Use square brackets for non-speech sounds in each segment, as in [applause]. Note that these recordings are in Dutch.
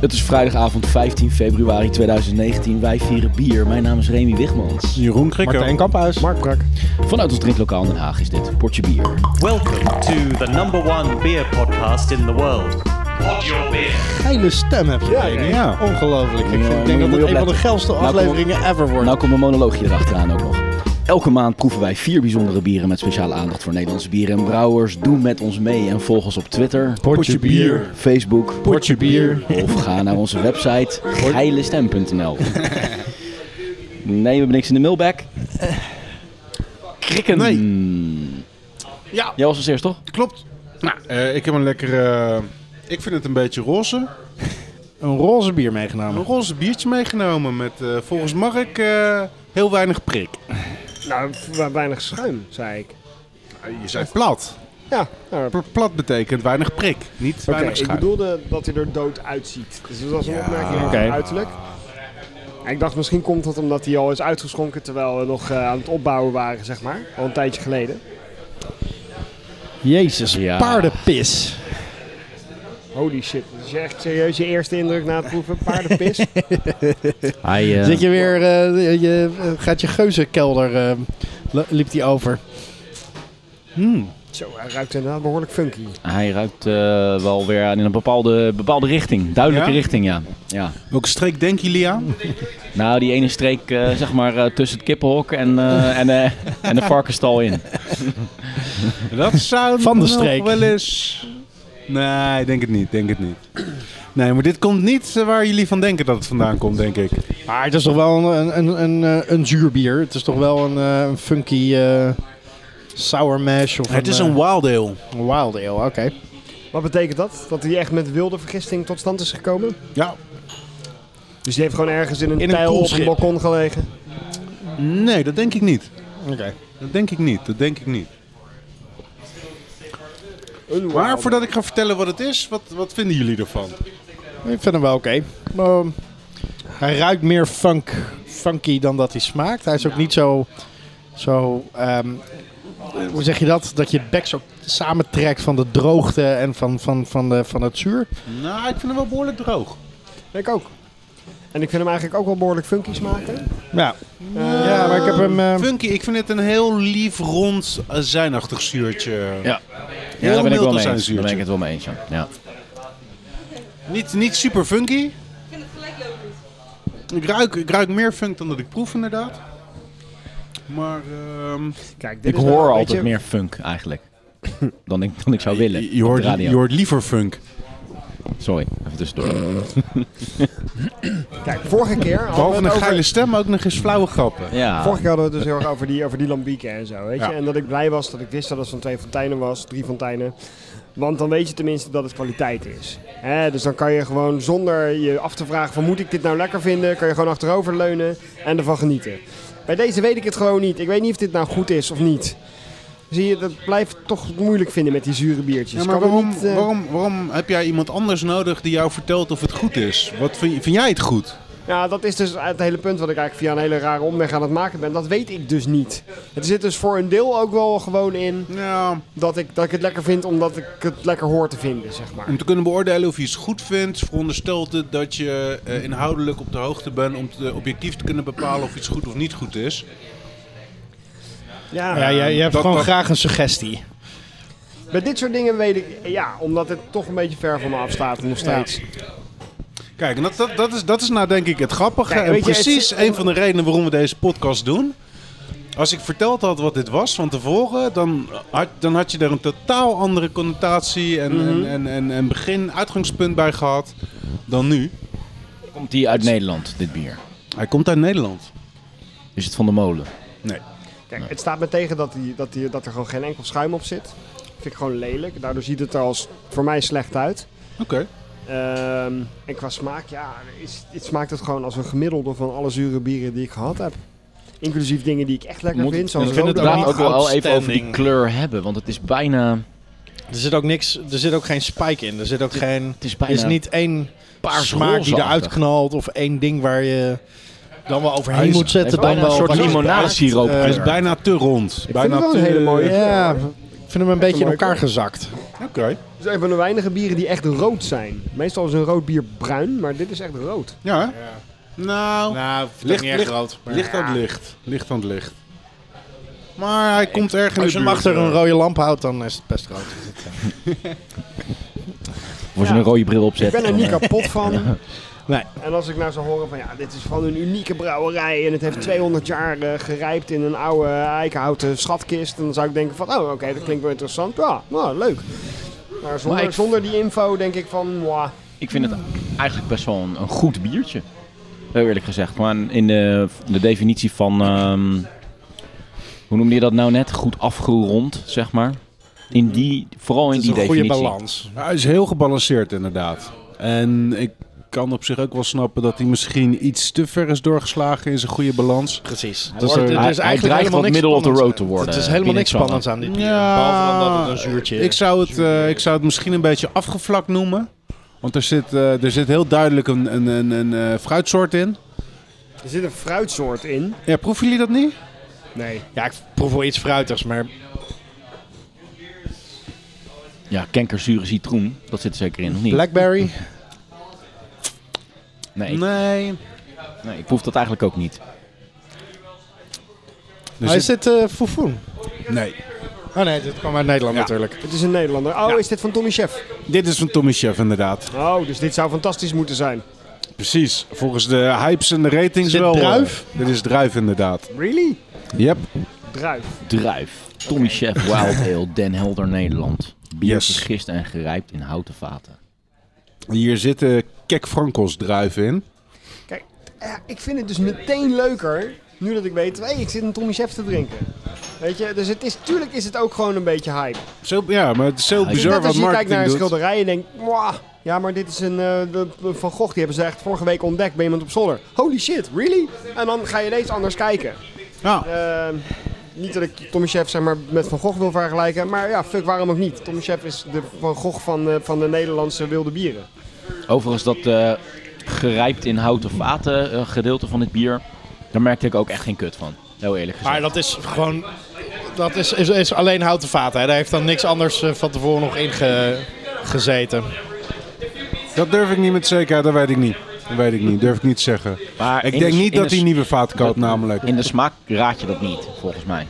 Het is vrijdagavond 15 februari 2019. Wij vieren bier. Mijn naam is Remy Wigmans. Jeroen Krikker. Martijn Kamphuis. Mark Brak. Vanuit ons drinklokaal in Den Haag is dit Portje Bier. Welcome to the number one beer podcast in the world. Pod your beer. Geile stem heb je. Ja, ja. Ongelooflijk. Ik, Ja, vind, ik Eh, moet- denk dat moet het je een van de opletten. geilste Nou, afleveringen ever wordt. Nou komt een monoloogje erachteraan ook nog. Elke maand proeven wij vier bijzondere bieren met speciale aandacht voor Nederlandse bieren en brouwers. Doe met ons mee en volg ons op Twitter, Potje bier. Facebook Potje bier. of ga naar onze website geilestem.nl. Nee, we hebben niks in de mailbag. Krikken. Ja. Jij was als eerst, toch? Klopt. Nou, eh, ik heb een lekkere... eh, ik vind het een beetje roze. Een roze bier Een meegenomen. roze biertje meegenomen met eh, volgens Mark eh, heel weinig prik. Nou, v- we- weinig schuim, zei ik. Nou, Je zei plat. Ja, nou, Pl- plat betekent weinig prik, niet oké, weinig ik schuim. bedoelde dat hij er dood uitziet. Dus dat was een opmerking over Oké. het uiterlijk. En ik dacht, misschien komt dat omdat hij al is uitgeschonken terwijl we nog eh, aan het opbouwen waren, zeg maar. Al een tijdje geleden. Jezus, Ja. paardenpis. Holy shit, dat is echt serieus je eerste indruk na het proeven. [laughs] Paardenpis. Hij, Zit je weer, eh, je, eh, gaat je geuzenkelder, eh, lo- liep die over. Zo, hij ruikt inderdaad behoorlijk funky. Hij ruikt eh, wel weer aan in een bepaalde, bepaalde richting. Duidelijke Ja? richting, ja. ja. Welke streek denk jullie aan? Nou, die ene streek eh, zeg maar eh, tussen het kippenhok en, eh, en, eh, en [laughs] de varkenstal in. [laughs] Dat zou Van de nog streek. wel eens... Nee, ik denk het niet, denk het niet. Nee, maar dit komt niet eh, waar jullie van denken dat het vandaan komt, denk ik. Maar het is toch wel een, een, een, een, eh, een zuur bier. Het is toch wel een, eh, een funky eh, sour mash. Of Het is eh, een wild ale. een wild ale, oké. Wat betekent dat? Dat hij echt met wilde vergisting tot stand is gekomen? Ja, Dus die heeft gewoon ergens in een In een tijl op een koelschip. balkon gelegen. nee, dat denk ik niet. Oké. Dat denk ik niet, dat denk ik niet. Een Maar wauw. voordat ik ga vertellen wat het is, wat, wat vinden jullie ervan? Ik vind hem wel oké. Maar, ehm, hij ruikt meer funk, funky dan dat hij smaakt. Hij is ook niet zo. zo ehm, hoe zeg je dat? Dat je het bek zo samentrekt van de droogte en van, van, van, de, van het zuur. Nou, ik vind hem wel behoorlijk droog. Ik ook. En ik vind hem eigenlijk ook wel behoorlijk funky smaken. Ja. ja, maar ik heb hem. eh, Funky, ik vind het een heel lief, rond, azijnachtig zuurtje. Ja. Ja, Heel daar ben ik mild wel mee als eens. een Daar ben ik zuurtje. het wel mee eens, ja. ja. Niet, niet super funky. Ik ruik, ik ruik meer funk dan dat ik proef, inderdaad. Maar ehm, Kijk, dit Ik is nou, hoor weet altijd je, meer funk eigenlijk. [laughs] Dan ik, dan ik zou willen. je, je, op hoort, de radio. je hoort liever funk. Sorry, even tussendoor. Kijk, vorige keer hadden we Behalve het een over- geile stem ook nog eens flauwe grappen. Ja. Vorige keer hadden we het dus heel erg over die, over die lambieken en zo, weet je. Ja. En dat ik blij was dat ik wist dat het van twee fonteinen was, drie fonteinen. Want dan weet je tenminste dat het kwaliteit is. Hè, dus dan kan je gewoon zonder je af te vragen van moet ik dit nou lekker vinden, kan je gewoon achterover leunen en ervan genieten. Bij deze weet ik het gewoon niet. Ik weet niet of dit nou goed is of niet. Zie je, dat blijft toch moeilijk vinden met die zure biertjes. Ja, maar Kan me waarom, niet, eh, waarom, waarom heb jij iemand anders nodig die jou vertelt of het goed is? Wat vind, vind jij het goed? Ja, dat is dus het hele punt wat ik eigenlijk via een hele rare omweg aan het maken ben. Dat weet ik dus niet. Het zit dus voor een deel ook wel gewoon in Ja, dat ik, dat ik het lekker vind omdat ik het lekker hoor te vinden, zeg maar. Om te kunnen beoordelen of je iets goed vindt, veronderstelt het dat je eh, inhoudelijk op de hoogte bent om te, objectief te kunnen bepalen of iets goed of niet goed is. Ja, ja, je, je hebt dat- gewoon dat- graag een suggestie. bij dit soort dingen weet ik, ja, omdat het toch een beetje ver van me afstaat nog steeds. Kijk, en dat, dat, dat, is, dat is nou denk ik het grappige. Kijk, en weet je, precies het- een van de redenen waarom we deze podcast doen. Als ik verteld had wat dit was van tevoren, dan had, dan had je daar een totaal andere connotatie en, Mhm. en, en, en, en begin, uitgangspunt bij gehad dan nu. Komt die uit Nederland, dit bier? Hij komt uit Nederland. Is het van de molen? Nee. Kijk, het staat me tegen dat, die, dat, die, dat er gewoon geen enkel schuim op zit. Vind ik gewoon lelijk. Daardoor ziet het er als, voor mij slecht uit. Oké. Ehm, en qua smaak, ja, is, het smaakt het gewoon als een gemiddelde van alle zure bieren die ik gehad heb. Inclusief dingen die ik echt lekker Moet- vind, zoals ik vind het rode Laten wijn. we ook wel even over die outstanding. kleur hebben, want het is bijna... Er zit ook niks. Er zit ook geen spike in. Er zit ook geen. Het is Er bijna is niet één paars smaak die eruit rozeachtig. knalt of één ding waar je dan wel overheen is- Het is moet zetten. Dan bijna wel een soort wat je limonade smaakt. siroop. Eh, Hij is bijna te rond. vind bijna het wel een te- hele mooie. Ja, vind hem een beetje in mooi, elkaar hoor. gezakt. Oké. Het is een van de weinige bieren die echt rood zijn. Meestal is een rood bier bruin, maar dit is echt rood. Ja. hè? Nou, Nou, licht, licht, licht aan het licht. Licht aan het licht. Maar hij komt erg in Als de je hem buurt, achter eh. een rode lamp houdt, dan is het best rood. Of als je een rode bril opzet. Ik ben er dan, niet eh, kapot van. Nee. En als ik nou zou horen van ja, dit is van een unieke brouwerij en het heeft 200 jaar eh, gerijpt in een oude eikenhouten schatkist, dan zou ik denken van oh oké, dat klinkt wel interessant. Ja, nou leuk. Maar zonder, Maar ik- zonder die info denk ik van mwah. Ik vind het eigenlijk best wel een, een goed biertje. Heel eerlijk gezegd. Maar in de, de definitie van. ehm, hoe noemde je dat nou net? Goed afgerond, zeg maar. In die, vooral in Het is die een goede definitie. balans. Ja, Hij is heel gebalanceerd inderdaad. En ik kan op zich ook wel snappen dat hij misschien iets te ver is doorgeslagen in zijn goede balans. Precies. Dus er- hij- hij dreigt wat middle of the road te worden, Het is eh, helemaal Phoenix niks Summer. spannends aan dit bier. Ja. Behalve dan dat het een zuurtje Ik zou het, eh, ik zou het misschien een beetje afgevlakt noemen. Want er zit, eh, er zit heel duidelijk een, een, een, een eh, fruitsoort in. er zit een fruitsoort in. Ja, proeven jullie dat niet? Nee. Ja, ik proef wel iets fruitigs, maar Ja, kenkerzure citroen. Dat zit er zeker in, of niet? blackberry? Nee, ik- Nee. nee, ik proef dat eigenlijk ook niet. Er Hij zit- is dit eh foefoen? Dus nee. Oh nee, dit kwam uit Nederland Ja. natuurlijk. Het is een Nederlander. Oh, is dit van Tommy Chef? Dit is van Tommy Chef inderdaad. Oh, dus dit zou fantastisch moeten zijn. Precies. Volgens de hypes en de ratings Is dit wel. eh, druif? Dit is druif inderdaad. Really? Yep. Druif. Druif. Tommy Chef Wild Ale, Den Helder, Nederland. Bier Yes. vergist en gerijpt in houten vaten. Hier zitten Kek Frankels druif in. Kijk, eh, ik vind het dus meteen leuker nu dat ik weet, hé, ik zit een Tommy Chef te drinken. Weet je, dus het is, tuurlijk is het ook gewoon een beetje hype. Zo, ja, maar het is zo Ja, Dus bizar net als wat je marketing kijkt naar een doet. schilderij en denkt, "Mwah, ja, maar dit is een eh, de- Van Gogh, die hebben ze echt vorige week ontdekt bij iemand op zolder. Holy shit, really? En dan ga je ineens anders kijken. Ja. Ehm, niet dat ik Tommy Chef zeg maar, met Van Gogh wil vergelijken, maar ja, fuck, waarom ook niet? Tommy Chef is de Van Gogh van, eh, van de Nederlandse wilde bieren. Overigens, dat eh, gerijpt in houten vaten eh, gedeelte van dit bier. Daar merkte ik ook echt geen kut van. Heel eerlijk gezegd. Maar dat is gewoon... Dat is, is, is alleen houten vaten. Hè. Daar heeft dan niks anders eh, van tevoren nog in ge- gezeten. Dat durf ik niet met zekerheid, dat weet ik niet. Dat weet ik niet, durf ik niet te zeggen. Maar Ik in denk de- niet in dat de- hij nieuwe vaat koopt namelijk. In de smaak raad je dat niet, volgens mij.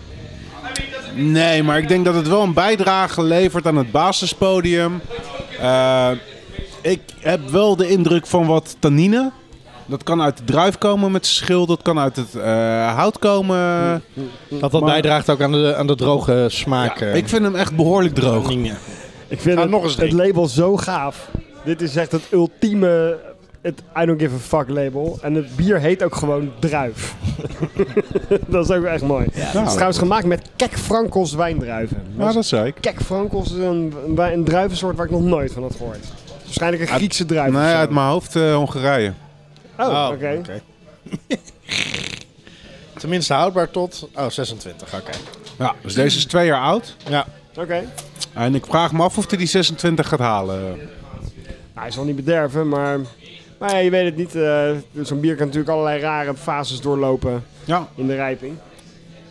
Nee, maar ik denk dat het wel een bijdrage levert aan het basispodium. Eh, ik heb wel de indruk van wat tannine. Dat kan uit de druif komen met zijn schil, dat kan uit het eh, hout komen. Dat dat Maar- bijdraagt ook aan de, aan de droge smaak. eh. Ik vind hem echt behoorlijk droog. Ik vind Ga het, nog eens het drinken. label zo gaaf. Dit is echt het ultieme het I don't give a fuck label. En het bier heet ook gewoon druif. [laughs] dat is ook echt mooi. Het is Nou, trouwens gemaakt met Kek Frankels wijndruiven. ja, dat zei ik. Kek Frankels is een, een, wij- een druivensoort waar ik nog nooit van had gehoord. Waarschijnlijk een Griekse druif. of Nee, zo. uit mijn hoofd eh, Hongarije. Oh, Oh, oké. oké. [laughs] Tenminste houdbaar tot... Oh, 26. Oké. Ja, dus deze is twee jaar oud. Ja. Oké. En ik vraag me af of hij die 26 gaat halen. Nou, hij zal niet bederven, maar... Maar ja, je weet het niet. eh, Zo'n bier kan natuurlijk allerlei rare fases doorlopen Ja, in de rijping.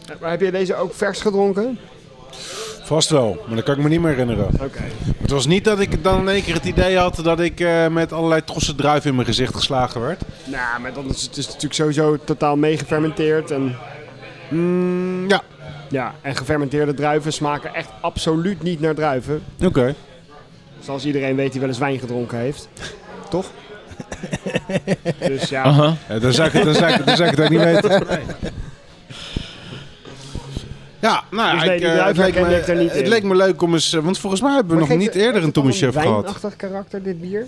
Eh, Maar heb je deze ook vers gedronken? vast wel. Maar dat kan ik me niet meer herinneren. Oké. Het was niet dat ik dan in één keer het idee had dat ik eh, met allerlei trossen druif in mijn gezicht geslagen werd. Nou, maar dan is het is natuurlijk sowieso totaal meegefermenteerd. En, Mm, ja, ja, en gefermenteerde druiven smaken echt absoluut niet naar druiven. oké. Zoals iedereen weet die wel eens wijn gedronken heeft. Toch? dus ja, Uh-huh. Ja, dan, zou ik het, dan, zou ik, dan zou ik het ook niet weten. Ja, nou ja, Dus nee, die eh, druif het, leek herkende ik er niet me, het in. leek me leuk om eens... eh, Want volgens mij hebben we nog niet eerder een Tommy Chef gehad. wijnachtig karakter, dit bier.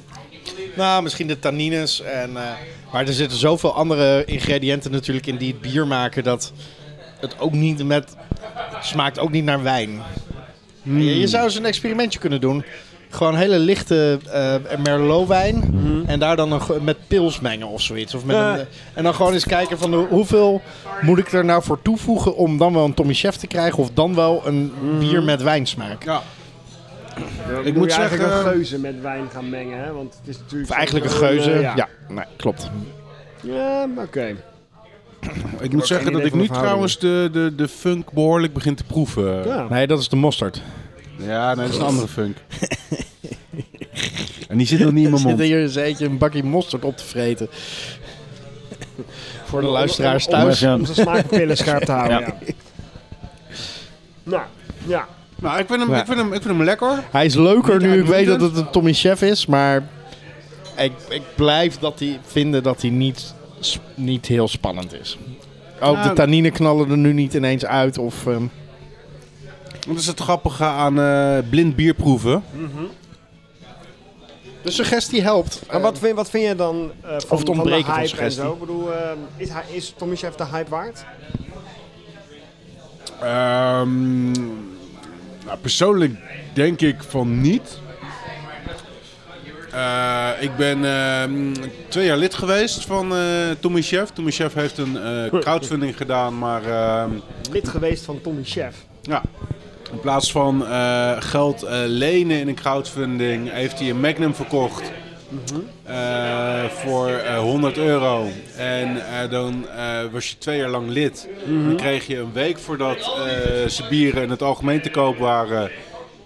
Nou, misschien de tannines. En, eh, maar er zitten zoveel andere ingrediënten natuurlijk in die het bier maken dat het ook niet met. Het smaakt ook niet naar wijn. Je, je zou eens een experimentje kunnen doen. Gewoon hele lichte eh merlot wijn. En daar dan een, go- met pils mengen of zoiets. Of met Eh. een, eh, en dan gewoon eens kijken van hoe- hoeveel moet ik er nou voor toevoegen om dan wel een Tommy Chef te krijgen. Of dan wel een bier met wijnsmaak. Ja, Dan moet moet je eigenlijk zeggen- een geuze met wijn gaan mengen, hè? Want het is natuurlijk... Of eigenlijk een sowieso, geuze. eh, ja, nee, klopt. Ja, maar oké. ik moet zeggen dat idee ik van de nu trouwens de, de, de funk behoorlijk begin te proeven. Ja. Nee, dat is de mosterd. Ja, nee, dat is een andere funk. en die zit nog niet in mijn [laughs] Zit mond. hier een zeetje een bakje mosterd op te vreten. Voor de luisteraars Om thuis. even- Om zijn smaakpillen scherp te houden. Ja. Nou, ja. Nou, ik vind hem, ik vind hem, ik vind hem lekker. Hij is leuker Niet nu ik weet uitmuntend. dat het een Tommy Chef is, maar ik, ik blijf dat hij vinden dat hij niet, sp- niet heel spannend is. Ook Nou, de tannine knallen er nu niet ineens uit. Of, ehm, Dat is het grappige aan eh, blind bier proeven. de suggestie helpt. Maar wat vind, wat vind je dan eh, van, het van de ontbreken hype van en suggestie. zo? Ik bedoel, eh, is, hij, is Tommy Chef de hype waard? Ehm, nou, persoonlijk denk ik van niet. Eh, ik ben ehm, twee jaar lid geweest van eh Tommy Chef. Tommy Chef heeft een eh, crowdfunding gedaan, maar ehm, Lid geweest van Tommy Chef. ja. in plaats van eh, geld eh, lenen in een crowdfunding, heeft hij een Magnum verkocht. eh, voor eh, 100 euro. En eh, dan eh, was je twee jaar lang lid. Mhm. Dan kreeg je een week voordat eh, ze bieren in het algemeen te koop waren.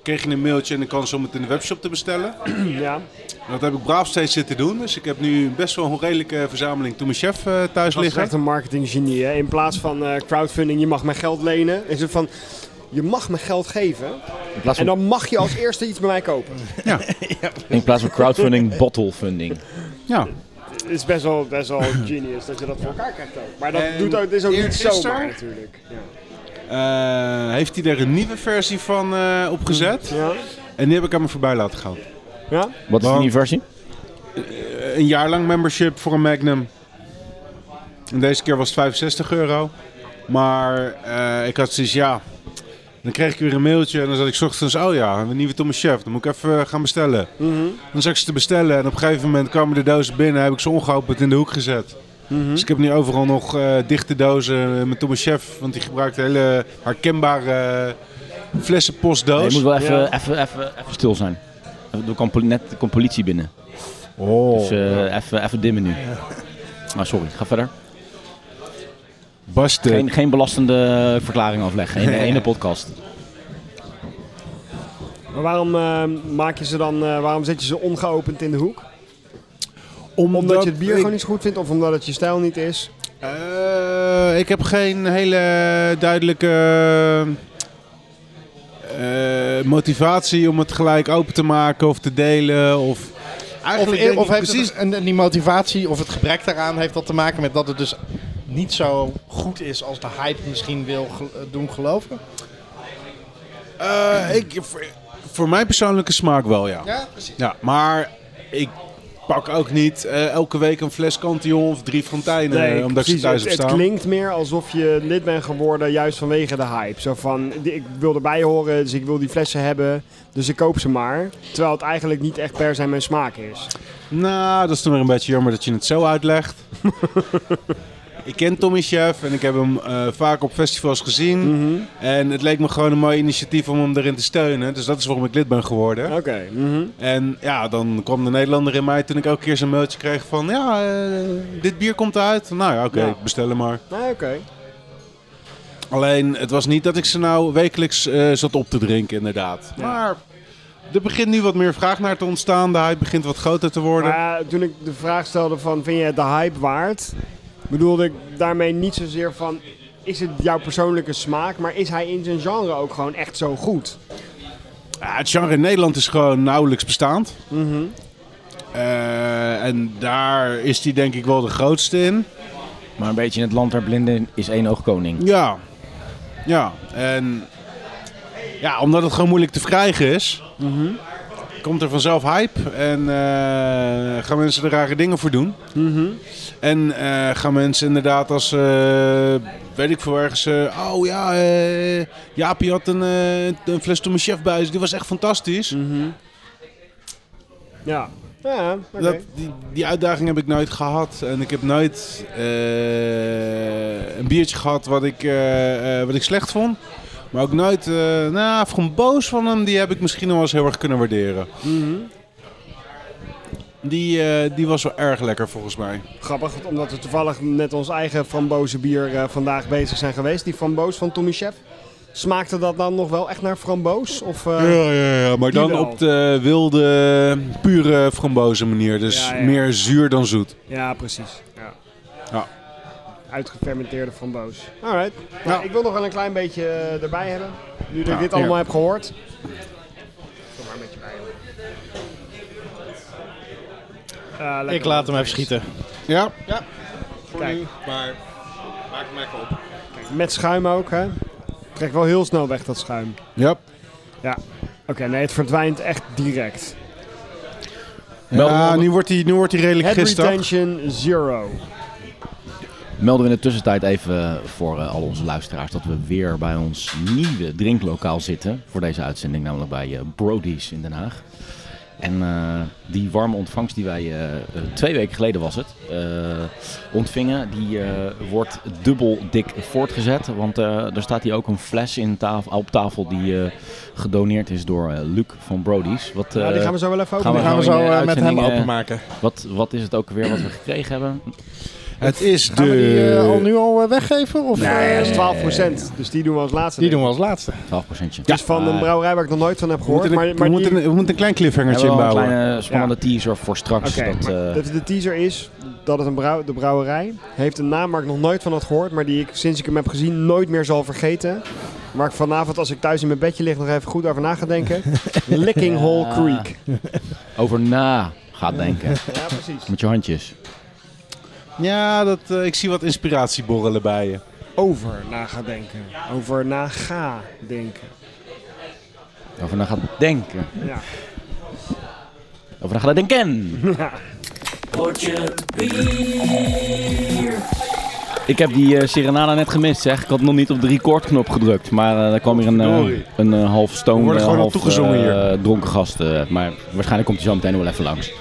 Kreeg je een mailtje en de kans om het in de webshop te bestellen. Hmm, ja. En dat heb ik braaf steeds zitten doen. Dus ik heb nu best wel een redelijke verzameling toen mijn chef eh, thuis Dat is liggen. echt een marketinggenie. Hè? In plaats van eh, crowdfunding, je mag mijn geld lenen. Is het van, je mag me geld geven. In plaats En van, dan mag je als eerste iets bij mij kopen. in plaats van crowdfunding, bottlefunding. Ja. Het is best wel, best wel [laughs] genius dat je dat voor elkaar krijgt ook. Maar dat En doet ook, het Ehm, is ook niet eergisteren? zomaar natuurlijk. Eh, heeft hij er een nieuwe versie van eh, opgezet? Ja? En die heb ik aan me voorbij laten gaan. Ja? Wat is de Want- nieuwe versie? een jaar lang membership voor een Magnum. En deze keer was het 65 euro. Maar eh, ik had zoiets, ja. Dan kreeg ik weer een mailtje en dan zat ik 's ochtends, oh ja, een nieuwe Thomas Chef. Dan moet ik even eh, gaan bestellen. Dan zat ik ze te bestellen en op een gegeven moment kwamen de dozen binnen. Heb ik ze ongeopend in de hoek gezet. Dus ik heb nu overal nog eh, dichte dozen met Thomas Chef. Want die gebruikt hele herkenbare eh, flessenpostdoos. Nee, je moet wel even, Ja. even, even, even stil zijn. Er komt poli- net er komt politie binnen. Oh. Dus eh, even, even dimmen nu. Maar sorry, ga verder. Basten. Geen, geen belastende verklaring afleggen in de ene podcast. Maar waarom, eh, maak je ze dan, eh, waarom zet je ze ongeopend in de hoek? Omdat, je het bier ik- gewoon niet zo goed vindt of omdat het je stijl niet is? Eh, ik heb geen hele duidelijke eh, motivatie om het gelijk open te maken of te delen. Of, Of, eigenlijk denk of ik heeft precies. het, en, en die motivatie of het gebrek daaraan heeft dat te maken met dat het dus niet zo goed is als de hype misschien wil gel- doen geloven? Eh, ik, voor, voor mijn persoonlijke smaak wel, ja. Ja, precies. ja maar ik pak ook niet eh, elke week een fles Cantillon of drie fonteinen eh, omdat ik ze thuis het, heb het staan. klinkt meer alsof je lid bent geworden juist vanwege de hype. Zo van, die- ik wil erbij horen, dus ik wil die flessen hebben, dus ik koop ze maar. Terwijl het eigenlijk niet echt per se mijn smaak is. Nou, dat is dan weer een beetje jammer dat je het zo uitlegt. [laughs] ik ken Tommy Chef en ik heb hem eh, vaak op festivals gezien. Mhm. En het leek me gewoon een mooi initiatief om hem erin te steunen. Dus dat is waarom ik lid ben geworden. Oké. mhm. En ja, dan kwam de Nederlander in mij toen ik ook een keer zo'n mailtje kreeg van... Ja, eh, dit bier komt eruit. Nou ja, oké, Ja. bestel hem maar. Nee, Oké. Alleen, het was niet dat ik ze nou wekelijks eh, zat op te drinken, inderdaad. Ja. Maar er begint nu wat meer vraag naar te ontstaan. De hype begint wat groter te worden. Maar ja, toen ik de vraag stelde van vind je het de hype waard, bedoelde ik daarmee niet zozeer van is het jouw persoonlijke smaak, maar is hij in zijn genre ook gewoon echt zo goed? Ja, het genre in Nederland is gewoon nauwelijks bestaand. Eh, en daar is die denk ik wel de grootste in. Maar een beetje in het land der blinden is één oog koning. Ja. Ja. En ja, omdat het gewoon moeilijk te verkrijgen is, komt er vanzelf hype. En eh, gaan mensen er rare dingen voor doen. En eh, gaan mensen inderdaad als, eh, weet ik veel ergens, eh, oh ja, eh Jaapie had een, eh, een fles Tommy Chef bij zich. Die was echt fantastisch. Ja. Ja, oké. Dat, die, die uitdaging heb ik nooit gehad. En ik heb nooit eh, een biertje gehad wat ik, eh, eh, wat ik slecht vond. Maar ook nooit, eh nou, of gewoon boos van hem, die heb ik misschien nog wel eens heel erg kunnen waarderen. Mhm. Die, eh, die was wel erg lekker volgens mij. Grappig, omdat we toevallig net ons eigen frambozenbier eh, vandaag bezig zijn geweest. Die framboos van Tommy Chef. Smaakte dat dan nog wel echt naar framboos? Of, eh, ja, ja, ja, maar die dan wel. op de wilde, pure framboze manier. Dus Ja, ja. meer zuur dan zoet. Ja, precies. Ja. Ja. Uitgefermenteerde framboos. Alright. Nou, Ik wil nog wel een klein beetje eh, erbij hebben. Nu dat ik dit allemaal heb gehoord. Kom maar een beetje bij. hoor. Eh, lekker Ik laat hem hoor. even schieten. Ja, Kijk, maar maak hem lekker op. met schuim ook, hè? Trek wel heel snel weg dat schuim. Ja. Oké, nee, het verdwijnt echt direct. Ja, nu wordt hij, nu wordt hij redelijk Head gisteren. retention zero. Melden we in de tussentijd even voor eh, al onze luisteraars dat we weer bij ons nieuwe drinklokaal zitten. Voor deze uitzending, namelijk bij eh, Brody's in Den Haag. En eh, die warme ontvangst die wij eh, eh, twee weken geleden was het, eh, ontvingen, die eh, wordt dubbel dik voortgezet. Want eh, er staat hier ook een fles in taf- op tafel die eh, gedoneerd is door eh, Luc van Brody's. Wat, nou, die eh, gaan we zo wel even openen. Dan gaan we in zo de eh, met hem uitzending, eh, openmaken. wat, wat is het ook weer wat we gekregen hebben? Het is Gaan we die eh, al de... nu al eh, weggeven? Of, Nee, eh, dat is 12 Dus die doen we als laatste. die denk doen we als laatste. 12 procentje. ik. Dus van een brouwerij waar ik nog nooit van heb We gehoord. moeten, maar, een, maar we, die- moeten een, we moeten een klein We cliffhangertje hebben wel een inbouwen. kleine spannende teaser voor straks. Oké, dat, maar eh, dat de teaser is dat het een brouw, de brouwerij heeft een naam waar ik nog nooit van had gehoord, maar die ik sinds ik hem heb gezien nooit meer zal vergeten. Waar ik vanavond als ik thuis in mijn bedje lig nog even goed over na ga denken. Licking Hole Ja. Creek. over na gaat denken. Ja, precies. Met je handjes. Ja, dat, eh, ik zie wat inspiratie borrelen bij je. Over na gaan denken. Over na ga denken. Over na gaat denken. Ja. Over na gaat denken. Ik heb die eh Serenada net gemist, zeg. Ik had nog niet op de recordknop gedrukt. Maar eh, daar kwam hier een, eh, Verdorie. een eh, half We stone, worden eh, gewoon half al toegezongen eh, dronken gast. eh, maar waarschijnlijk komt hij zo meteen wel even langs.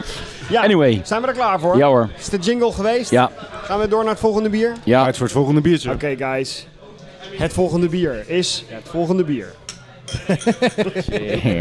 ja, Anyway. Zijn we er klaar voor? Ja hoor. Is de jingle geweest? Ja, Gaan we door naar het volgende bier? ja. Uit voor het volgende biertje. Oké, guys. Het volgende bier is het volgende bier.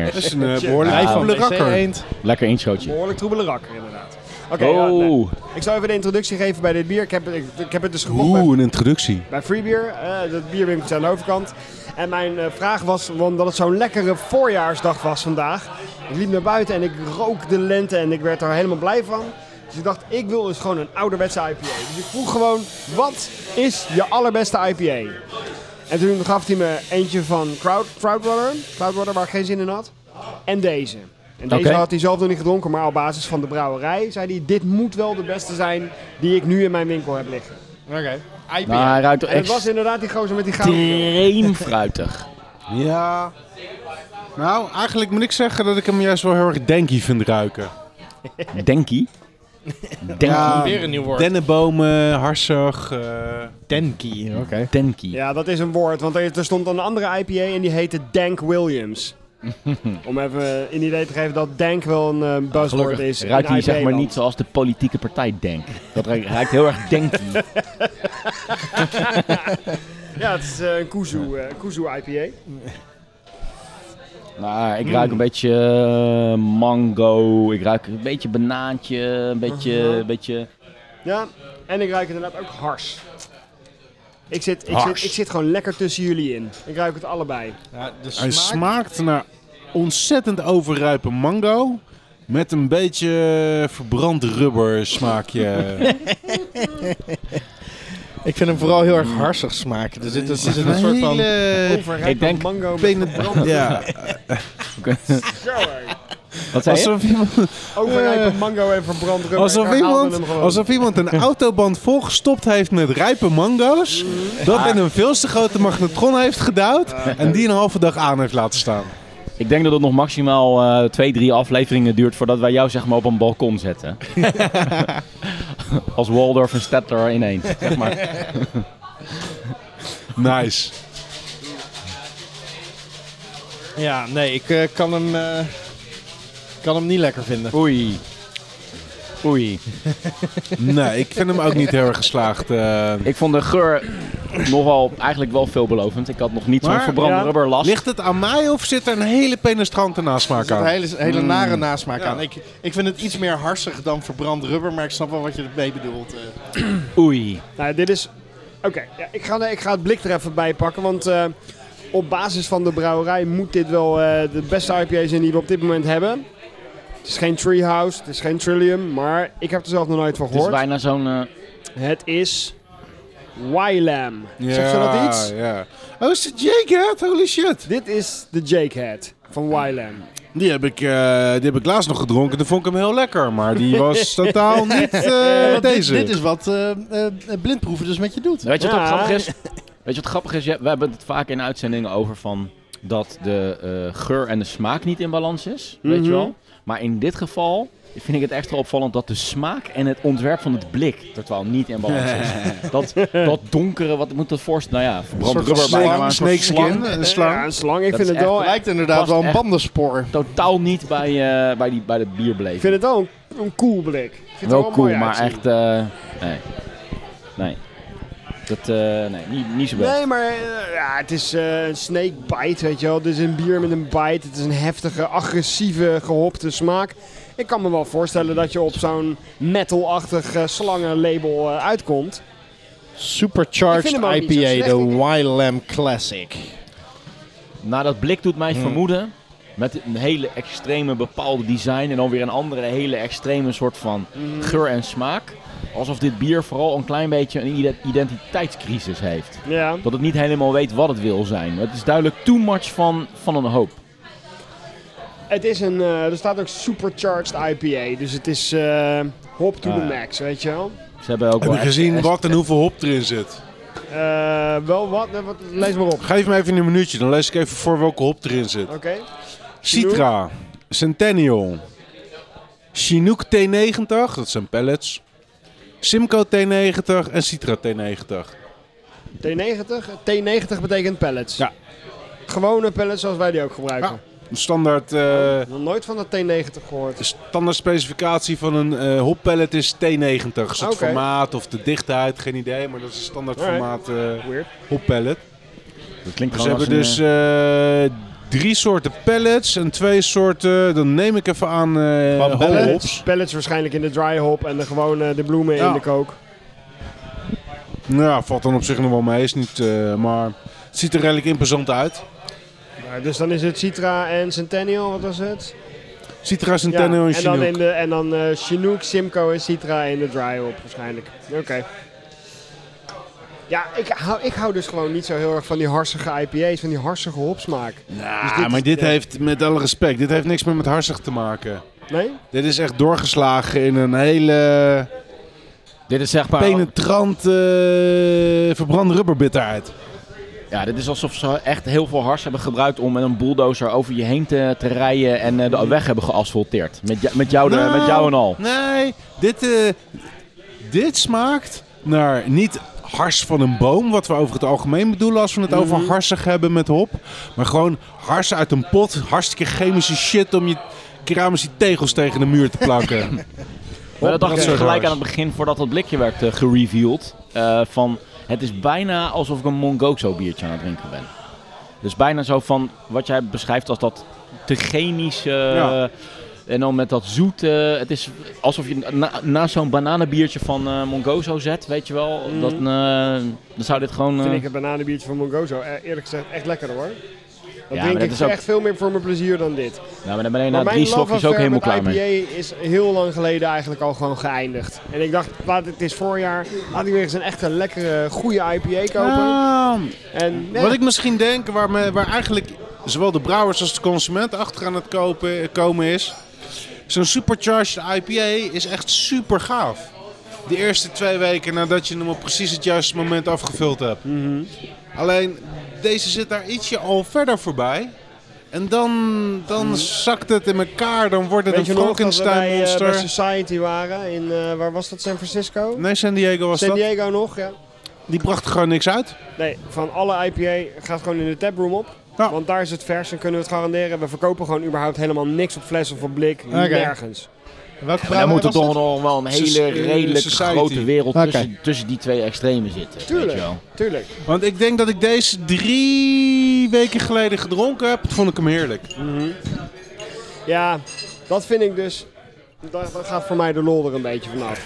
Dat is een eh, behoorlijk Hij van troebele DC rakker. Eend. Lekker inschootje. Behoorlijk troebele rakker, inderdaad. Oké, ja, nee. Oh, Ik zou even de introductie geven bij dit bier. Ik heb, ik, ik heb het dus gekocht bij, Oeh, een introductie. bij Free Beer. Eh dat bierwinkeltje aan de overkant. En mijn eh, vraag was, omdat het zo'n lekkere voorjaarsdag was vandaag. Ik liep naar buiten en ik rook de lente en ik werd er helemaal blij van. Dus ik dacht, ik wil dus gewoon een ouderwetse IPA. Dus ik vroeg gewoon, wat is je allerbeste IPA? En toen gaf hij me eentje van Crowd, Crowdrunner, Crowdrunner waar ik geen zin in had. En deze. En deze Oké. had hij zelf nog niet gedronken, maar op basis van de brouwerij zei hij... dit moet wel de beste zijn die ik nu in mijn winkel heb liggen. Oké. IPA. nou, hij ruikt En het was echt inderdaad die gozer met die gouden extreem fruitig. Ja. Nou, eigenlijk moet ik zeggen dat ik hem juist wel heel erg denky vind ruiken. Denki. Denki. Ja. Weer een nieuw woord. Dennenbomen, harsig. eh, Denki. Oké. Denki. Ja, dat is een woord, want er, er stond een andere IPA en die heette Dank [laughs] Williams. Om even een idee te geven dat Dank wel een eh, buzzword is. in ruikt hij zeg maar IPA-land. niet zoals de politieke partij denkt. Dat ruikt, ruikt heel erg denki. Ja, het is eh, een Kuzu, eh, Kuzu IPA. Maar ik ruik een beetje eh, mango. Ik ruik een beetje banaantje. Een beetje... Een beetje Ja, en ik ruik inderdaad ook hars. Ik zit, ik, Hars. zit, ik zit gewoon lekker tussen jullie in. Ik ruik het allebei. Ja, de Hij smaak. smaakt naar ontzettend overrijpe mango. Met een beetje eh, verbrand rubber [laughs] smaakje. Ik vind hem vooral heel erg harsig smaken. Dus Er zit, er zit een soort van... hele ik denk... Mango met penetrante- Ja, Zo, hé. Wat zei je? alsof iemand, Overrijpe mango en verbrand rubber. Ik Eh, alsof, herhaalde iemand, hem gewoon. alsof iemand een autoband volgestopt heeft met rijpe mango's. Dat in een veel te grote magnetron heeft geduwd. En die een halve dag aan heeft laten staan. Ik denk dat het nog maximaal eh, twee, drie afleveringen duurt voordat wij jou zeg maar op een balkon [laughs] zetten. Als Waldorf en Stettler in één. Zeg maar. Nice. Ja, nee, ik eh, kan, hem, eh, kan hem niet lekker vinden. Oei. Oei. Nee, ik vind hem ook niet heel erg geslaagd. eh. Ik vond de geur nogal eigenlijk wel veelbelovend. Ik had nog niet zo'n Maar, verbrande ja, rubber last. ligt het aan mij of zit er een hele penetrante Er nasmaak zit een aan? hele, hele nare nasmaak Ja. aan. Ik, ik vind het iets meer harsig dan verbrand rubber, maar ik snap wel wat je ermee bedoelt. eh. Oei. Nou, dit is... Oké, ja, ik, ga, ik ga het blik er even bij pakken, want eh, op basis van de brouwerij moet dit wel eh, de beste IPA zijn die we op dit moment hebben. Het is geen Treehouse, het is geen Trillium, maar ik heb er zelf nog nooit van Het is gehoord. bijna zo'n... eh, Het is Wylam. Zegt ze dat iets? Ja. Oh, is het Jakehead? Holy shit. Dit is de Jakehead van Wylam. Die heb, ik, eh, die heb ik laatst nog gedronken. Dan vond ik hem heel lekker. Maar die was [laughs] totaal niet eh, Want dit- deze. Dit, is wat eh, eh, blindproeven dus met je doet. Weet je wat ook Ja. grappig is? Weet je wat grappig is? Ja, we hebben het vaak in uitzendingen over van dat de eh, geur en de smaak niet in balans is. Weet je Mhm. wel? Maar in dit geval vind ik het extra opvallend dat de smaak en het ontwerp van het blik totaal niet in balans [laughs] is. dat, dat donkere, wat moet dat voorstellen? Nou ja, verbrand Een rubber slang, bijna, maar een soort snakeskin, slang. een slang. Ja, een slang. Ik Dat vind is het, wel, echt- ik Lijkt inderdaad Past wel een echt. bandenspoor. Totaal niet bij, eh, bij, die, bij de bierbeleving. vind het wel een, een cool blik. Ik vind het wel wel cool, mooi maar uitzien. echt... eh, nee. Nee. Dat, eh, nee, niet, niet zo best. Nee, maar eh, ja, het is eh, een snake bite, weet je wel. Het is een bier met een bite. Het is een heftige, agressieve, gehopte smaak. Ik kan me wel voorstellen dat je op zo'n metalachtig eh, slangenlabel eh, uitkomt. Ik Supercharged vind hem ook niet zo IPA, de slecht, denk ik. YLAM Classic. Nou, dat blik doet Hmm. mij vermoeden. Met een hele extreme bepaalde design en dan weer een andere hele extreme soort van Hmm. geur en smaak. Alsof dit bier vooral een klein beetje een ide- identiteitscrisis heeft. Ja. Dat het niet helemaal weet wat het wil zijn. Het is duidelijk too much van, van een hoop. Het is een, eh, er staat ook supercharged IPA. Dus het is eh, hop to Ah, the ja. max, weet je wel. Ze hebben ook Heb wel je echt- gezien echt- wat en hoeveel hop erin zit? Eh, wel wat, eh, wat? Lees maar op. Geef me even een minuutje, dan lees ik even voor welke hop erin zit. Oké. Citra, Centennial, Chinook T90, dat zijn pellets, Simcoe T90 en Citra T90. T90. T90 betekent pallets. Ja. Gewone pallets zoals wij die ook gebruiken. Een standaard, eh, Nog nooit van de T90 gehoord. standaard specificatie van een eh hoppellet is T90. Dus het Oké. formaat of de dichtheid, geen idee, maar dat is een standaard Alright. formaat eh Weird. hoppellet. Dat klinkt Ze gewoon hebben als een, dus eh, drie soorten pellets en twee soorten, dan neem ik even aan, Wat eh pellets? hops. Pellets, pellets waarschijnlijk in de dry hop en de gewone de bloemen Ja. in de kook. Nou, ja, valt dan op zich nog wel mee, is niet, eh, maar het ziet er redelijk imposant uit. Nou, dus dan is het Citra en Centennial, wat was het? Citra Centennial en en dan, Chinook. in de, en dan eh, Chinook, Simcoe en Citra in de dry hop waarschijnlijk. Oké. Ja, ik hou, ik hou dus gewoon niet zo heel erg van die harsige IPA's, van die harsige hopsmaak. Ja, Dus dit Ah, maar is- dit ja. heeft, met alle respect, dit heeft niks meer met harsig te maken. Nee? Dit is echt doorgeslagen in een hele eh, Dit is zeg Nou. maar... penetrant eh verbrande rubberbitterheid. Ja, dit is alsof ze echt heel veel hars hebben gebruikt om met een bulldozer over je heen te, te rijden en eh, de weg hebben geasfalteerd. Met, jou- met, jou, de- Nou. met jou en al. Nee, dit, eh, dit smaakt naar niet hars van een boom, wat we over het algemeen bedoelen als we het Mhm. over harsig hebben met hop. Maar gewoon hars uit een pot, hartstikke chemische shit om je keramische tegels tegen de muur te [laughs] plakken. Maar dat dacht dat ik soort gelijk hars. aan het begin, voordat dat blikje werd eh, gereveeld. eh, van, het is bijna alsof ik een Mongozo biertje aan het drinken ben. Dus bijna zo van, wat jij beschrijft als dat te chemische... eh, Ja. En dan met dat zoete, het is alsof je na, na zo'n bananenbiertje van eh Mongozo zet, weet je wel. Dat, eh, dan zou dit gewoon... eh, Vind ik het bananenbiertje van Mongozo eh, eerlijk gezegd echt lekker hoor. Dat maar drink dat ik is ook- echt veel meer voor mijn plezier dan dit. nou, maar dan ben je Maar na drie mijn love slokjes ook affair helemaal met klaar mee. IPA is heel lang geleden eigenlijk al gewoon geëindigd. En ik dacht, laat, het is voorjaar, laat ik weer eens een echte lekkere, goede IPA kopen. Ah, en nee, Wat ik misschien denk, waar, me, waar eigenlijk zowel de brouwers als de consument achter aan het kopen, komen is... Zo'n supercharged IPA is echt super gaaf. De eerste twee weken nadat je hem op precies het juiste moment afgevuld hebt. Mhm. Alleen, deze zit daar ietsje al verder voorbij. En dan, dan zakt het in elkaar, dan wordt het Mhm. weet je een nog dat we bij, eh, Frankenstein-monster. bij Society waren? In, eh, waar was dat? San Francisco? nee, San Diego was San dat. Diego nog, ja. Die bracht er gewoon niks uit. Nee, van alle IPA gaat gewoon in de taproom op. Ja. Want daar is het vers en kunnen we het garanderen. We verkopen gewoon überhaupt helemaal niks op fles of op blik. Nergens. Welke Maar dan moet er was toch dit? nog wel een Soci- hele eh, redelijk society. grote wereld Oké. tussen, tussen die twee extremen zitten. weet Tuurlijk. je wel. Tuurlijk. Want ik denk dat ik deze drie weken geleden gedronken heb. Toen vond ik hem heerlijk. Ja, dat vind ik dus. Daar daar gaat voor mij de lol er een beetje vanaf.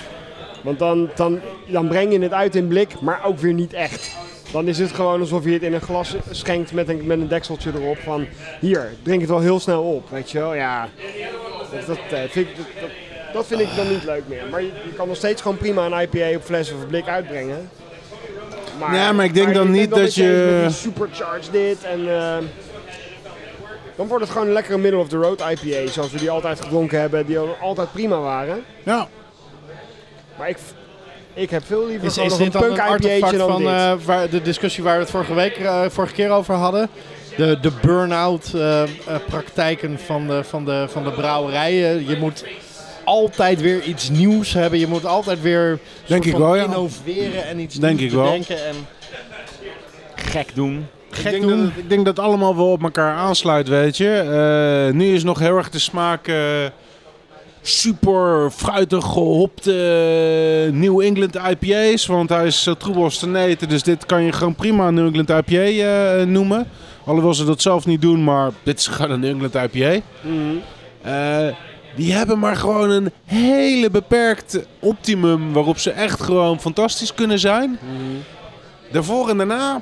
Want dan, dan, dan breng je het uit in blik, maar ook weer niet echt. Dan is het gewoon alsof je het in een glas schenkt met een, met een dekseltje erop. Van hier, drink het wel heel snel op. Weet je wel, ja. Dat, dat, eh, vind, ik, dat, dat, dat vind ik dan niet leuk meer. Maar je, je kan nog steeds gewoon prima een IPA op fles of blik uitbrengen. Maar, Ja, maar ik denk dan niet dat je- eens met die Supercharge dit en... eh, dan wordt het gewoon een lekkere middle of the road IPA. Zoals we die altijd gedronken hebben. Die al- altijd prima waren. Ja. Maar ik, ik heb veel liever Is, gewoon is nog dit dan een een punk artefact IPA'tje dan van dit. eh, waar, de discussie waar we het vorige, week, eh, vorige keer over hadden? De, de burn-out eh, eh, praktijken van de, van, de, van de brouwerijen. Je moet altijd weer iets nieuws hebben. Je moet altijd weer soort Denk ik van wel, ja. innoveren en iets Denk nieuws ik wel. bedenken. En Gek doen. gek ik denk doen. Dat, ik denk dat het allemaal wel op elkaar aansluit, weet je. Eh, nu is nog heel erg de smaak eh, super fruitig gehopte eh, New England IPA's. Want hij is zo troebel als te neten, dus dit kan je gewoon prima een New England IPA eh, noemen. Alhoewel ze dat zelf niet doen, maar dit is gewoon een New England IPA. Mhm. Eh, die hebben maar gewoon een hele beperkt optimum waarop ze echt gewoon fantastisch kunnen zijn. Mhm. Daarvoor en daarna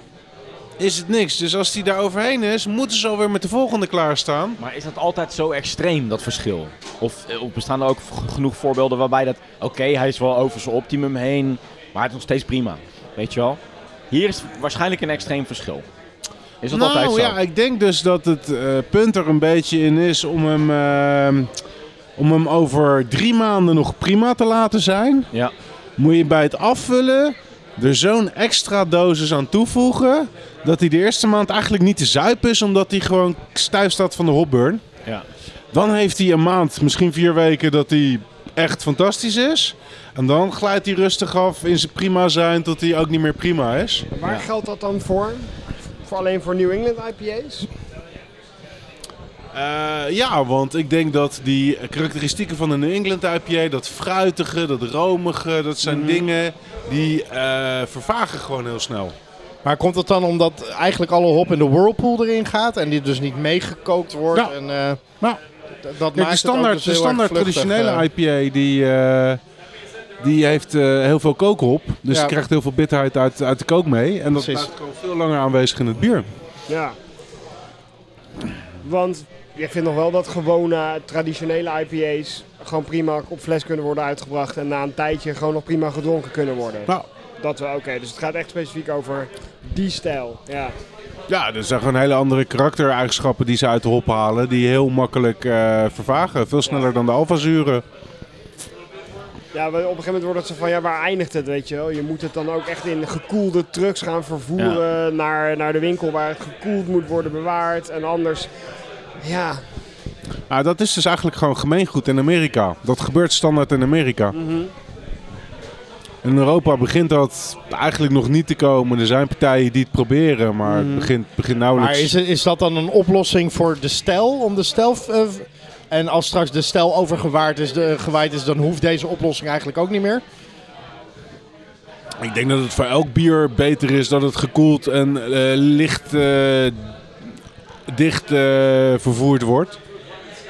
is het niks. Dus als die daar overheen is, moeten ze alweer met de volgende klaarstaan. Maar is dat altijd zo extreem, dat verschil? Of, eh, of bestaan er ook g- genoeg voorbeelden waarbij dat... Oké, hij is wel over zijn optimum heen, maar hij is nog steeds prima. Weet je wel? Hier is waarschijnlijk een extreem verschil. Is dat altijd zo? nou ja, ik denk dus dat het eh, punt er een beetje in is om hem, eh, om hem over drie maanden nog prima te laten zijn. Ja. Moet je bij het afvullen er zo'n extra dosis aan toevoegen. Dat hij de eerste maand eigenlijk niet te zuip is, omdat hij gewoon stijf staat van de hopburn. Ja. Dan heeft hij een maand, misschien vier weken, dat hij echt fantastisch is. En dan glijdt hij rustig af in zijn prima zijn tot hij ook niet meer prima is. Waar Ja. geldt dat dan voor? voor? Alleen voor New England IPA's? Eh, ja, want ik denk dat die karakteristieken van een New England IPA, dat fruitige, dat romige, dat zijn Mhm. dingen die eh, vervagen gewoon heel snel. Maar komt dat dan omdat eigenlijk alle hop in de whirlpool erin gaat en die dus niet meegekookt wordt? Ja. En, eh, Ja. d- dat maakt Kijk, de het ook standaard, dus de heel erg standaard vluchtig, traditionele eh. IPA die, eh, die heeft eh, heel veel kookhop. Dus Ja. die krijgt heel veel bitterheid uit, uit de kook mee. En dat Precies. blijft gewoon veel langer aanwezig in het bier. Ja. Want je vindt nog wel dat gewone traditionele IPA's gewoon prima op fles kunnen worden uitgebracht en na een tijdje gewoon nog prima gedronken kunnen worden. Nou. Dat wel, oké. Dus het gaat echt specifiek over die stijl. Ja. Ja, er zijn gewoon hele andere karaktereigenschappen die ze uit de hop halen. Die heel makkelijk eh, vervagen. Veel sneller dan de alfazuren. Ja, maar op een gegeven moment wordt het zo van, ja, waar eindigt het, weet je wel? Je moet het dan ook echt in gekoelde trucks gaan vervoeren naar, naar de winkel waar het gekoeld moet worden bewaard. En anders, ja, Ah, dat is dus eigenlijk gewoon gemeengoed in Amerika. Dat gebeurt standaard in Amerika. In Europa begint dat eigenlijk nog niet te komen. Er zijn partijen die het proberen, maar het begint, begint nauwelijks. Mhm. Maar is, het- is dat dan een oplossing voor de stijl? Om de stijl eh, v- en als straks de stijl overgewaaid is, de, gewaaid is, dan hoeft deze oplossing eigenlijk ook niet meer. Ik denk dat het voor elk bier beter is dat het gekoeld en eh, licht eh, dicht eh, vervoerd wordt.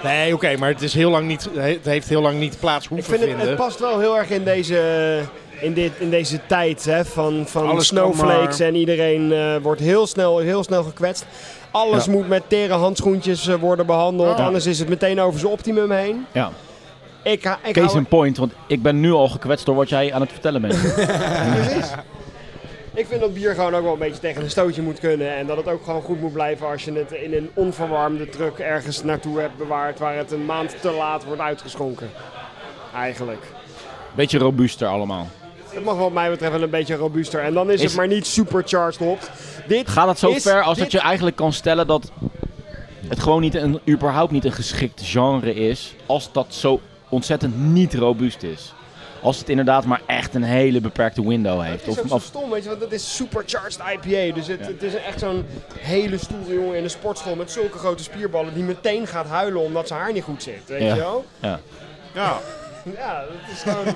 Nee, oké, maar het, is heel lang niet, het heeft heel lang niet plaats Ik hoeven vind het, vinden. het past wel heel erg in deze, in dit, in deze tijd hè, van, van Alles kan snowflakes maar. en iedereen eh, wordt heel snel, heel snel gekwetst. Alles Ja. moet met tere handschoentjes eh, worden behandeld, Ja. anders is het meteen over zijn optimum heen. Ja. Ik, ha- ik Case hou, in point, want ik ben nu al gekwetst door wat jij aan het vertellen bent. precies. ik vind dat bier gewoon ook wel een beetje tegen een stootje moet kunnen en dat het ook gewoon goed moet blijven als je het in een onverwarmde truck ergens naartoe hebt bewaard waar het een maand te laat wordt uitgeschonken. Eigenlijk. Beetje robuuster allemaal. Het mag wat mij betreft wel een beetje robuuster. En dan is, het Is- maar niet supercharged hops. Dit Gaat het zo is ver als dit- dat je eigenlijk kan stellen dat het gewoon niet een, überhaupt niet een geschikt genre is als dat zo ontzettend niet robuust is? Als het inderdaad maar echt een hele beperkte window heeft. Het is Of, ook zo of- stom, weet je, want dat is supercharged IPA. Dus het, Ja. het is echt zo'n hele stoere jongen in een sportschool met zulke grote spierballen die meteen gaat huilen omdat zijn haar niet goed zit, weet Ja. je wel? ja. Ja. [laughs] Ja, dat is gewoon...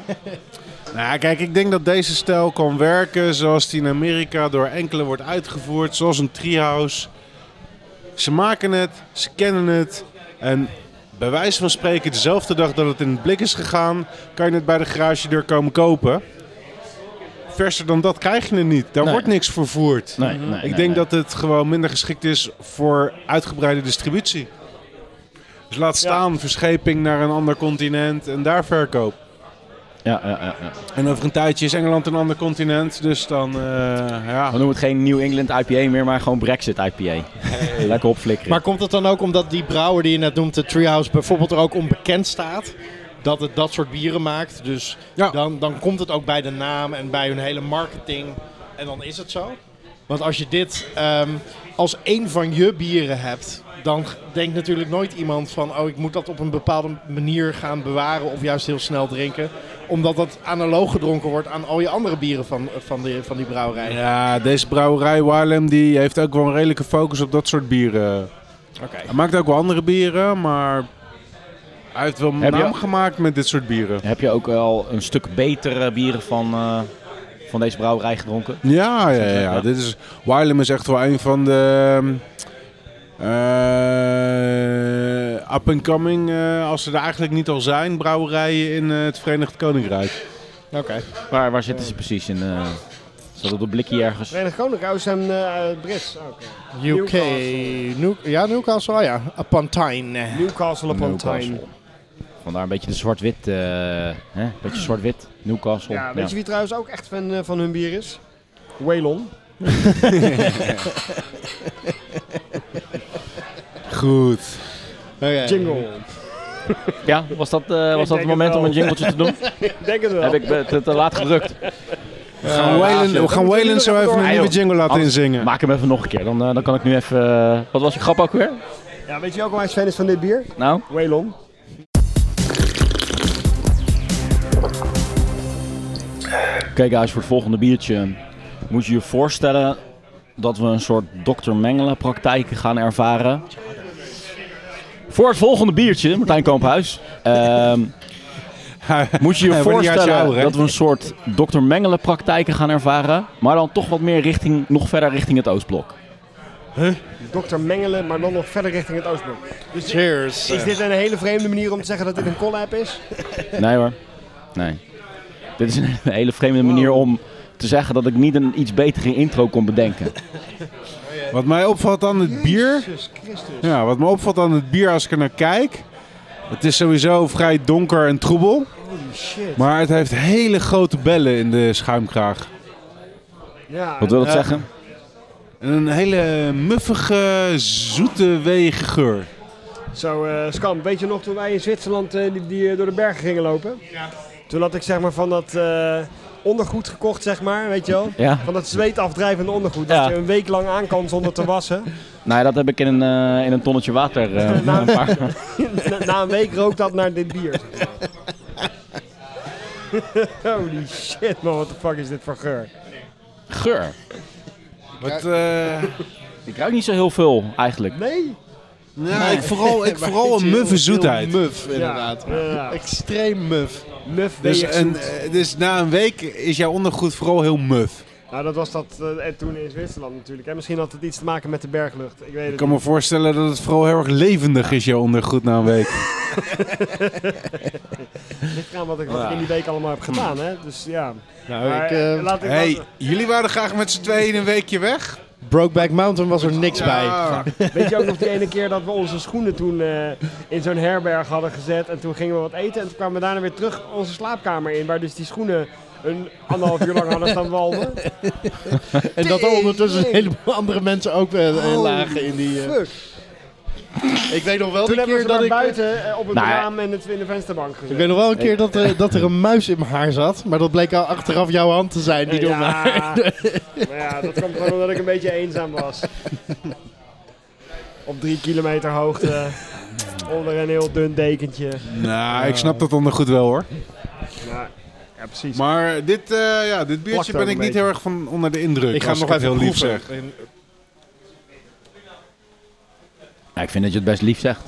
Nou, kijk, ik denk dat deze stijl kan werken zoals die in Amerika door enkele wordt uitgevoerd, zoals een treehouse. Ze maken het, ze kennen het en bij wijze van spreken dezelfde dag dat het in het blik is gegaan, kan je het bij de garagedeur komen kopen. verser dan dat krijg je er niet. Daar Nee. wordt niks vervoerd. Nee, Mhm. nee, nee, Ik nee. denk dat het gewoon minder geschikt is voor uitgebreide distributie. Dus laat staan verscheping naar een ander continent en daar verkoop. Ja, ja, ja, ja. En over een tijdje is Engeland een ander continent, dus dan eh, ja. We noemen het geen New England IPA meer, maar gewoon Brexit IPA. Lekker opflikkeren. Maar komt het dan ook omdat die brouwer die je net noemt, de Treehouse, bijvoorbeeld er ook onbekend staat? Dat het dat soort bieren maakt. Dus Ja. dan, dan komt het ook bij de naam en bij hun hele marketing. En dan is het zo. Want als je dit ehm, als één van je bieren hebt, dan g- denkt natuurlijk nooit iemand van... oh, ik moet dat op een bepaalde manier gaan bewaren of juist heel snel drinken. Omdat dat analoog gedronken wordt aan al je andere bieren van, van, die, van die brouwerij. Ja, deze brouwerij Walem die heeft ook wel een redelijke focus op dat soort bieren. Oké. Hij maakt ook wel andere bieren, maar hij heeft wel Heb je- naam gemaakt met dit soort bieren. Heb je ook wel een stuk betere bieren van, eh, van deze brouwerij gedronken? Ja, ja, ja. Ja. Dit is, Wylam is echt wel een van de ehm, eh, up-and-coming, eh, als ze er eigenlijk niet al zijn, brouwerijen in eh, het Verenigd Koninkrijk. Oké. Waar, waar zitten ze precies in? eh staat op een blikje ergens? Verenigd Koninkrijk is een eh, Brits. Ah, oké. UK. New, ja, Newcastle, ah ja. Apantine. Newcastle upon Tyne. Newcastle. Vandaar een beetje de zwart-wit. eh, hè? beetje zwart-wit. Newcastle. Ja, weet je wie trouwens ook echt fan eh, van hun bier is? Waylon. Goed. Oké. Eh. Jingle. Ja, was dat, eh, was dat denk het moment het om wel. een jingletje te [laughs] doen? Ik Denk het wel. [laughs] Heb ik eh, te, te laat gedrukt. We gaan Waylon- we gaan Waylon zo even een Ah, nieuwe joh. jingle laten Anders- inzingen. Maak hem even nog een keer. Dan, eh, dan kan ik nu even... eh, wat was je grap ook weer? Ja, weet je welke wijs fan is van dit bier? Nou? Waylon. Oké guys, voor het volgende biertje moet je je voorstellen dat we een soort dokter Mengele praktijken gaan ervaren. Voor het volgende biertje, Martijn Kamphuis, [laughs] ehm, moet je je Hij wordt een jaartje voorstellen ouder, hè? dat we een soort dokter Mengele praktijken gaan ervaren, maar dan toch wat meer richting, nog verder richting het Oostblok. Dokter Mengelen, maar dan nog verder richting het Oostblok. Dus, Cheers. Is dit een hele vreemde manier om te zeggen dat dit een collab is? Nee hoor, nee. Dit is [laughs] een hele vreemde manier om te zeggen dat ik niet een iets betere intro kon bedenken. Wat mij opvalt aan het bier, Jezus Christus. ja, wat me opvalt aan het bier als ik er naar kijk, het is sowieso vrij donker en troebel, Holy shit. maar het heeft hele grote bellen in de schuimkraag. Ja, Wat wil dat zeggen? En een hele muffige, zoete weeggeur. Zo, eh Skam, weet je nog toen wij in Zwitserland eh, die, die, eh, door de bergen gingen lopen? Ja. Toen had ik zeg maar van dat eh, ondergoed gekocht, zeg maar, weet je wel? Ja. Van dat zweetafdrijvende ondergoed, Ja. dat je een week lang aan kan zonder te wassen. Nou ja, dat heb ik in een, eh, in een tonnetje water. eh, Nou, een paar- Na, na een week rookt dat naar dit bier. [laughs] zeg maar. Holy shit man, wat de fuck is dit voor geur? Geur. Wat, eh, Ik ruik niet zo heel veel eigenlijk. Nee? nou, ik vooral, [laughs] ik vooral een muffe zoetheid. Muf, inderdaad. Ja. ja. Extreem muf. Muf ben Dus, je echt een, zoet. eh, dus na een week is jouw ondergoed vooral heel muf. Nou, dat was dat eh, en toen in Zwitserland natuurlijk. En misschien had het iets te maken met de berglucht. Ik weet Ik het kan niet. me voorstellen dat het vooral heel erg levendig is, jouw ondergoed na een week. Ligt eraan wat ik, wat ik in die week allemaal heb gedaan, hè? Dus ja. Nou, Maar, ik, eh, eh, laat ik hey, laten- jullie waren graag met z'n tweeën een weekje weg? Ah. Brokeback Mountain was er niks bij. Ja. Weet je ook nog die ene keer dat we onze schoenen toen eh, in zo'n herberg hadden gezet. En toen gingen we wat eten. En toen kwamen we daarna weer terug onze slaapkamer in. Waar dus die schoenen een anderhalf uur lang hadden [laughs] staan walmen. En dat er ondertussen een Tering. heleboel andere mensen ook eh, eh, lagen in die... eh, Fuck. ik weet nog wel Toen die hebben we keer ze dat maar ik... buiten eh, op het Nou, raam en het, in de vensterbank gezet. Ik weet nog wel een keer dat, er- dat er een muis in mijn haar zat. Maar dat bleek al achteraf jouw hand te zijn die door mij... ja. [laughs] maar ja, dat kwam gewoon omdat ik een beetje eenzaam [laughs] was. Op drie kilometer hoogte. Onder een heel dun dekentje. Nou, ik snap dat ondergoed wel hoor. Ja, ja precies. Maar dit, eh, ja, dit biertje Plakt ook ben ik een niet beetje. heel erg van onder de indruk. Ik ga als hem nog het even heel lief proeven. zeg. Ja, ik vind dat je het best lief zegt.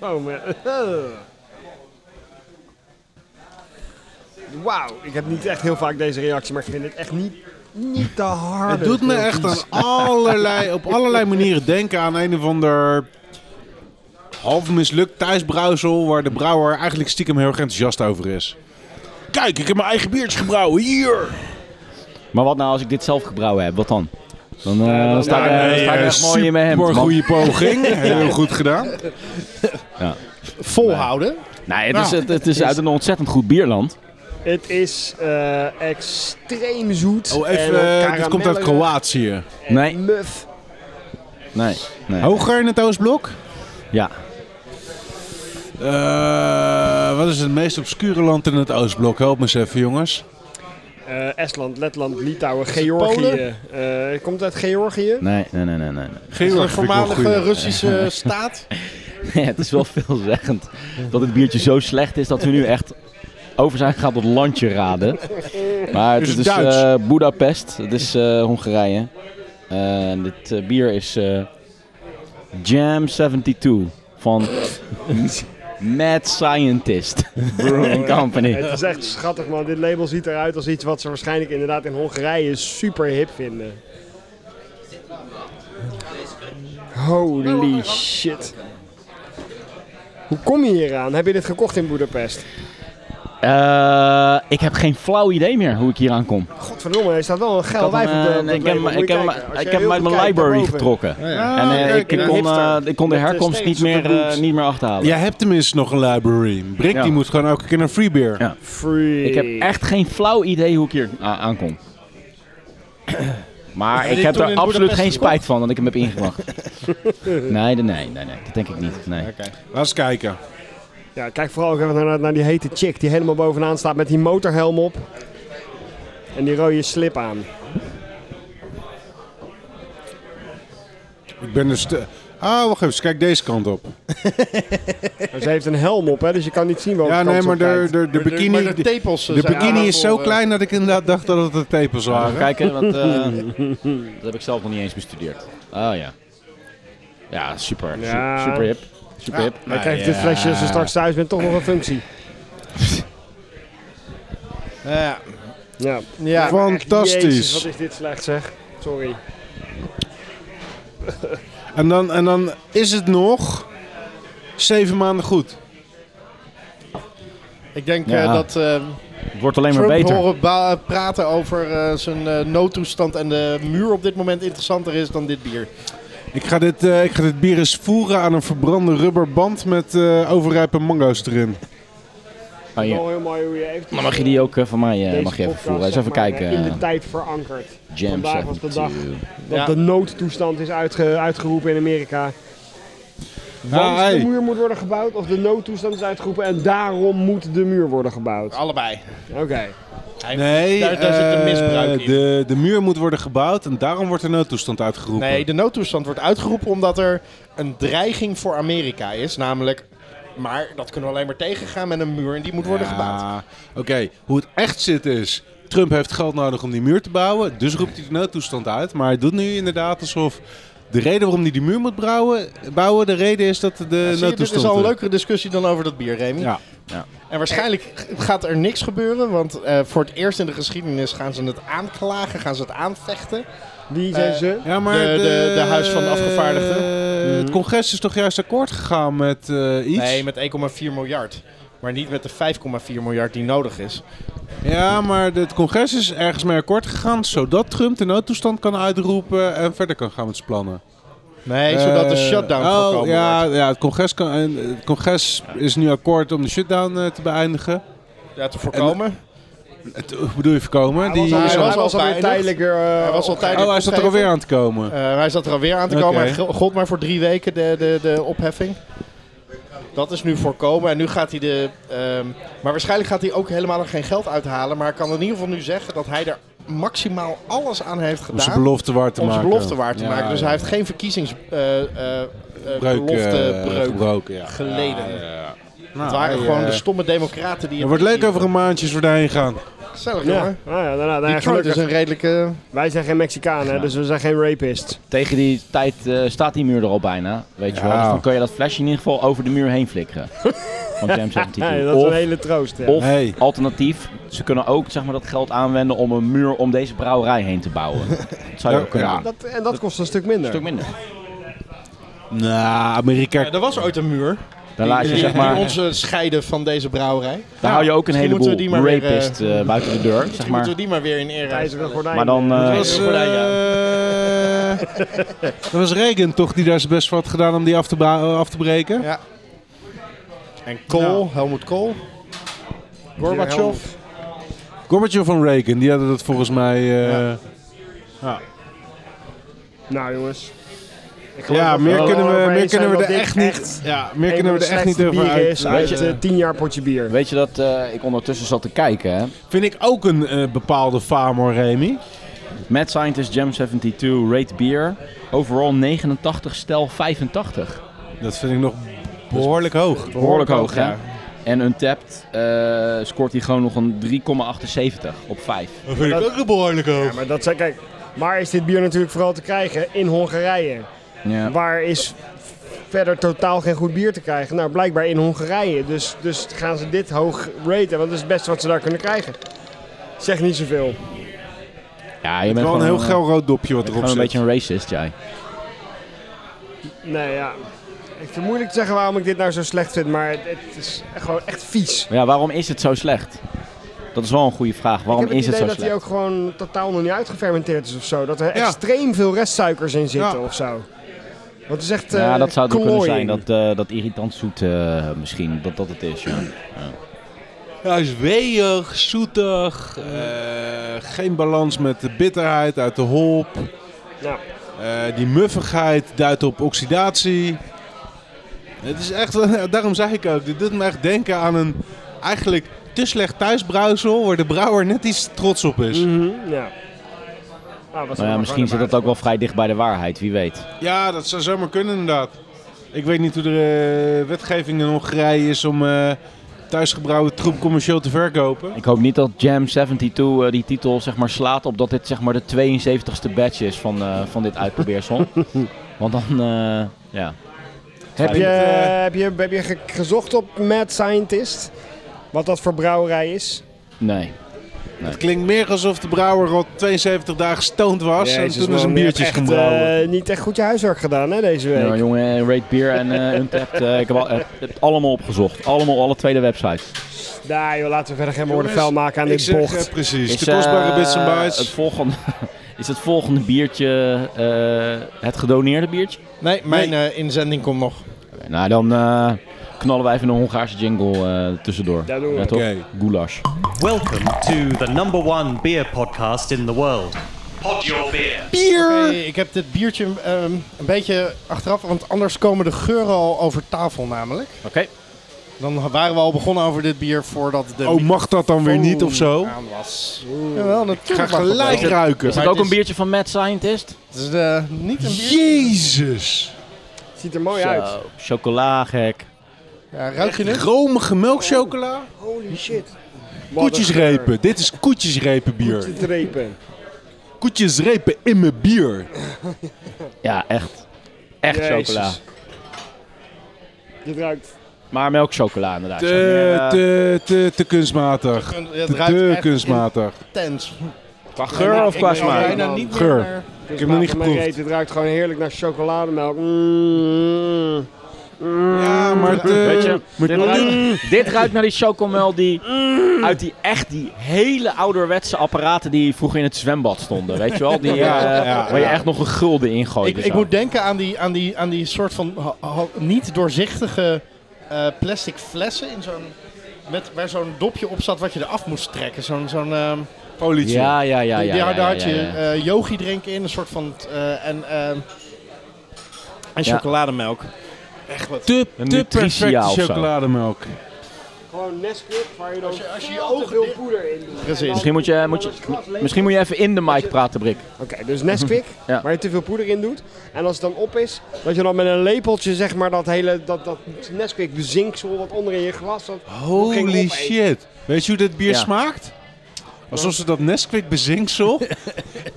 Oh man. Wauw, ik heb niet echt heel vaak deze reactie, maar ik vind het echt niet, niet te hard. Het doet me echt aan allerlei, op allerlei manieren denken aan een of ander half mislukt thuisbrouwsel waar de brouwer eigenlijk stiekem heel erg enthousiast over is. Kijk, ik heb mijn eigen biertje gebrouwen. Hier! Maar wat nou als ik dit zelf gebrouwen heb? Wat dan? Dan eh, sta ik, eh, nee, sta ik eh, echt mooi in mijn hemd. Voor een man. goede poging. Heel goed gedaan. Volhouden. Nee, het is, Nou, het, het is uit een ontzettend goed bierland. Het is eh, extreem zoet. Oh, en even. wat eh, dit karamellerig komt uit Kroatië. en Nee. Muf. Nee, nee. Hoger in het Oostblok? Ja. Eh, wat is het meest obscure land in het Oostblok? Help me eens even, jongens. Eh, Estland, Letland, Litouwen, het Georgië. Polen? Eh, het komt uit Georgië. Nee, nee, nee, nee, nee. nee. [laughs] Is er een Georgië vind ik wel een voormalige goeie. Russische staat. Nee, het is wel [laughs] veelzeggend dat het biertje zo slecht is dat we nu echt over zijn gegaan tot landje raden. Maar het Is is het dus Duits? eh Budapest, het is eh, Hongarije. Eh, dit eh, bier is eh, Jam 72 van Mad Scientist Brewing [laughs] Company. Het is echt schattig, man. Dit label ziet eruit als iets wat ze waarschijnlijk inderdaad in Hongarije super hip vinden. Holy shit. Hoe kom je hier aan? Heb je dit gekocht in Budapest? Eh, ik heb geen flauw idee meer hoe ik hier aankom. Godverdomme, er staat wel een geil Ik had wijf hem, op de- eh, op dat ik heb hem- label. Moet ik je heb hem- kijken. Als ik jij heb hem heel uit veel mijn kijkt library daarboven. getrokken. Oh, En eh, kijk, ik, een kon, eh, hipster. ik kon de Met, eh, herkomst niet steentjes op meer, de roots. eh, niet meer achterhalen. Jij hebt tenminste nog een library. Brick Ja. die moet gewoon elke keer naar free beer. Ja. Free. Ik heb echt geen flauw idee hoe ik hier a- aankom. Maar je ik dit heb toen er in absoluut Boedapest geen gekocht? spijt van dat ik hem heb [laughs] ingebracht. nee, nee, nee, nee, nee, dat denk ik niet. Nee. Laat eens kijken. Ja, kijk vooral ook even naar, naar die hete chick die helemaal bovenaan staat met die motorhelm op. En die rode slip aan. Ik ben dus te... Ah, wacht even. Kijk deze kant op. Maar ze heeft een helm op, hè, dus je kan niet zien welke Ja, kant nee, ze maar op de, kijkt. de, de Maar bikini... de De, tepels. eh, de zijn bikini allemaal is voor, zo eh, klein dat ik inderdaad dacht dat het de tepels Even waren. kijken, want eh, [laughs] dat heb ik zelf nog niet eens bestudeerd. Oh ja. Ja, super. su- Ja. Super hip. Super hip. Hij krijgt dit flesje als je straks thuis bent toch nog een [laughs] functie. Ja. Ja. Ja. Fantastisch. Jezus, wat is dit slecht zeg. Sorry. En dan, en dan is het nog zeven maanden goed. Ik denk Ja. eh, dat eh Het wordt alleen maar Trump beter. horen ba- praten over eh, zijn eh, noodtoestand en de muur op dit moment interessanter is dan dit bier. Ik ga dit, eh, ik ga dit bier eens voeren aan een verbrande rubberband met eh, overrijpe mango's erin. Oh, ja. Wel heel mooi hoe je even... Dan mag je die ook eh, van mij eh, deze mag je even podcast, voeren. Eens zeg even maar, kijken. In eh, de tijd verankerd. Jam eh, Vandaag was de 72. dag. Dat Ja. de noodtoestand is uitge- uitgeroepen in Amerika. Want Ah, hey. de muur moet worden gebouwd of de noodtoestand is uitgeroepen en daarom moet de muur worden gebouwd. Allebei. Oké. Nee, daar, daar zit eh, een misbruik in. De, de muur moet worden gebouwd en daarom wordt de noodtoestand uitgeroepen. Nee, de noodtoestand wordt uitgeroepen omdat er een dreiging voor Amerika is. Namelijk, maar dat kunnen we alleen maar tegengaan met een muur en die moet worden Ja, gebouwd. Oké, hoe het echt zit is. Trump heeft geld nodig om die muur te bouwen, dus roept hij de noodtoestand uit. Maar hij doet nu inderdaad alsof de reden waarom hij die muur moet brouwen, bouwen, de reden is dat de Zie je, noodtoestand... dit is al een leukere discussie dan over dat bier, Remy. Ja. En waarschijnlijk g- gaat er niks gebeuren, want eh, voor het eerst in de geschiedenis gaan ze het aanklagen, gaan ze het aanvechten. Wie zijn Eh, ze? Ja, maar De- de- de Huis van de Afgevaardigden. eh, Het congres is toch juist akkoord gegaan met eh, iets? Nee, met 1,4 miljard. Maar niet met de 5,4 miljard die nodig is. Ja, maar de- het congres is ergens mee akkoord gegaan, zodat Trump de noodtoestand kan uitroepen en verder kan gaan met zijn plannen. Nee, zodat de Eh, shutdown oh, voorkomen ja, wordt. ja, het congres, kan, en, eh, het congres is nu akkoord om de shutdown eh, te beëindigen. Ja, te voorkomen. Het, hoe bedoel je voorkomen? Hij was, Die, al- hij Hij was was al alweer beëindigd. tijdelijk weer... eh, Hij was al op- tijdelijk oh, hij zat er opgeheven. alweer aan te komen. Eh, hij zat er alweer aan te Oké. komen. Hij gel- gold maar voor drie weken de, de, de opheffing. Dat is nu voorkomen. En nu gaat hij de. ehm, maar waarschijnlijk gaat hij ook helemaal geen geld uithalen. Maar hij kan in ieder geval nu zeggen dat hij er maximaal alles aan heeft om zijn gedaan. belofte waar te om zijn maken. belofte waar te Ja, maken. Dus ja. hij heeft geen eh, verkiezingsbelofte Breuk, eh, belofte gebroken, ja. geleden. Ja, ja, ja. Nou, Het waren hij, gewoon eh, de stomme democraten die. Het wordt leuk over een maandje als we daarheen gaan. Gezellig, Ja, jongen. nou ja, nou, nou, nou, Detroit gelukkig. is een redelijke. Wij zijn geen Mexicanen, hè, dus we zijn geen rapists. Tegen die tijd eh, staat die muur er al bijna. Weet je Ja. wel. Dus dan kan je dat flesje in ieder geval over de muur heen [laughs] flikkeren. Van Jam 72. Ja, dat is Of- een hele troost. Ja. Of Hey. alternatief, ze kunnen ook zeg maar, dat geld aanwenden om een muur om deze brouwerij heen te [laughs] bouwen. Dat zou je Ja, ook kunnen ja. doen. dat, en dat kost een stuk minder. Een stuk minder. Nou, Amerika er was ooit een muur. Dan laat je die, zeg die maar, ons eh, scheiden van deze brouwerij. dan hou je ook een misschien moeten heleboel we die maar weer, eh, rapist eh, buiten de deur, zeg maar. Moeten we die maar weer in ere IJzeren gordijn. Maar dan, eh, Dat was, Nee, gordijn, eh, [laughs] dat was Reagan toch die daar zijn best voor had gedaan om die af te, ba- eh, af te breken? Ja. En Kool, Helmut Kool. Gorbachev. Gorbachev van Reagan, die hadden dat volgens mij... eh, Ja. Nou jongens. Ik geloof Ja, dat meer wel kunnen we, overeen meer zijn kunnen we dat er dit echt niet... Ja, meer kunnen we een er echt van de niet over slechtste bieren uit. is uit eh, eh, 10 jaar potje bier. Weet je dat eh, ik ondertussen zat te kijken, hè? Vind ik ook een eh, bepaalde faam hoor, Remy. Mad Scientist Jam 72, Rate Beer. Overal 89, stel 85. Dat vind ik nog behoorlijk hoog. Behoorlijk hoog, hè? ja. En Untapped eh, scoort hij gewoon nog een 3,78 op 5. Dat vind Dat- ik ook behoorlijk hoog. Ja, maar dat zijn, kijk, maar is dit bier natuurlijk vooral te krijgen in Hongarije. Ja. Waar is verder totaal geen goed bier te krijgen? Nou, blijkbaar in Hongarije. Dus, dus gaan ze dit hoog raten, want dat is het beste wat ze daar kunnen krijgen. Zeg niet zoveel. Ja, je Het is bent wel gewoon eh, een heel gauw rood dopje wat je bent gewoon erop zit. een beetje een racist, jij. Nee, ja. Ik vind het moeilijk te zeggen waarom ik dit nou zo slecht vind, maar het, het is echt gewoon echt vies. Maar ja, waarom is het zo slecht? Dat is wel een goede vraag. Waarom ik heb is het idee zo dat hij slecht? ook gewoon totaal nog niet uitgefermenteerd is of zo. Dat er extreem veel restsuikers in zitten Ja. of zo. Want het is echt Ja, eh, dat zou het ook kunnen zijn. knooiing. Dat, eh, dat irritant zoet eh, misschien, dat dat het is. Ja. Ja, hij is weeg, zoetig. eh, geen balans met de bitterheid uit de hop. Ja. Eh, die muffigheid duidt op oxidatie. Het is echt, [laughs] wel- daarom zei ik ook, dit doet me echt denken aan een eigenlijk te slecht thuisbrouwsel waar de brouwer net iets trots op is. Mhm, ja. Nou, wat Maar ja, misschien zit dat ook wel vrij dicht bij de waarheid, wie weet. Ja, dat zou zomaar kunnen inderdaad. Ik weet niet hoe de eh, wetgeving in Hongarije is om eh, thuisgebrouwen troep commercieel te verkopen. Ik hoop niet dat Jam 72 eh, die titel zeg maar, slaat op dat dit zeg maar, de 72ste batch is van, eh, van dit uitprobeersel. Want dan, eh, ja. Heb je, Het, eh, heb je, heb je ge- gezocht op Mad Scientist? Wat dat voor brouwerij is? Nee. Het klinkt meer alsof de brouwer al 72 dagen stoned was en toen is een biertje echt, gebrouwen. eh, niet echt goed je huiswerk gedaan hè, deze week. Ja, jongen, Rate Beer en eh Untappd, eh, ik heb, al, heb heb het allemaal opgezocht. Allemaal, alle tweede websites. Nou joh, laten we verder geen woorden Jongens, vuil maken aan Dus ik dit zeg, bocht. eh, precies, de eh, kostbare bits en Het bytes. volgende, [laughs] is het volgende biertje eh, het gedoneerde biertje? Nee, mijn eh, inzending komt nog. Oké, nou, dan eh, knallen wij even een Hongaarse jingle eh, tussendoor. Dat doen we. Ja, toch? Oké. Goulash. Welcome to the number one beer podcast in the world. Pod your beer. Bier! ik heb dit biertje ehm, een beetje achteraf, want anders komen de geuren al over tafel namelijk. Oké. Dan waren we al begonnen over dit bier voordat de Oh, mag dat dan weer niet of zo? aan was. Jawel, natuurlijk Ga mag dat gelijk wel. Is ruiken. het het ook een is- biertje van Mad Scientist? Het is eh, niet een bier. Jezus. Ziet er mooi uit. Zo, chocola gek. Ja, ruik je het? Romige melkchocola. Holy shit. Koetjesrepen. Dit is koetjesrepen bier. Koetjesrepen. Koetjesrepen in mijn bier. Ja, echt. Echt Jezus. chocola. Dit ruikt. Maar melkchocola inderdaad. Te, Zo meer, eh, te, te, te kunstmatig. Het Te echt kunstmatig. intens. qua geur of qua Ik kan smaak? ruiken. bijna niet meer Geur. naar- heb Ik hem nog niet geproefd. Dit ruikt gewoon heerlijk naar chocolademelk. Mm. Ja, maar te... Weet Eh, je, maar dit ruikt, Mm. dit ruikt naar die chocomel die uit die echt die hele ouderwetse apparaten die vroeger in het zwembad stonden. Weet je wel? Die, eh, Ja, ja, waar je ja. echt nog een gulden in Ik, gooit. ik moet denken aan die, aan die, aan die soort van ha- ha- niet doorzichtige eh, plastic flessen in zo'n, met, waar zo'n dopje op zat wat je eraf moest trekken. Zo'n, zo'n, ehm, politie. ja, ja, ja, die- ja. daar, ja, daar ja, had je ja, ja. eh, yogi drink in, een soort van... eh, en ehm, en Ja. chocolademelk. Echt wat. Te, Een te nutricia perfecte of zo. chocolademelk. Gewoon Nesquik waar je dan je- als je je veel te ogen veel dicht- poeder in doet. Precies. En dan- Misschien moet je, moet je, dan is het glas leeg. misschien moet je even in de mic praten, Brik. Oké, dus Nesquik [laughs] Ja. waar je te veel poeder in doet. En als het dan op is, dat je dan met een lepeltje zeg maar dat hele dat, dat Nesquik bezinksel wat onder in je glas zat. ging Holy opeten. shit. Weet je hoe dit bier Ja. smaakt? Alsof ze dat Nesquik [laughs] bezinksel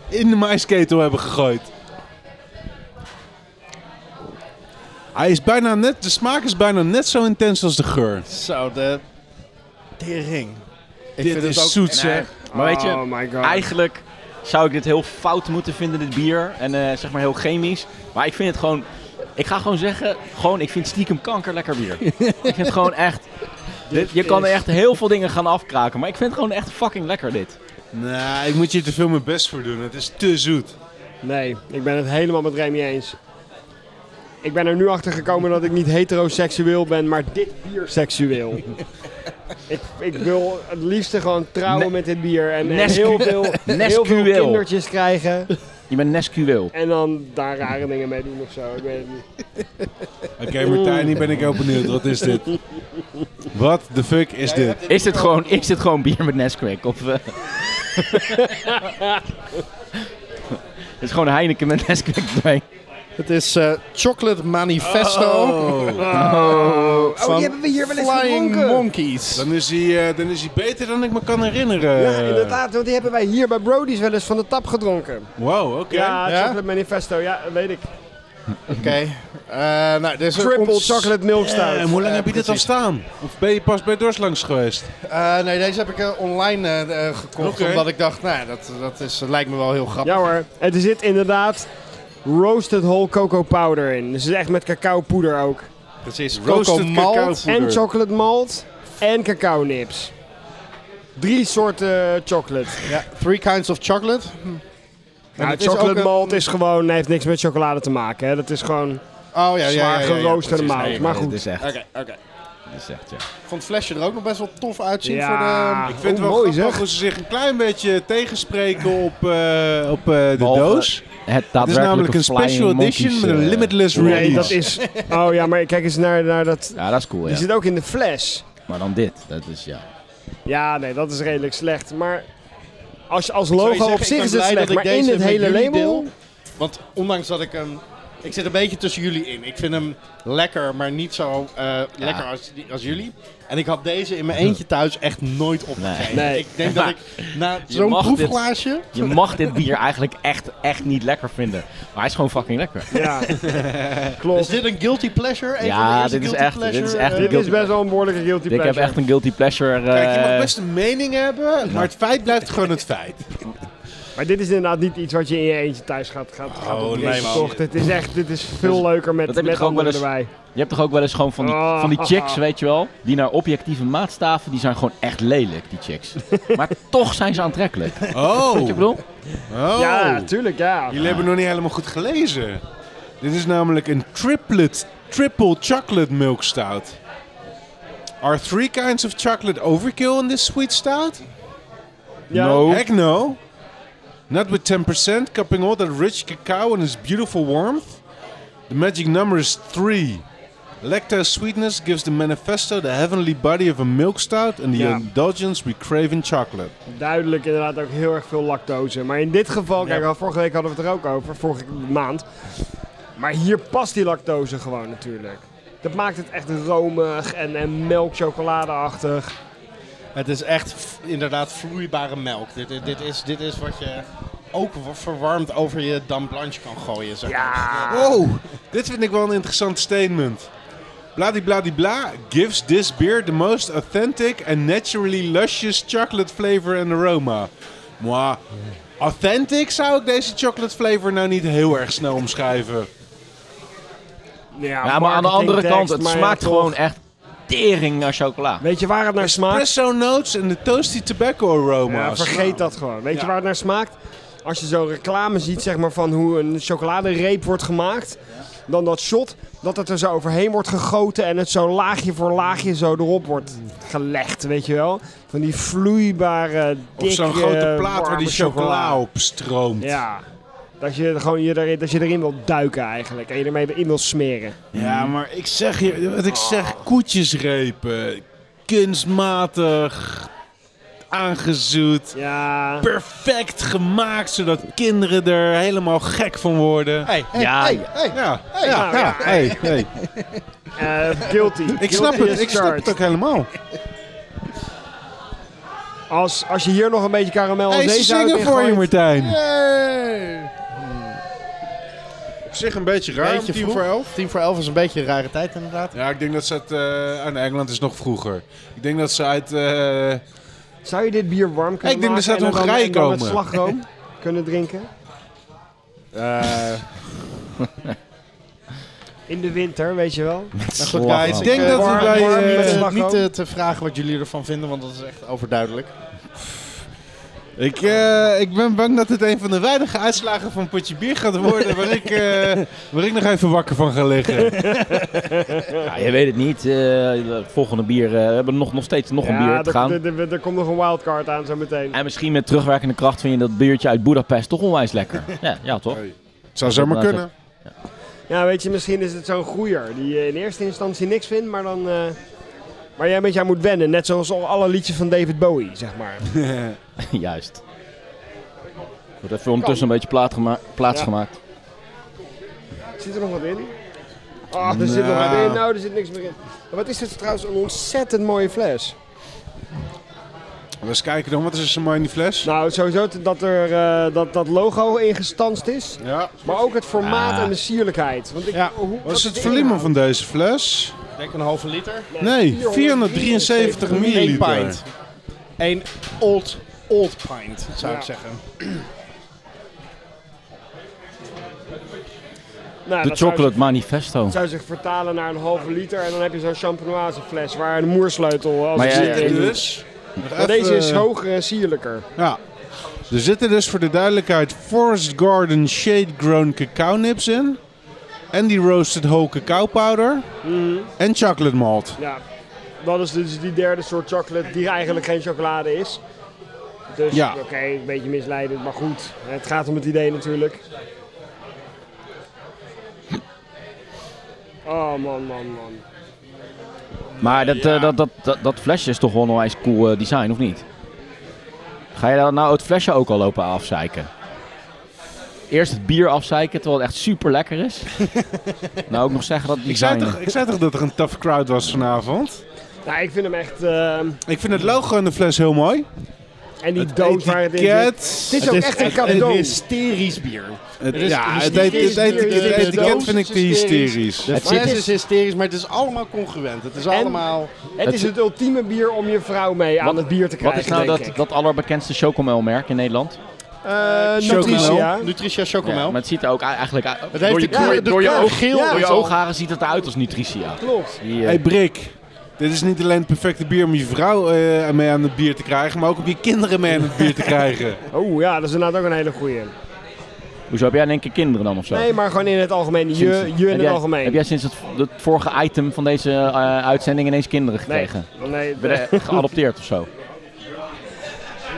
in de maisketel hebben gegooid. Hij is bijna net, de smaak is bijna net zo intens als de geur. Zo, de tering. Ik dit vind het is ook- zoet zeg. Maar weet je, Oh my god. Eigenlijk zou ik dit heel fout moeten vinden, dit bier. En eh, zeg maar heel chemisch. Maar ik vind het gewoon Ik ga gewoon zeggen, gewoon, ik vind stiekem kanker lekker [laughs] bier. ik vind het gewoon echt... dit- je kan er echt heel veel dingen gaan afkraken, maar ik vind het gewoon echt fucking lekker dit. Nee, ik moet je te veel mijn best voor doen. Het is te zoet. Nee, ik ben het helemaal met Remy eens. Ik ben er nu achter gekomen dat ik niet heteroseksueel ben, maar dit bier [laughs] seksueel. ik, ik wil het liefste gewoon trouwen Ne- met dit bier en, en Nescu- [laughs] heel, veel, heel veel Nesqueel. kindertjes krijgen. Je bent Nesquil. En dan daar rare dingen mee doen of zo. Ik weet het niet. Oké, Martijn, nu ben ik ook benieuwd. Wat is dit? Wat de fuck is dit? Is dit gewoon, is dit gewoon bier met Nesquik? Of, [laughs] eh? het is gewoon Heineken met Nesquik erbij. Het is eh, Chocolate [laughs] Manifesto Oh, van Flying Monkeys. Dan is, hij, eh, dan is hij beter dan ik me kan herinneren. Ja, inderdaad, want die hebben wij hier bij Brody's wel eens van de tap gedronken. Wow, oké. Ja, Ja? Chocolate Manifesto, ja, dat weet ik. Oké. Eh, nou, dit is een Triple ons- Chocolate Milk Stout. En hoe lang Eh, heb je dit al precies. staan? Of ben je pas bij Dors langs geweest? Eh, nee, deze heb ik eh, online eh, eh, gekocht. Oké. Omdat ik dacht, nou, dat, dat is, lijkt me wel heel grappig. Ja hoor, en er zit inderdaad roasted whole cocoa powder in. Dus het is echt met cacao poeder ook. Precies. Roasted Coco malt. cacaopoeder. En chocolate malt en cacao nips. Drie soorten chocolate. Ja, three kinds of chocolate. Oh, Nou, het is ook chocolate een- malt is gewoon, heeft niks met chocolade te maken. Hè. Dat is gewoon Oh ja, ja, ja. ja, zwaar ja, geroosterde precies. mout. maar goed. Dit is echt, Oké, oké. dit is echt, ja. Ik vond het flesje er ook nog best wel tof uitzien Ja. voor de... Ik vind Oh, het wel mooi, grappig zeg. hoe ze zich een klein beetje tegenspreken op, eh, op eh, de Behalve- doos. Het Het is daadwerkelijke namelijk een Flying special edition Monkeys, met een eh, limitless release. Nee, release. dat is... Oh ja, maar kijk eens naar, naar dat... Ja, dat is Dus cool, Die ja. zit ook in de fles. Maar dan dit, dat is ja. Ja, nee, dat is redelijk slecht. Maar als, als Zou je logo zeggen, op zich ik is ben het blij slecht, dat ik maar in deze het met hele jullie label... deel, want ondanks dat ik hem... Ik zit een beetje tussen jullie in. Ik vind hem lekker, maar niet zo eh, lekker als, die- als jullie. En ik had deze in mijn eentje thuis echt nooit opgegeven. Nee. Nee. Ik denk dat ik na Je zo'n mag dit- proefglaasje... Je mag dit bier eigenlijk echt, echt niet lekker vinden. Maar hij is gewoon fucking [laughs] lekker. [laughs] Ja, Is klopt. dit een guilty pleasure? Een Ja, van de eerste dit is guilty echt- dit is pleasure, echt eh, een Dit is best wel een behoorlijke guilty Ik pleasure. heb echt een guilty pleasure. Kijk, je mag eh, best een mening hebben, maar het feit blijft gewoon het feit. Maar dit is inderdaad niet iets wat je in je eentje thuis gaat, gaat, gaat Oh, opnezen, nee, man. toch? Dit is echt, dit is veel leuker met, dat heb je met toch ook wel anderen eens- erbij. Je hebt toch ook wel eens gewoon van die, Oh. Ah, van die ah, chicks, ah. weet je wel? Die naar objectieve maatstaven, die zijn gewoon echt lelijk, die [laughs] chicks. maar toch zijn ze aantrekkelijk. Weet Oh, je [laughs] wat ik bedoel? oh. Ja, tuurlijk, ja. jullie hebben nog niet helemaal goed gelezen. Dit is namelijk een triplet, triple chocolate milk stout. Are three kinds of chocolate overkill in this sweet stout? Ja. Heck no. Not with 10%, cupping all that rich cacao and its beautiful warmth. The magic number is 3. Lactose sweetness gives the manifesto the heavenly body of a milk stout and the Ja. indulgence we crave in chocolate. Duidelijk inderdaad ook heel erg veel lactose. Maar in dit geval, kijk, al vorige week hadden we het er ook over, vorige maand. Maar hier past die lactose gewoon natuurlijk. Dat maakt het echt romig en, en melkchocoladeachtig. Het is echt v- inderdaad vloeibare melk. Dit, dit, dit is, dit is wat je ook w- verwarmd over je dame blanche kan gooien. Zeg. maar. Ja, Wow, dit vind ik wel een interessant statement. Bladibladibla gives this beer the most authentic and naturally luscious chocolate flavor and aroma. Maar authentic zou ik deze chocolate flavor nou niet heel erg snel omschrijven. Ja, maar aan de andere kant, het smaakt gewoon echt tering naar chocola. Weet je waar het naar smaakt? Espresso notes en de toasty tobacco Ja, aroma's. vergeet dat gewoon. Weet Ja. je waar het naar smaakt? Als je zo'n reclame ziet zeg maar, van hoe een chocoladereep wordt gemaakt, dan dat shot dat het er zo overheen wordt gegoten en het zo laagje voor laagje zo erop wordt gelegd, weet je wel? Van die vloeibare, dikke, Op zo'n grote eh, plaat waar warme die chocola op stroomt. Ja, dat je, er gewoon, je erin, dat je erin wilt duiken eigenlijk en je ermee in wilt smeren. Ja, maar ik zeg je, wat ik zeg, koetjesrepen, kunstmatig, aangezoet, Ja, perfect gemaakt, zodat kinderen er helemaal gek van worden. Hey, hey, Ja. hey, hey. Ja, ja, ja. hey, hey. eh, guilty. [laughs] Ik snap Guilty het, as ik snap het charged. ook helemaal. Als, als je hier nog een beetje karamel en Hey, ze zeezout zingen in voor je, gooit- Martijn. Hey. Op zich een beetje Beetje vroeg. 10 voor 11 is een beetje een rare tijd inderdaad. Ja, ik denk dat ze uit... eh, ah, nee, Engeland is nog vroeger. Ik denk dat ze uit... eh, Zou je dit bier warm kunnen Ik denk dat maken ze uit en dan- Hongarije en dan met komen. slagroom Eh. kunnen drinken? Eh, In de winter, weet je wel. Maar goed, guys, ik denk dat Warm, we bij, warm eh, met slagroom. niet eh, te vragen wat jullie ervan vinden, want dat is echt overduidelijk. Ik, eh, ik ben bang dat het een van de weinige uitslagen van Potje Bier gaat worden waar ik, eh, waar ik nog even wakker van ga liggen. Ja, je weet het niet. eh, volgende bier. eh, we hebben nog, nog steeds nog een bier ja, te er- gaan. er- er- er komt nog een wildcard aan zo meteen. En misschien met terugwerkende kracht vind je dat biertje uit Budapest toch onwijs [laughs] lekker. ja, ja, toch? Zou zomaar kunnen. Ja, weet je, misschien is het zo'n groeier die eh, in eerste instantie niks vindt, maar dan. eh waar jij met jou moet wennen. Net zoals al alle liedjes van David Bowie, zeg maar. [laughs] Juist. Wordt even ondertussen een beetje plaat gema- plaats Ja. gemaakt. Zit er nog wat in? Ah, er zit nog wat in. Nou, er zit niks meer in. Maar wat is dit trouwens een ontzettend mooie fles. We eens kijken dan, wat is er zo mooi in die fles? Nou, sowieso t- dat er eh, dat, dat logo ingestanst is. Ja. Maar ook het formaat Ah. en de sierlijkheid. Want ik, Ja. hoe- Wat is het de volume inhoud? van deze fles? Ik denk een halve liter. Nee, 473 Eén milliliter. pint. Eén old, old pint, zou Ja. ik zeggen. Nou, De dat zou Chocolate Manifesto. zich- zou zich vertalen naar een halve liter. En dan heb je zo'n champenoise fles waar een moersleutel eh, als Maar het jij- zit Ja, Dit in doet. dus. Nog Maar deze even- is hoger en sierlijker. Ja. Er zitten dus voor de duidelijkheid Forest Garden Shade Grown Cacao Nips in. En die Roasted Whole Cacao Powder. En Chocolate Malt. Ja, dat is dus die derde soort chocolate die eigenlijk geen chocolade is. Dus Ja. oké, een beetje misleidend, maar goed. Het gaat om het idee [laughs] natuurlijk. Oh man, man, man. Maar dat, eh, dat, dat, dat, dat flesje is toch wel een onwijs cool eh, design, of niet? Ga je daar nou het flesje ook al lopen afzeiken? Eerst het bier afzeiken, terwijl het echt super lekker is. nou, ook nog zeggen dat het Ik zei, design... toch, ik zei toch dat er een tough crowd was vanavond? Nou, ik vind hem echt... ehm, Ik vind het logo in de fles heel mooi. en die dood waar het in zit. Etiket. Het is ook echt een een cadeau. hysterisch bier. Het, Het is ja, het, hysterisch. eti- het etiket- Dit het is etiket doos, vind ik te het is hysterisch. hysterisch. De Het fles zit- is hysterisch, maar het is allemaal congruent. Het is allemaal... Het is het ultieme bier om je vrouw mee aan Wat- het bier te Wat krijgen, is nou denk dat, ik. dat allerbekendste chocomelmerk in Nederland? Eh, Nutricia. Chocomel. Nutricia Chocomel. Ja, maar het ziet er ook ei- eigenlijk uit... Het heeft door je, de kleur- kleur- de door je, kleur oog, geel door je is al- oogharen ziet het eruit als nutricia. Klopt. Die, eh, Hey Brik, dit is niet alleen het perfecte bier om je vrouw eh, mee aan het bier te krijgen, maar ook om je kinderen mee aan het bier te [laughs] krijgen. Oh ja, dat is inderdaad ook een hele goeie. Hoezo, heb jij in één keer kinderen dan of zo? Nee, maar gewoon in het algemeen. Je, je in heb het jij, algemeen. Heb jij sinds het, het vorige item van deze eh, uitzending ineens kinderen Nee, gekregen? nee, eh, Ben je geadopteerd of zo? Oké.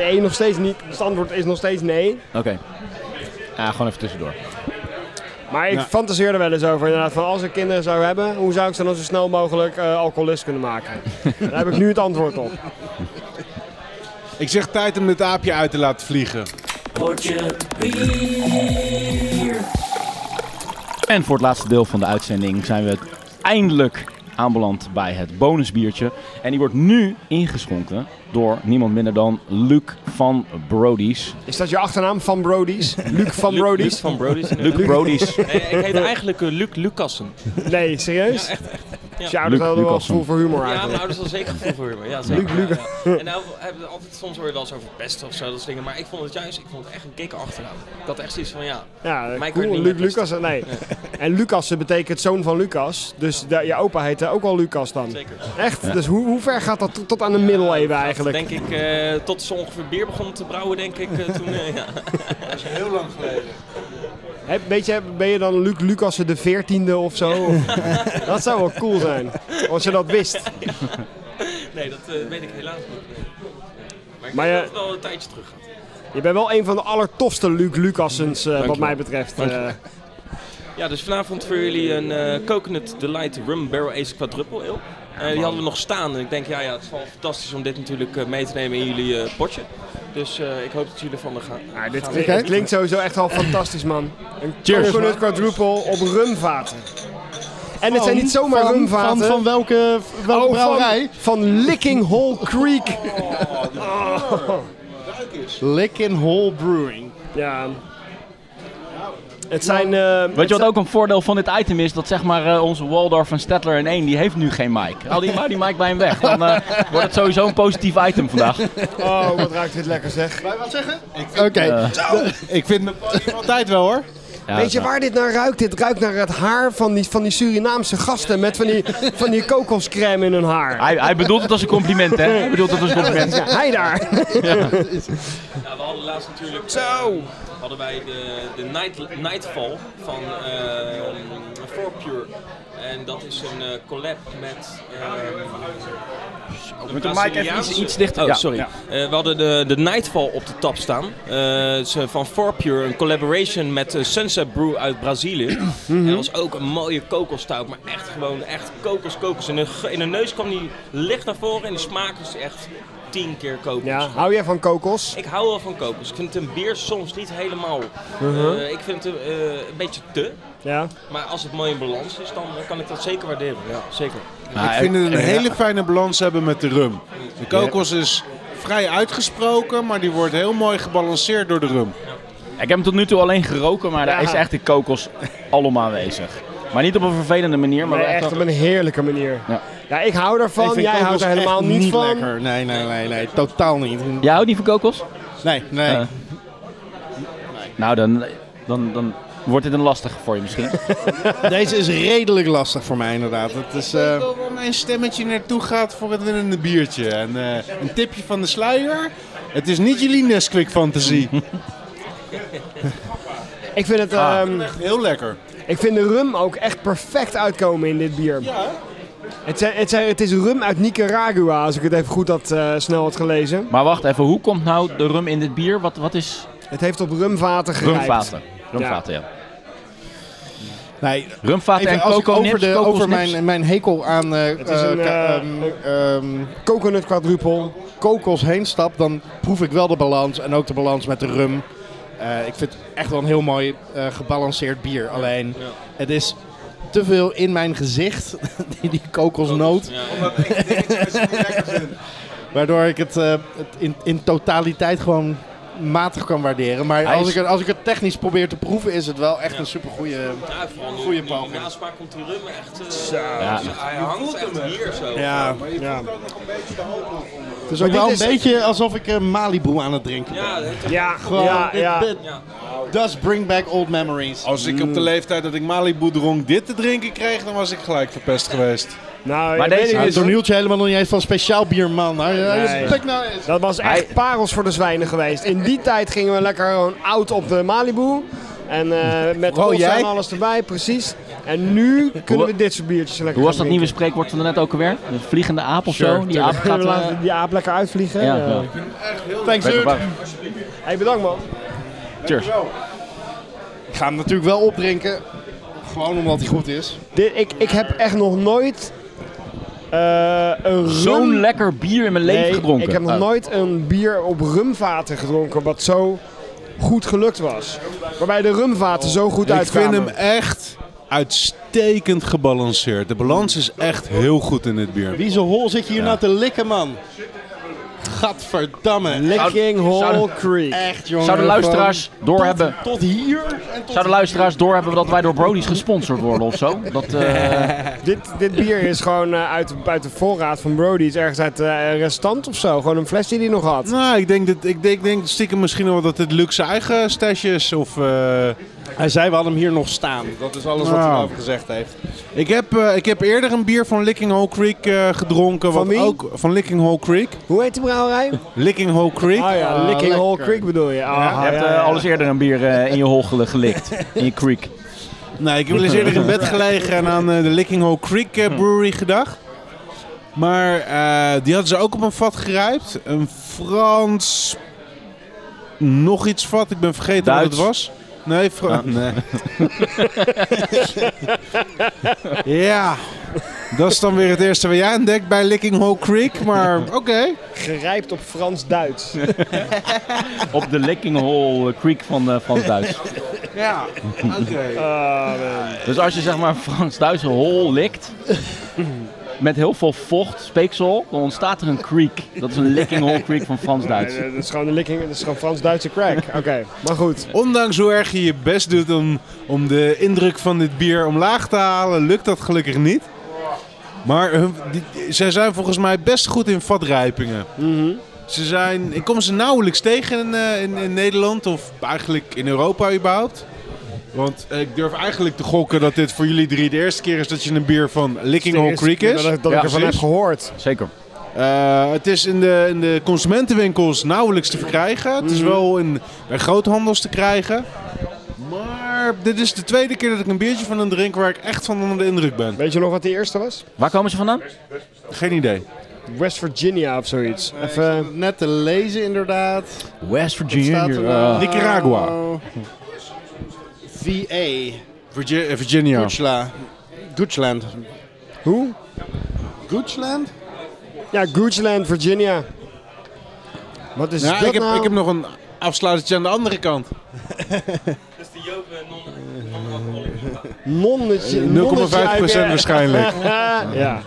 nee, nog steeds niet. Het antwoord is nog steeds nee. Ja, gewoon even tussendoor. Maar ik Ja. fantaseer er wel eens over. Inderdaad, van als ik kinderen zou hebben, hoe zou ik ze dan zo snel mogelijk eh, alcoholist kunnen maken? Daar heb ik nu het antwoord op. Ik zeg tijd om dit aapje uit te laten vliegen. En voor het laatste deel van de uitzending zijn we eindelijk aanbeland bij het bonusbiertje. En die wordt nu ingeschonken door niemand minder dan Luc van Brodies. Is dat je achternaam? Van Brody's? Luc van Brody's? van Brody's. inderdaad. Luc Brodies. Nee, ik heet eigenlijk eh, Luc Lucassen. Nee, serieus? Ja, echt, Ja. Je ouders Luc hadden wel Lucasson. gevoel voor humor Ja, mijn eigenlijk. ouders hadden zeker gevoel voor humor. Ja, zeker. Ja, ja. En nou hebben we altijd, soms hoor je wel eens over pesten of zo, dat soort dingen. Maar ik vond het juist, ik vond het echt een kikker achternaam. Ik had echt zoiets van, ja, Ja, Mij kan cool. niet Luc meer Lucas, [laughs] nee. En Lucas betekent zoon van Lucas. Dus de- je opa heette ook al Lucas dan. zeker. Echt? Dus hoe, hoe ver gaat dat tot- tot aan de middeleeuwen eigenlijk? Denk ik, eh, tot ze ongeveer bier begonnen te brouwen, denk ik, eh, toen. eh, ja. Heb, weet je, ben je dan Luc Lucassen de 14e of zo? Of- dat zou wel cool zijn, als je dat wist. Nee, dat eh, weet ik helaas niet. Nee. Maar ik Maar denk je- dat het wel een tijdje terug gaat. Je bent wel een van de allertofste Luc Lucassens, eh, wat Dankjewel. mij betreft. Dankjewel. Eh, Ja, dus vanavond voor jullie een eh, Coconut Delight Rum Barrel Ace Quadruple Ale. Eh, die hadden we nog staan. En ik denk, ja, ja, het is wel fantastisch om dit natuurlijk eh, mee te nemen in jullie eh, potje. Dus eh, ik hoop dat jullie ervan gaan. nou, dit gaan klinkt, het klinkt sowieso echt al fantastisch, man. Een Cheers, coconut man. quadruple op rumvaten. En het zijn niet zomaar van, rumvaten. Van, van welke, welke Oh, brouwerij? van, van Licking Hole Creek. Lickin Hole Brewing. Ja. Het zijn... eh, [laughs] Weet het je wat ook een voordeel van dit item is? Dat zeg maar eh, onze Waldorf en Stedtler in één, die heeft nu geen mic. Haal die, maar die mic bij hem weg. Dan eh, wordt het sowieso een positief item vandaag. Oh, wat ruikt dit lekker zeg. Oké. Ik vind me altijd wel hoor. Ja, Weet je nou, waar dit naar ruikt? Dit ruikt naar het haar van die, van die Surinaamse gasten met van die, van die kokoscrème in hun haar. Hij, hij bedoelt het als een compliment, hè? Hij bedoelt het als een compliment. Ja, hij daar. Ja, we hadden laatst natuurlijk. Zo! Hadden wij de, de night, Nightfall van eh For Pure. En dat is een eh, collab met. ehm, met Oh, de mic even iets- iets dichter. Oh, Ja, sorry. ja. Eh, we hadden de, de Nightfall op de tap staan. Eh, het is, eh, van For Pure, een collaboration met eh, Sunset Brew uit Brazilië. [clears throat] En dat was ook een mooie kokostout, maar echt gewoon echt kokos, kokos. In de, ge- in de neus kwam die licht naar voren en de smaak is echt tien keer kokos. Ja, hou jij van kokos? Ik hou wel van kokos. Ik vind een bier soms niet helemaal. eh, ik vind het eh, een beetje te. Ja. Maar als het mooi in balans is, dan kan ik dat zeker waarderen. Ja, zeker. Nou, Ik vind het een en- hele fijne balans hebben met de rum. De kokos is vrij uitgesproken, maar die wordt heel mooi gebalanceerd door de rum. Ik heb hem tot nu toe alleen geroken, maar daar Ja. is echt de kokos allemaal aanwezig. Maar niet op een vervelende manier, maar Nee, wel echt echt op een heerlijke manier. Ja. Ja, ik hou Ik daarvan. vind Jij houdt kokos er echt helemaal niet van. Lekker. Nee, nee, nee, nee, totaal niet. Jij houdt niet van kokos? Nee, nee. Eh. Nou, dan, dan, dan wordt dit een lastige voor je misschien. Deze is redelijk lastig voor mij inderdaad. Het is, eh, wel waar mijn stemmetje naartoe gaat voor het winnende biertje. En, eh, een tipje van de sluier. Het is niet jullie Nesquik [laughs] fantasie. Ik vind, het, Ah. ehm, Echt heel lekker. ik vind de rum ook echt perfect uitkomen in dit bier. Het, zijn- het, zijn- het is rum uit Nicaragua, als ik het even goed had, eh, snel had gelezen. maar wacht even, hoe komt nou de rum in dit bier? Wat, wat is Het heeft op rumvaten gerijpt. rumvaten? Rumvaten, ja. nee Rumvaten en even, als ik coco over, nips, de, kokos over nips. mijn, mijn hekel aan eh, is eh, een, ka- eh, ehm, ehm, Coconut quadruple. kokos heen stap, dan proef ik wel de balans en ook de balans met de rum. Eh, ik vind het echt wel een heel mooi eh, gebalanceerd bier. Alleen, Ja. het is te veel in mijn gezicht, [laughs] die, die kokosnoot. Ja, Waardoor ik het, eh, het in, in totaliteit gewoon matig kan waarderen. Maar Hij als is- ik, het, als ik het technisch probeer te proeven, is het wel echt Ja. een supergoeie... ja, vooral nu- Goeie nu poging. Na smaak komt die rum echt. eh, Ja. Hij hangt echt hier zo. Ja, Ja. het is ook Dus dit wel een is- beetje alsof ik eh, Malibu aan het drinken ben. Ja, het- Ja, Gewoon, ja, it- ja. it ja. does bring back old memories. Nou, Als ik op de leeftijd dat ik Malibu dronk dit te drinken kreeg, dan was ik gelijk verpest geweest. Nou, Maar ik deze weet Ja, niet. is- het Nieltje helemaal nog niet eens van speciaal bier, man. Hij- hij is- Nee. Kijk nou eens. Dat was echt Hij- parels voor de zwijnen geweest. In die tijd gingen we lekker gewoon oud op de Malibu. En eh, met Vooral koffie jij? en alles erbij, precies. En nu kunnen we dit soort biertjes lekker Hoe was dat gaan nieuwe drinken. spreekwoord van net ook alweer? De vliegende aap of zo? Die aap gaat... We eh, laten die aap lekker uitvliegen. ja, Eh, ja. Thanks, Lekker dude. bouw. Hey, bedankt man. Cheers. Ik ga hem natuurlijk wel opdrinken. Gewoon omdat hij goed is. Dit, ik, ik heb echt nog nooit eh, een Zo'n rum- lekker bier in mijn leven Nee, gedronken. Ik heb nog Oh. nooit een bier op rumvaten gedronken wat zo goed gelukt was. Waarbij de rumvaten zo goed ik uitkwamen. vind hem echt uitstekend gebalanceerd. De balans is echt heel goed in dit bier. Wie zijn hol zit je hier nou te likken, man? Gadverdamme. Licking Hole zouden- Creek. Echt, jongen. Zouden luisteraars doorhebben... Tot, tot hier. En tot Zouden luisteraars doorhebben dat wij door Brody's gesponsord worden of zo? Dat, [laughs] eh, Dit, dit bier is gewoon eh, uit, uit de voorraad van Brody's, ergens uit eh, een restant of zo. Gewoon een fles die hij nog had. Nou, ik denk, dat, ik, denk, ik denk stiekem misschien wel dat het luxe eigen stash is. Of, eh, Hij zei, we hadden hem hier nog staan. Dat is alles wat Nou. hij over gezegd heeft. ik, heb, eh, ik heb eerder een bier van Licking Hole Creek eh, gedronken. Van wat wie? Ook, van Licking Hole Creek. Hoe heet die brouwerij? Licking Hole Creek. Ah ja, Licking lekker. Hole Creek bedoel je. Ah, je hebt eh, alles eerder een bier eh, in je hol gel- gelikt. In je creek. Nee, ik heb wel eens eerder in bed gelegen en aan eh, de Licking Hole Creek eh, Brewery gedacht. Maar eh, die hadden ze ook op een vat gerijpt. Een Frans... Nog iets vat, ik ben vergeten wat Duits. het was. Nee, Frans... Nee. [laughs] ja, dat is dan weer het eerste wat jij ontdekt bij Licking Hole Creek. Maar oké. Gerijpt op Frans-Duits. Op de Licking Hole Creek van, eh, Frans Duits. [laughs] Ja, oké. [laughs] Dus als je zeg maar Frans Duits hol likt. Met heel veel vocht, speeksel, dan ontstaat er een creek. Dat is een Licking Hole Creek van Frans Duits. Nee, dat is gewoon een licking, dat is gewoon Frans-Duitse crack. Oké, maar goed. Ondanks hoe erg je je best doet om, om de indruk van dit bier omlaag te halen, lukt dat gelukkig niet. Maar hun- die, die- zij zijn volgens mij best goed in vatrijpingen. Mhm. Ze zijn, ik kom ze nauwelijks tegen in, eh, in, in Nederland of eigenlijk in Europa überhaupt. Want eh, ik durf eigenlijk te gokken dat dit voor jullie drie de eerste keer is dat je een bier van Licking Hole Creek is. Dat, dat Ja, ik ervan heb precies. gehoord. Zeker. Eh, het is in de, in de consumentenwinkels nauwelijks te verkrijgen. Het is wel in, bij groothandels te krijgen. Maar dit is de tweede keer dat ik een biertje van hem drink waar ik echt van onder de indruk ben. Weet je nog wat de eerste was? Waar komen ze vandaan? Geen idee. West Virginia of zoiets. Even, Ik zat het net te lezen inderdaad. West Virginia. Staat er Ah. nou? Nicaragua. VA. Virgi- eh, Virginia. Dutchla. Dutchland. Hoe? Dutchland? Ja, Goochland, Virginia. Wat is Ja, dat ik, heb, nou? ik heb nog een afsluitertje aan de andere kant. 0,5 Dus de Jopen non Nonnetje. nonnetje uit- waarschijnlijk. [laughs] ja.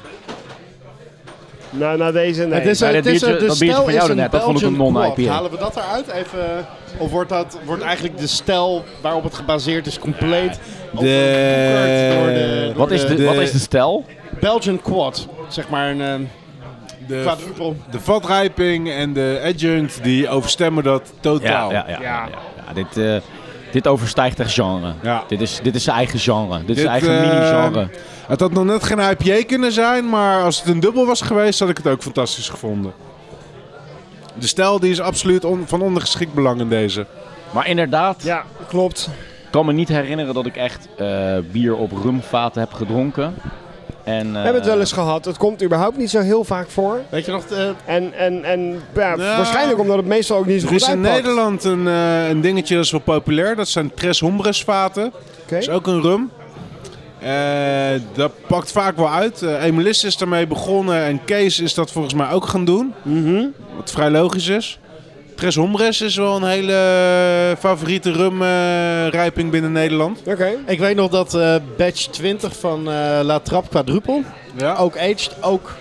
Nou, na deze, nee. Het is, bij het dat is, biertje- de dat biertje stijl van is jou een daarnet, dat vond ik een Belgian non-IPA. Quad. Halen we dat eruit even? Of wordt, dat, wordt eigenlijk de stijl waarop het gebaseerd is compleet overwoekerd door de, door Wat is de, de- wat is de stijl? Belgian Quad? Zeg maar een ehm, De, quadruple. de vatrijping en de adjunct die overstemmen dat totaal. ja, ja, ja. ja, dit, eh, dit overstijgt echt genre. Ja. Dit, is, dit is zijn eigen genre. Dit, is Dit, zijn eigen eh, mini-genre. Het had nog net geen IPA kunnen zijn, maar als het een dubbel was geweest, had ik het ook fantastisch gevonden. De stijl die is absoluut on- van ondergeschikt belang in deze. Maar inderdaad, Ja, klopt. ik kan me niet herinneren dat ik echt eh, bier op rumvaten heb gedronken. En, We hebben het wel eens gehad. Het komt überhaupt niet zo heel vaak voor. Weet je nog, eh, de, En, en, en ja, Nou. waarschijnlijk omdat het meestal ook niet zo Er goed is in uitpakt. Nederland een, eh, een dingetje dat is wel populair. Dat zijn Tres Hombres vaten. Oké. Dat is ook een rum. Eh, dat pakt vaak wel uit. Eh Emelis is daarmee begonnen en Kees is dat volgens mij ook gaan doen. Mhm. Wat vrij logisch is. Tres Hombres is wel een hele eh, favoriete rumrijping binnen Nederland. Oké. ik weet nog dat eh batch 20 van eh, La Trappe Quadruple, Oh, Ja. ook aged, ook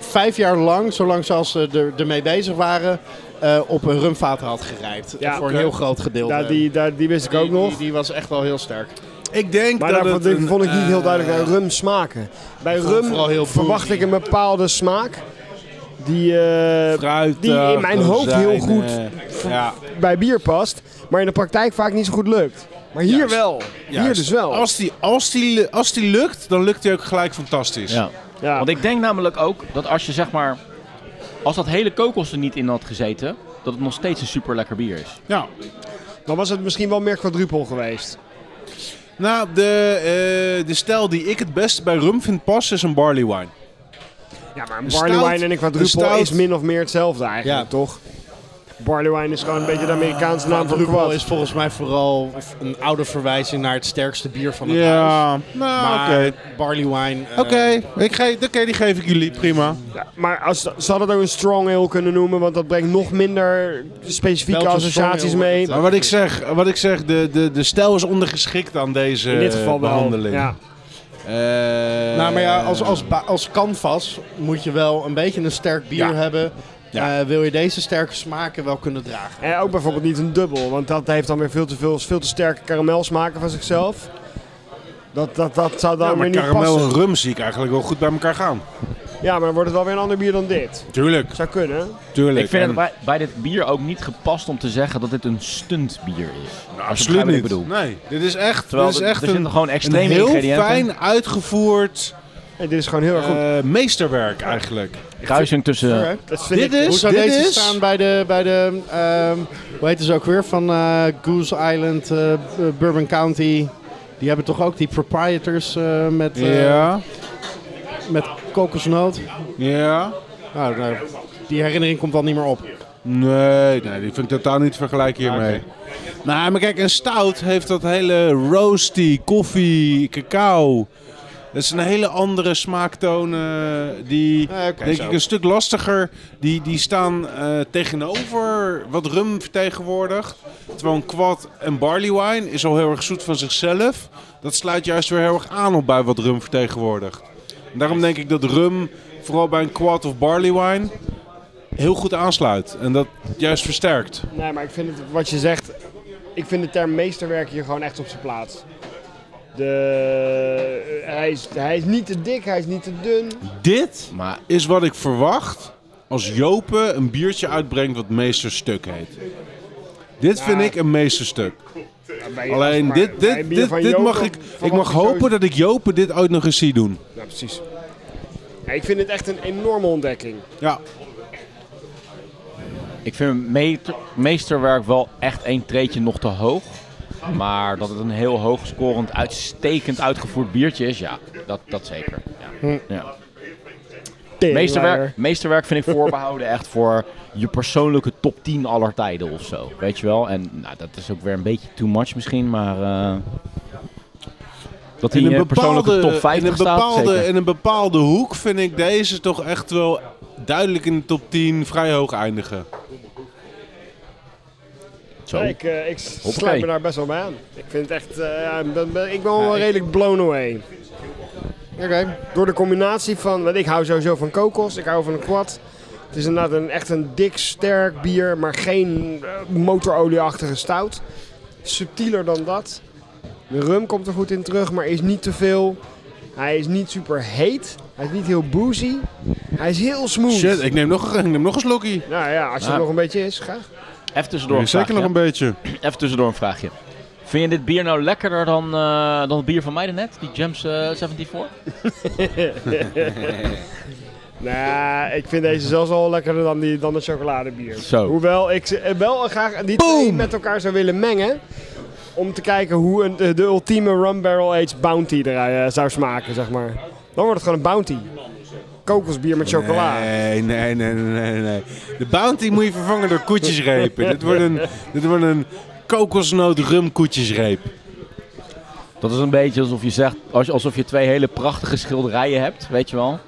vijf jaar lang, zolang ze als ze er, ermee bezig waren, eh, op een rumvaten had gerijpt. Ja, voor een oké. heel groot gedeelte. Daar, die, daar, die wist ik Die- ook nog. die, die was echt wel heel sterk. Ik denk Maar dat daarvan het een, vond ik niet heel eh, duidelijk aan rum smaken. Bij vond het rum vooral heel verwacht boozy. ik een bepaalde smaak die eh, fruit, die in mijn eh, hoofd heel goed rozijnen. Ja. bij bier past, maar in de praktijk vaak niet zo goed lukt. Maar hier Juist. wel. Hier Juist. dus wel. Als die, als, die, als die lukt, dan lukt die ook gelijk fantastisch. eh, Ja. ja. Want ik denk namelijk ook dat als je zeg maar... Als dat hele kokos er niet in had gezeten, dat het nog steeds een super lekker bier is. Ja. Dan was het misschien wel meer quadrupel geweest. Nou, de, eh, de stijl die ik het beste bij rum vind passen is een barley wine. Ja, maar een stout- barley wine en een een quadrupel stout- is min of meer hetzelfde eigenlijk, Ja. toch? Barley wine is gewoon een beetje de Amerikaanse naam voor Drupal kwad. is volgens mij vooral een oude verwijzing naar het sterkste bier van het huis. nou Maar oké. barley wine. eh, Oké, ik ge- oké, die geef ik jullie, prima. Ja, maar als, ze hadden het ook een strong ale kunnen noemen, want dat brengt nog minder specifieke Belgian associaties strong ale mee. wordt Maar wat ik zeg, wat ik zeg de, de, de stijl is ondergeschikt aan deze In dit geval wel. behandeling. Ja. Eh, Nou, maar ja, als, als, ba- als canvas moet je wel een beetje een sterk bier Ja. hebben. Ja. Eh, wil je deze sterke smaken wel kunnen dragen? En ook bijvoorbeeld niet een dubbel, want dat heeft dan weer veel te, veel, veel te sterke karamelsmaken van zichzelf. Dat, dat, dat zou dan ja, maar weer niet karamel passen. en rum zie ik eigenlijk wel goed bij elkaar gaan. Ja, maar dan wordt het wel weer een ander bier dan dit. Tuurlijk, Zou kunnen. tuurlijk. Ik vind En- het bij, bij dit bier ook niet gepast om te zeggen dat dit een stuntbier is. Als je Nou, Absoluut begrijpt wat niet. Ik bedoel. Nee, dit is echt, Terwijl dit is er- echt er zitten een, gewoon een extreme heel ingrediënten. fijn uitgevoerd En dit is gewoon heel erg goed. eh, meesterwerk eigenlijk. Kruising tussen... Oké. Dat vind Dit ik- Hoe is, zou dit deze is... staan bij de, bij de ehm, hoe heet het ook weer, van eh, Goose Island, eh, Bourbon County. Die hebben toch ook die proprietors eh, met, eh, Ja, met kokosnoot. ja. Nou, nou, die herinnering komt dan niet meer op. Nee, nee, die vind ik totaal niet te vergelijken hiermee. Nou, maar kijk, een stout heeft dat hele roasty, koffie, cacao. Dat is een hele andere smaaktoon eh, die, Eh, oké, denk zo. ik, een stuk lastiger. Die, die staan eh, tegenover wat rum vertegenwoordigt. Terwijl een kwad en barley wine is al heel erg zoet van zichzelf. Dat sluit juist weer heel erg aan op bij wat rum vertegenwoordigt. En daarom denk ik dat rum, vooral bij een quad of barley wine, heel goed aansluit. En dat juist versterkt. Nee, maar ik vind het, wat je zegt, ik vind de term meesterwerk hier gewoon echt op zijn plaats. De, hij, is, hij is niet te dik, hij is niet te dun. Dit Maar is wat ik verwacht als Jopen een biertje uitbrengt wat meesterstuk heet. Dit vind ik een meesterstuk. Bij- Alleen maar dit, bij dit, bier dit, van dit Joop mag dan ik. verwacht Ik mag sowieso- hopen dat ik Jopen dit ooit nog eens zie doen. Ja, precies. Ja, ik vind het echt een enorme ontdekking. Ja, Ik vind meter- meesterwerk wel echt één treetje nog te hoog. Maar dat het een heel hoog scorend, uitstekend uitgevoerd biertje is, ja, dat, dat zeker. Ja. Ja. Meesterwerk, meesterwerk vind ik voorbehouden echt voor je persoonlijke top 10 aller tijden of zo. Weet je wel? En nou, dat is ook weer een beetje too much misschien, maar. eh, dat hij in in een je persoonlijke bepaalde, top in 50 een staat. bepaalde, Zeker. in een bepaalde hoek vind ik deze toch echt wel duidelijk in de top 10 vrij hoog eindigen. Zo. Ik, eh, ik sluit Hoppakee. me daar best wel bij aan. Ik vind het echt... eh, ja, ik ben- ben- ik ben wel redelijk blown away. Oké. Door de combinatie van... Want ik hou sowieso van kokos. Ik hou van een kwad. Het is inderdaad een, echt een dik, sterk bier. Maar geen eh, motorolieachtige stout. Subtieler dan dat. De rum komt er goed in terug, maar is niet te veel. Hij is niet super heet. Hij is niet heel boozy. Hij is heel smooth. Shit, ik neem nog, ik neem nog een slokkie. Nou ja, als je Ja. er nog een beetje is, graag. Even tussendoor een Zeker nog vraagje. een beetje. Even tussendoor een vraagje. Vind je dit bier nou lekkerder dan, eh, dan het bier van mij daarnet? Die Gems eh, 74? Nou, ik vind deze zelfs al lekkerder dan, die, dan het chocoladebier. Zo. Hoewel ik ze- eh, wel graag die twee met elkaar zou willen mengen. Om te kijken hoe een, eh, de, de ultieme Rum Barrel Aged Bounty er eh, zou smaken, zeg maar. Dan wordt het gewoon een bounty. Kokosbier met chocola. Nee, nee, nee, nee, nee, nee. De bounty moet je vervangen door koetjesrepen. dit wordt een, dit wordt een kokosnoot rum koetjesreep. Dat is een beetje alsof je zegt, als- alsof je twee hele prachtige schilderijen hebt, weet je wel.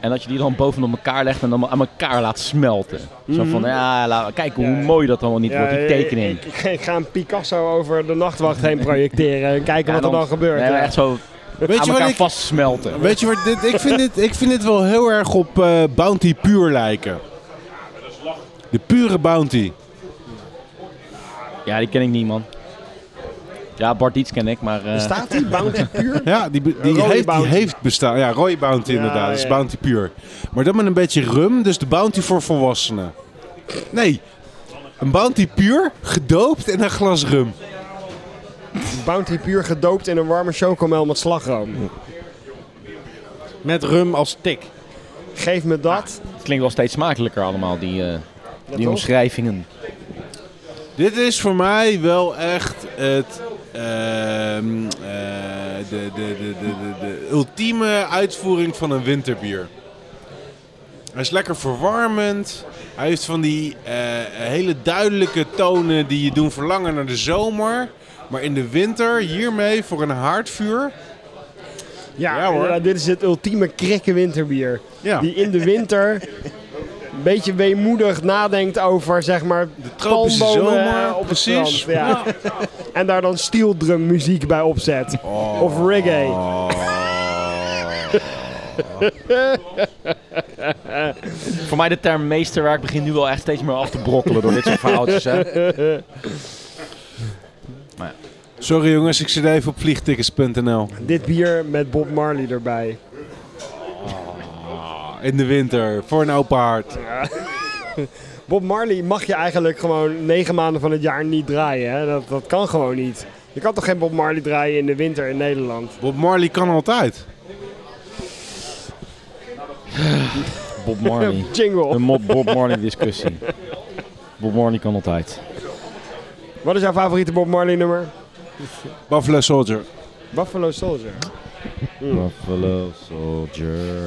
En dat je die dan bovenop elkaar legt en dan aan elkaar laat smelten. Zo van, ja, laat, kijk hoe mooi dat allemaal niet Mhm. Ja, wordt, die ik- tekening. Ik, ik ga een Picasso over de nachtwacht heen projecteren en kijken Ja, wat er dan gebeurt. Nee, ja. maar echt zo Weet aan je wat elkaar ik... vastsmelten. Weet je wat dit... Ik vind dit, ik vind dit wel heel erg op eh, Bounty puur lijken. De pure Bounty. Ja, die ken ik niet, man. Ja, Bart Dietz ken ik, maar... eh, Staat die bounty puur? Ja, die, be- die, Rode heeft, die Bounty. heeft bestaan. Ja, rode Bounty inderdaad. Dat is ja. Bounty puur. Maar dan met een beetje rum, dus de Bounty voor volwassenen. Nee, een Bounty puur, gedoopt en een glas rum. Bounty puur gedoopt in een warme chocomel met slagroom. Met rum als tik. Geef me dat. het klinkt wel steeds smakelijker allemaal, die, eh, die toch? omschrijvingen. Dit is voor mij wel echt het. ehm, eh, de, de, de, de, de, de ultieme uitvoering van een winterbier. Hij is lekker verwarmend. Hij heeft van die eh, hele duidelijke tonen die je doen verlangen naar de zomer. Maar in de winter, hiermee voor een haardvuur. Ja, Ja, hoor. inderdaad, dit is het ultieme krikke winterbier. Ja, Die in de winter een beetje weemoedig nadenkt over, zeg maar, de tropische zomer, op het precies. strand. Ja. En daar dan steel drum muziek bij opzet. Of reggae. Voor mij de term meesterwerk begint nu wel echt steeds meer af te brokkelen door dit soort verhaaltjes, hè. Sorry jongens, ik zit even op vliegtickets.nl. Dit bier met Bob Marley erbij. In de winter, voor een open haard. Bob Marley mag je eigenlijk gewoon negen maanden van het jaar niet draaien. Hè? Dat, dat kan gewoon niet. Je kan toch geen Bob Marley draaien in de winter in Nederland? Bob Marley kan altijd. Bob Marley. Jingle. Een Bob- Bob Marley discussie. Bob Marley kan altijd. Wat is jouw favoriete Bob Marley nummer? Buffalo Soldier. Buffalo Soldier. Hmm. Buffalo Soldier.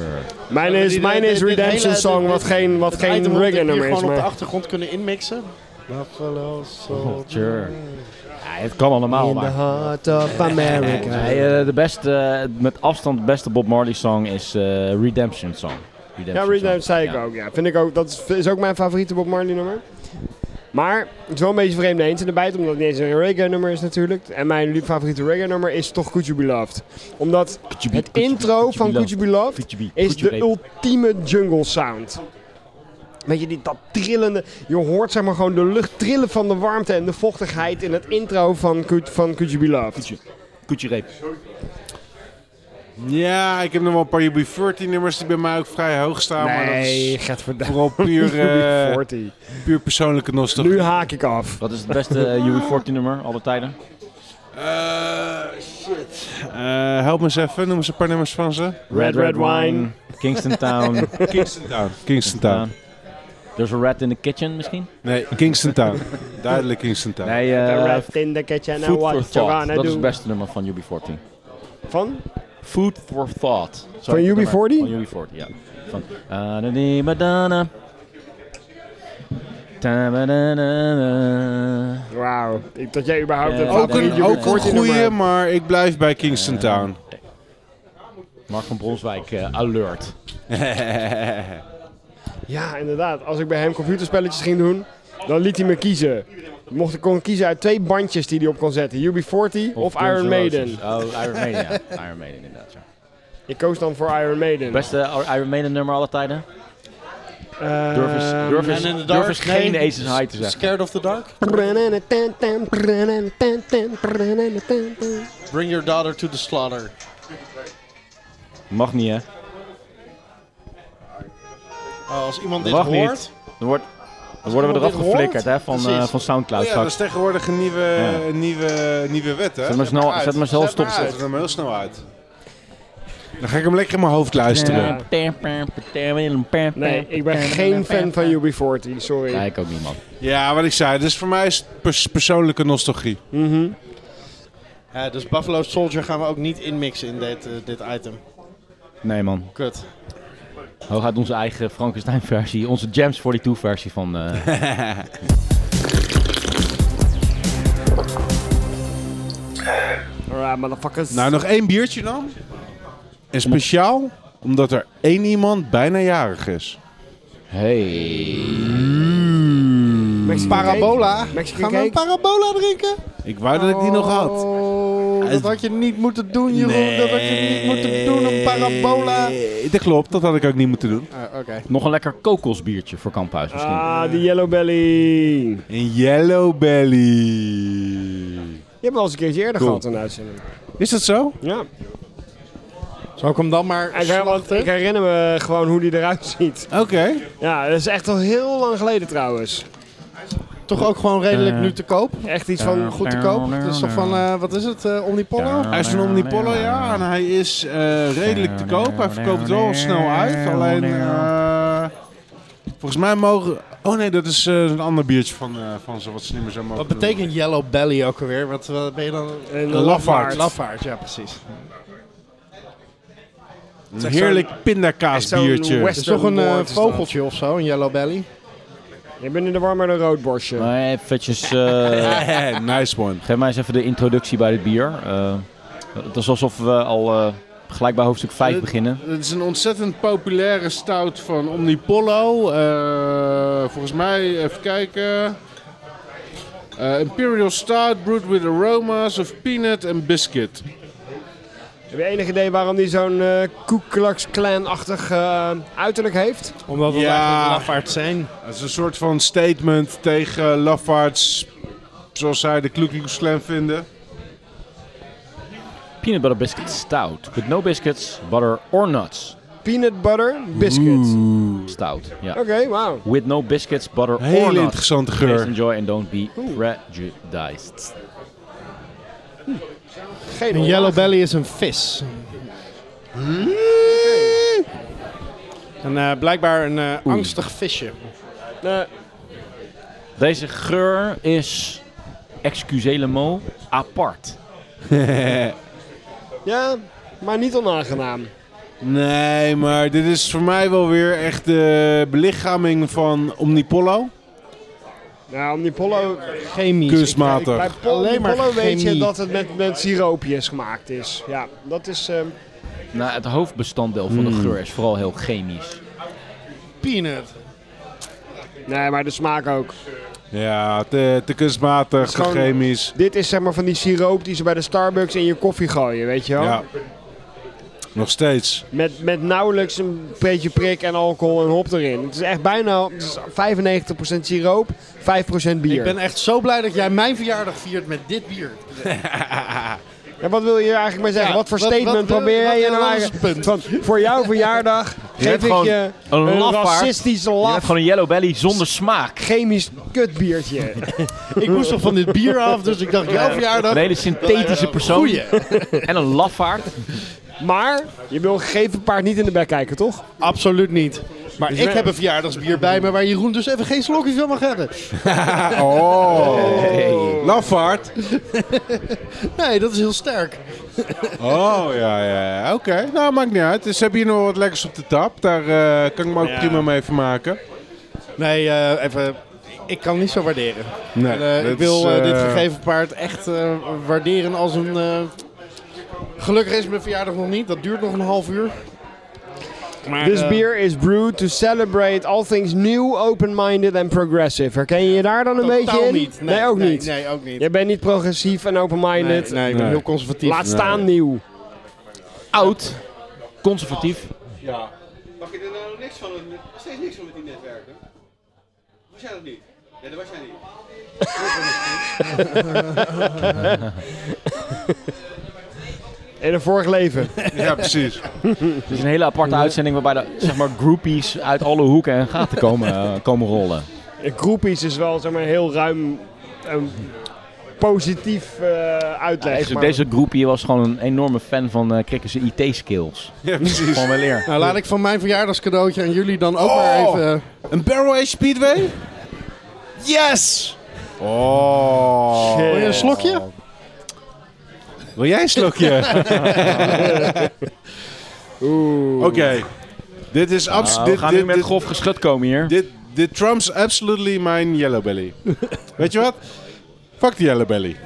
Mijn is, mijn is Redemption Song, wat geen, wat geen reggae nummer is. gewoon op de Maar achtergrond kunnen inmixen. Buffalo Soldier. Ja, het kan allemaal, maar... heart of America. Nee, eh, de beste, eh, met afstand de beste Bob Marley song is eh, Redemption Song. Ja, Redemption Redemption Song. zei ik Ja. ook. Ja. Vind ik ook. Dat is, is ook mijn favoriete Bob Marley nummer. Maar het is wel een beetje vreemde eend in de bijt, omdat het niet eens een reggae nummer is natuurlijk. En mijn lief- favoriete reggae nummer is toch Could You Be Loved. Omdat Could you be- could het you- intro could you van be loved? Could You Be Loved Could you be- is could you de be- ultieme jungle sound. Weet je, die, dat trillende. Je hoort zeg maar gewoon de lucht trillen van de warmte en de vochtigheid in het intro van Could, van Could You Be Loved. Could you- Could you rape? Ja, ik heb nog wel een paar UB40 nummers die bij mij ook vrij hoog staan. Maar dat nee, is gaat [laughs] verdamme. vooral puur, eh, 40. puur persoonlijke nostalgie. Nu haak ik af. Wat is het beste [laughs] UB40 nummer alle tijden? Eh, shit. Eh, help me eens even, noem eens een paar nummers van ze. Red, red wine. Kingston [laughs] Town. Kingston Town. Kingston Town. There's a rat in the kitchen misschien? Nee, Kingston Town. Duidelijk Kingston Town. Nee, The eh, rat in the kitchen and Food what for you gonna Thought. Dat is do. het beste nummer van UB40. Van? Food for Thought. Zo Van heet het UB40? nummer. Van UB40, ja. Van eh, Anani Madonna. Ta-ba-da-da-da. Wauw. Ik- Dat jij überhaupt Eh, een Ook favoriet een, Nee, ook een UB40 nummer goeie, hebt. maar ik blijf bij Kingston Town. [laughs] Mark van Bronswijk eh, alert. Ja, inderdaad. Als ik bij hem computerspelletjes ging doen, dan liet hij me kiezen. Mocht ik kon kiezen uit twee bandjes die hij op kon zetten. UB40 of, Guns Iron N' Maiden. Roses. Oh, Iron Maiden, [laughs] ja. Iron Maiden inderdaad, ja. Ik koos dan voor Iron Maiden. Beste eh, Iron Maiden nummer alle tijden? Eh, Durf eens, durf Dus eens, in the durf eens dark, nee. geen Aces High te zeggen. Scared of the dark? Bring your daughter to the slaughter. Mag niet, hè? Eh, als iemand Dat dit mag hoort... niet. Dan, wordt, dan worden we iemand eraf dit hoort, geflikkerd hè, van, eh precies. van Soundcloud Oh ja, dat straks. is tegenwoordig een nieuwe, Ja. nieuwe, nieuwe wet, hè? Zet maar snel, uit. zet maar snel Zet stop. maar Zet hem heel snel uit. Dan ga ik hem lekker in mijn hoofd luisteren. Ja. Nee, ik ben geen fan van UB40, sorry. Ja, ik ook niet, man. Ja, wat ik zei, dus voor mij is het pers- persoonlijke nostalgie. Mhm. eh, Ja, dus Buffalo Soldier gaan we ook niet inmixen in dit, eh, dit item. Nee, man. Kut. Hooguit onze eigen Frankenstein-versie. Onze Jams 42-versie van... eh, Alright, motherfuckers. Nou, nog één biertje dan. En speciaal omdat er één iemand bijna jarig is. hey. Mexican cake. Parabola. Mexican Gaan we een cake. parabola drinken? Ik wou dat ik die nog had. Oh, dat had je niet moeten doen, Jeroen. Dat had je niet moeten doen, een parabola. Nee, Dat klopt, dat had ik ook niet moeten doen. Ah, Oké. Nog een lekker kokosbiertje voor Kamphuis misschien. Ah, die Yellow Belly. Je Een yellow belly. hebt wel eens een keertje eerder Cool. gehad een uitzending. Is dat zo? Ja. Zal ik hem dan maar Ik, her- want ik herinner me gewoon hoe die eruit ziet. Oké. Ja, dat is echt al heel lang geleden trouwens. Toch ook gewoon redelijk nu te koop. Echt iets Eh. van... Goed te koop. Dus toch van, eh, wat is het, eh Omnipollo? Hij is van Omnipollo, ja. En hij is eh, redelijk te koop. Hij verkoopt het wel snel uit. Alleen, eh, volgens mij mogen... Oh nee, dat is eh, een ander biertje van, eh, van ze, wat ze niet meer zo mogen Wat doen. betekent yellow belly ook alweer? Wat eh, ben je dan? Een lafaard. Lafaard, ja precies. Een heerlijk pindakaasbiertje. Zo'n Het is western toch een eh, woord is dat. vogeltje of zo, een yellow belly? Je bent in de war met een roodborstje. Maar eventjes... eh, Eh, [laughs] nice one. Geef mij eens even de introductie bij dit bier. Eh, het is alsof we al eh, gelijk bij hoofdstuk 5 Eh, beginnen. Het is een ontzettend populaire stout van Omnipollo. Eh, volgens mij, even kijken. Eh, Imperial Stout brewed with aromas of peanut and biscuit. Heb je enig idee waarom die zo'n eh Ku Klux Klan-achtig eh, uiterlijk heeft? Omdat we Ja. eigenlijk lafaards zijn. Het is een soort van statement tegen lafaards, zoals zij de Ku Klux Klan vinden. Peanut butter biscuit stout. With no biscuits, butter or nuts. Peanut butter biscuit. Stout. Oké, Ja. wauw. With no biscuits, butter or Hele nuts. interessante Please geur. enjoy and don't be prejudiced. Geen Een yellow belly is een vis. En eh, blijkbaar een eh, angstig visje. Nee, Deze geur is, excusez-le-mot, apart. ja, maar niet onaangenaam. Nee, maar dit is voor mij wel weer echt de belichaming van Omnipollo. Nou, om die Pollo... Chemisch. Kunstmatig. Bij Pol- Alleen maar Pollo weet je chemie. dat het met, met siroopjes gemaakt is. Ja, dat is... ehm, Nou, het hoofdbestanddeel van de geur is vooral heel chemisch. Ik- Peanut. nee, maar de smaak ook. Ja, te, te kunstmatig, te Gewoon- chemisch. Dit is zeg maar van die siroop die ze bij de Starbucks in je koffie gooien, weet je wel? Ja. Nog steeds. Met, met nauwelijks een beetje prik en alcohol en hop erin. Het is echt bijna het is 95% siroop, 5% bier. Ik ben echt zo blij dat jij mijn verjaardag viert met dit bier. En wat wil je hier eigenlijk mee zeggen? Ja, wat voor wat- statement wat wil- probeer wat jij je wil nou ons eigenlijk? punt? Van, voor jouw verjaardag geef hebt ik gewoon je een een, lafaard. racistische Je laf hebt gewoon een yellow belly zonder smaak. chemisch kutbiertje. Ik moest nog van dit bier af, dus ik dacht, jouw verjaardag. eh, Een hele synthetische persoon. En een lafaard. maar je wil een gegeven paard niet in de bek kijken, toch? Absoluut niet. Maar Dus ik we- heb een verjaardagsbier bij me waar Jeroen dus even geen slokje van mag hebben. Oh. Lafaard. Nee, dat is heel sterk. Oh, ja, ja. ja. Oké, nou maakt niet uit. Ze hebben hier nog wat lekkers op de tap. Daar eh, kan ik me ook prima mee vermaken. Nee, eh, even. Ik kan niet zo waarderen. Nee, En, eh, dat ik wil is, eh, dit eh, gegeven paard echt eh, waarderen als een. eh, Gelukkig is mijn verjaardag nog niet. Dat duurt nog een half uur. Maar, This eh, beer is brewed to celebrate all things new, open-minded and progressive. Herken je je daar dan een totaal beetje in? niet. Nee, ook niet. Nee, ook niet. Je bent niet progressief en nee, open-minded. nee, ik ben Nee. heel conservatief. Laat staan nieuw. Oud. Conservatief. Ja. Mag je er nou niks van? Nog steeds niks van met die netwerken? Was jij dat niet? Ja, dat was jij niet. In een vorig leven. [laughs] [laughs] Ja, precies. Het is een hele aparte uitzending waarbij de, zeg maar, groupies uit alle hoeken en gaten komen, eh, komen rollen. Groepies is wel zeg maar, heel ruim een positief eh uitleg. Deze, maar- Ah, deze groepie was gewoon een enorme fan van eh Krikken's IT-skills. Ja, precies. Gewoon wel leer. Nou, laat ik van mijn verjaardagscadeautje aan jullie dan ook maar Oh! even. eh, Een Barrel Age Speedway? Yes! Oh. Wil je een slokje? Wil jij een [laughs] slokje? Oeh. Oké. Dit is Nou, absoluut. we gaan nu dit, met dit, grof geschut komen hier. dit, dit trumps absolutely mijn yellow [laughs] belly. Weet je wat? Fuck die yellow belly.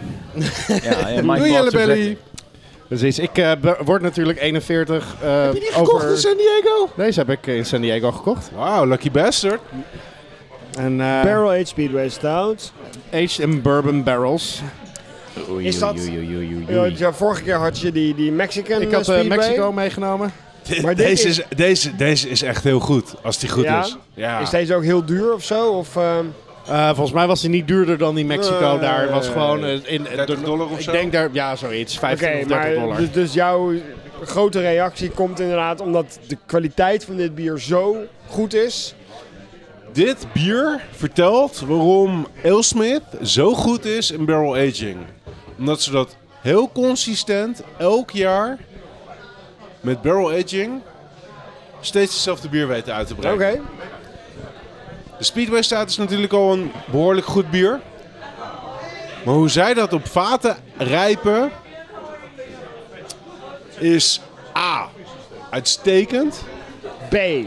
Ja, ja, Doe Mike yellow Watson belly. Precies, ik eh, be- word natuurlijk 41. eh, over... San Diego? Deze heb ik eh, in San Diego gekocht. Wauw, lucky bastard. En eh, Barrel Age Speedway Stout. aged in bourbon barrels. zegt- Is dat- Oei, oei, oei, oei, oei, Ja, oei. ja, vorige keer had je die, die Mexican Ik had eh, Speedway. Mexico meegenomen. Maar dit deze, is- is, deze, deze is echt heel goed, als die goed Ja? is. Ja. Is deze ook heel duur of zo? Of, ehm, Eh, volgens mij was die niet duurder dan die Mexico Nee. daar. Het was gewoon eh, in, 30 dollar of ik zo? denk daar, ja, zoiets. 15 Oké, of 30 maar dollar. dus, dus jouw grote reactie komt inderdaad omdat de kwaliteit van dit bier zo goed is. Dit bier vertelt waarom Alesmith zo goed is in barrel aging. Omdat ze dat heel consistent elk jaar met barrel aging steeds hetzelfde bier weten uit te Oké. brengen. De Speedway staat is natuurlijk al een behoorlijk goed bier. Maar hoe zij dat op vaten rijpen is A. Uitstekend. B. En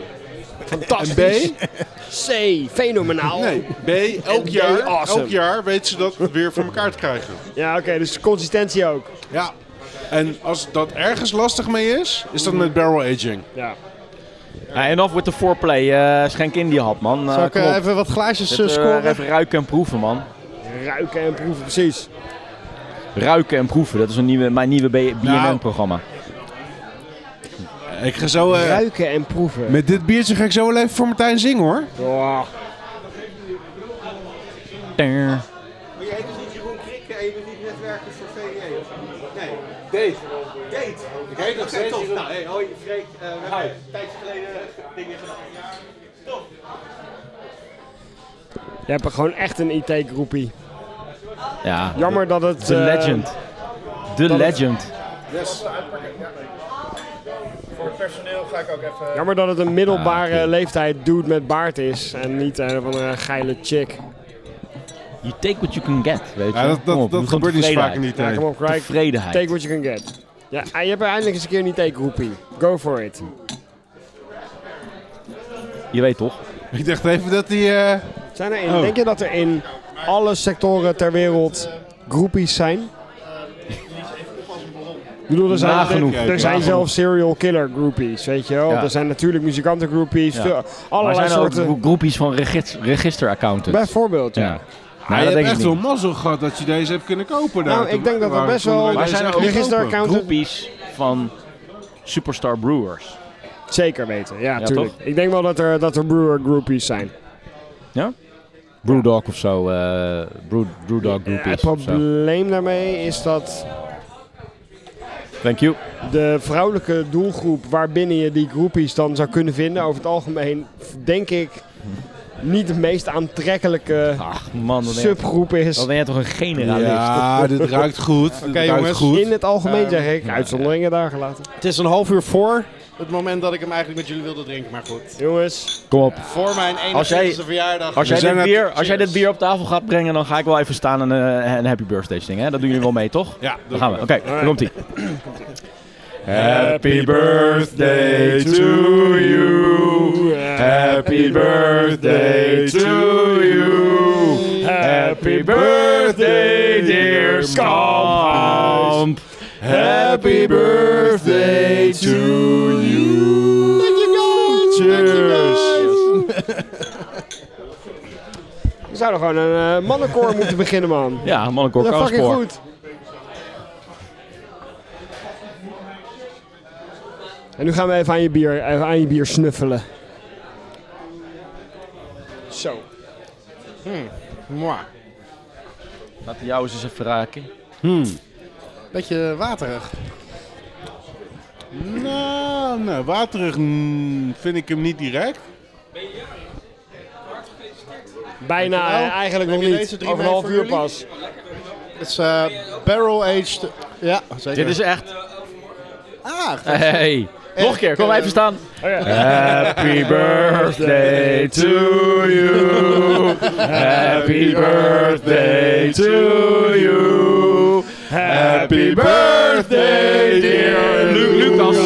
Fantastisch. B. [laughs] C. Fenomenaal. Nee, B. Elk En jaar, B, awesome. elk jaar weet ze dat weer voor elkaar te krijgen. Ja, oké, dus consistentie ook. Ja. En als dat ergens lastig mee is, is dat met barrel aging. Ja. Ja, enough with the foreplay. eh, schenk in die hap, man. Eh, Zal ik kom eh, op. even wat glaasjes eh, Dit, eh, scoren? even ruiken en proeven, man. Ruiken en proeven, precies. Ruiken en proeven. Dat is een nieuwe, mijn nieuwe Nou. BNN-programma. Ik ga zo... eh, Ruiken en proeven. met dit biertje ga ik zo wel even voor Martijn zingen hoor. Oh, je hebt er gewoon echt een IT-groepie. Ja. Jammer dat het... The eh, legend. The dat het- legend. Voor het personeel ga ik ook even... Jammer dat het een middelbare leeftijd dude met baard is. En niet een van een geile chick. You take what you can get, weet je. Ja, dat Kom op, het dat, dat moet gewoon gebeurt niet zo vaak tevredenheid. in die Ja, tijd. kom op, Craig. Tevredenheid. Take what you can get. Ja, en je hebt er eindelijk eens een keer een IT-groepie. Go for it. Je weet toch? Ik dacht even dat die... eh, Nou, Zijn er in, Oh. Denk je dat er in alle sectoren ter wereld groepies zijn? Ik bedoel, er zijn, Nagenoeg. er, er zijn Nagenoeg. zelfs serial killer groupies, weet je wel. Ja. Er zijn natuurlijk muzikanten groupies, Ja. veel- Maar allerlei zijn er ook soorten. gro- groepjes van regis- register-accountants? Bijvoorbeeld, ja. Ja. Nou, Maar dat je denk hebt ik echt niet. wel mazzel gehad dat je deze hebt kunnen kopen. daar. Nou, ik Toen- denk dat er waar- best toen wel- wij Maar Maar deze zijn er gingen ook register- kopen. accountant? groepjes van Superstar Brewers? Zeker weten, ja, Ja, tuurlijk. Ik denk wel dat er, dat er brewer groupies zijn. Brewdog of zo. eh, Brew, Brewdog Ja, groepjes het of zo. probleem daarmee is dat Thank you. de vrouwelijke doelgroep waarbinnen je die groepies dan zou kunnen vinden, over het algemeen denk ik niet de meest aantrekkelijke Ach man, dan ben je, subgroep is. dan ben je toch een generalist. Ja, [laughs] dit ruikt goed. Oké ruikt jongens. goed. In het algemeen zeg ik, uitzonderingen daar gelaten. Het is een half uur voor het moment dat ik hem eigenlijk met jullie wilde drinken, maar goed. Jongens, Kom op. Voor mijn Als jij- 21ste verjaardag. Als We jij, zijn dit net- bier, als jij dit bier op tafel gaat brengen, dan ga ik wel even staan en eh, een happy birthday zingen. Hè? Dat doen jullie wel mee, toch? Ja, Dan gaan we. Oké, daar komt ie. Happy birthday to you. Happy birthday to you. Happy birthday, dear Skamp. Happy birthday to you. Cheers. we zouden gewoon een eh, mannenkoor moeten beginnen man. Ja, mannenkoor Dat is fucking Kaaspoor. goed. En nu gaan we even aan je bier, even aan je bier snuffelen. Zo. Hmm, Mwah. Laat die jou eens eens even raken. Beetje waterig. Nou, nou, waterig mm, vind ik hem niet direct. Bijna, Dankjewel. eh, eigenlijk Heb nog je deze niet. drie Over een mee half voor uur jullie? pas. Het is eh, barrel-aged. Ja, zeker. Dit is echt... [laughs] Ah, Hey. Nog een keer, kom eh, even staan. Oh [laughs] Happy birthday to you. Happy birthday to you. Happy birthday, dear Luc Lucas.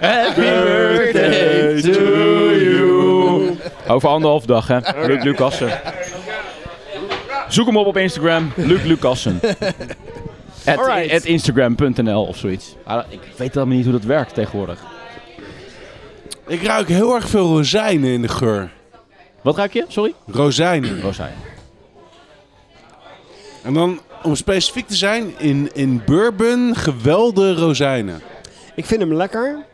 Happy Birthday to you. Over anderhalf dag, hè. Luc Lucassen. Zoek hem op op Instagram. Luc Lucassen. At, Alright. at Instagram.nl of zoiets. Ah, ik weet helemaal niet hoe dat werkt tegenwoordig. Ik ruik heel erg veel rozijnen in de geur. Wat ruik je? Sorry? Rozijnen. Rozijn. En dan, om specifiek te zijn, in, in bourbon gewelde rozijnen. Ik vind hem lekker,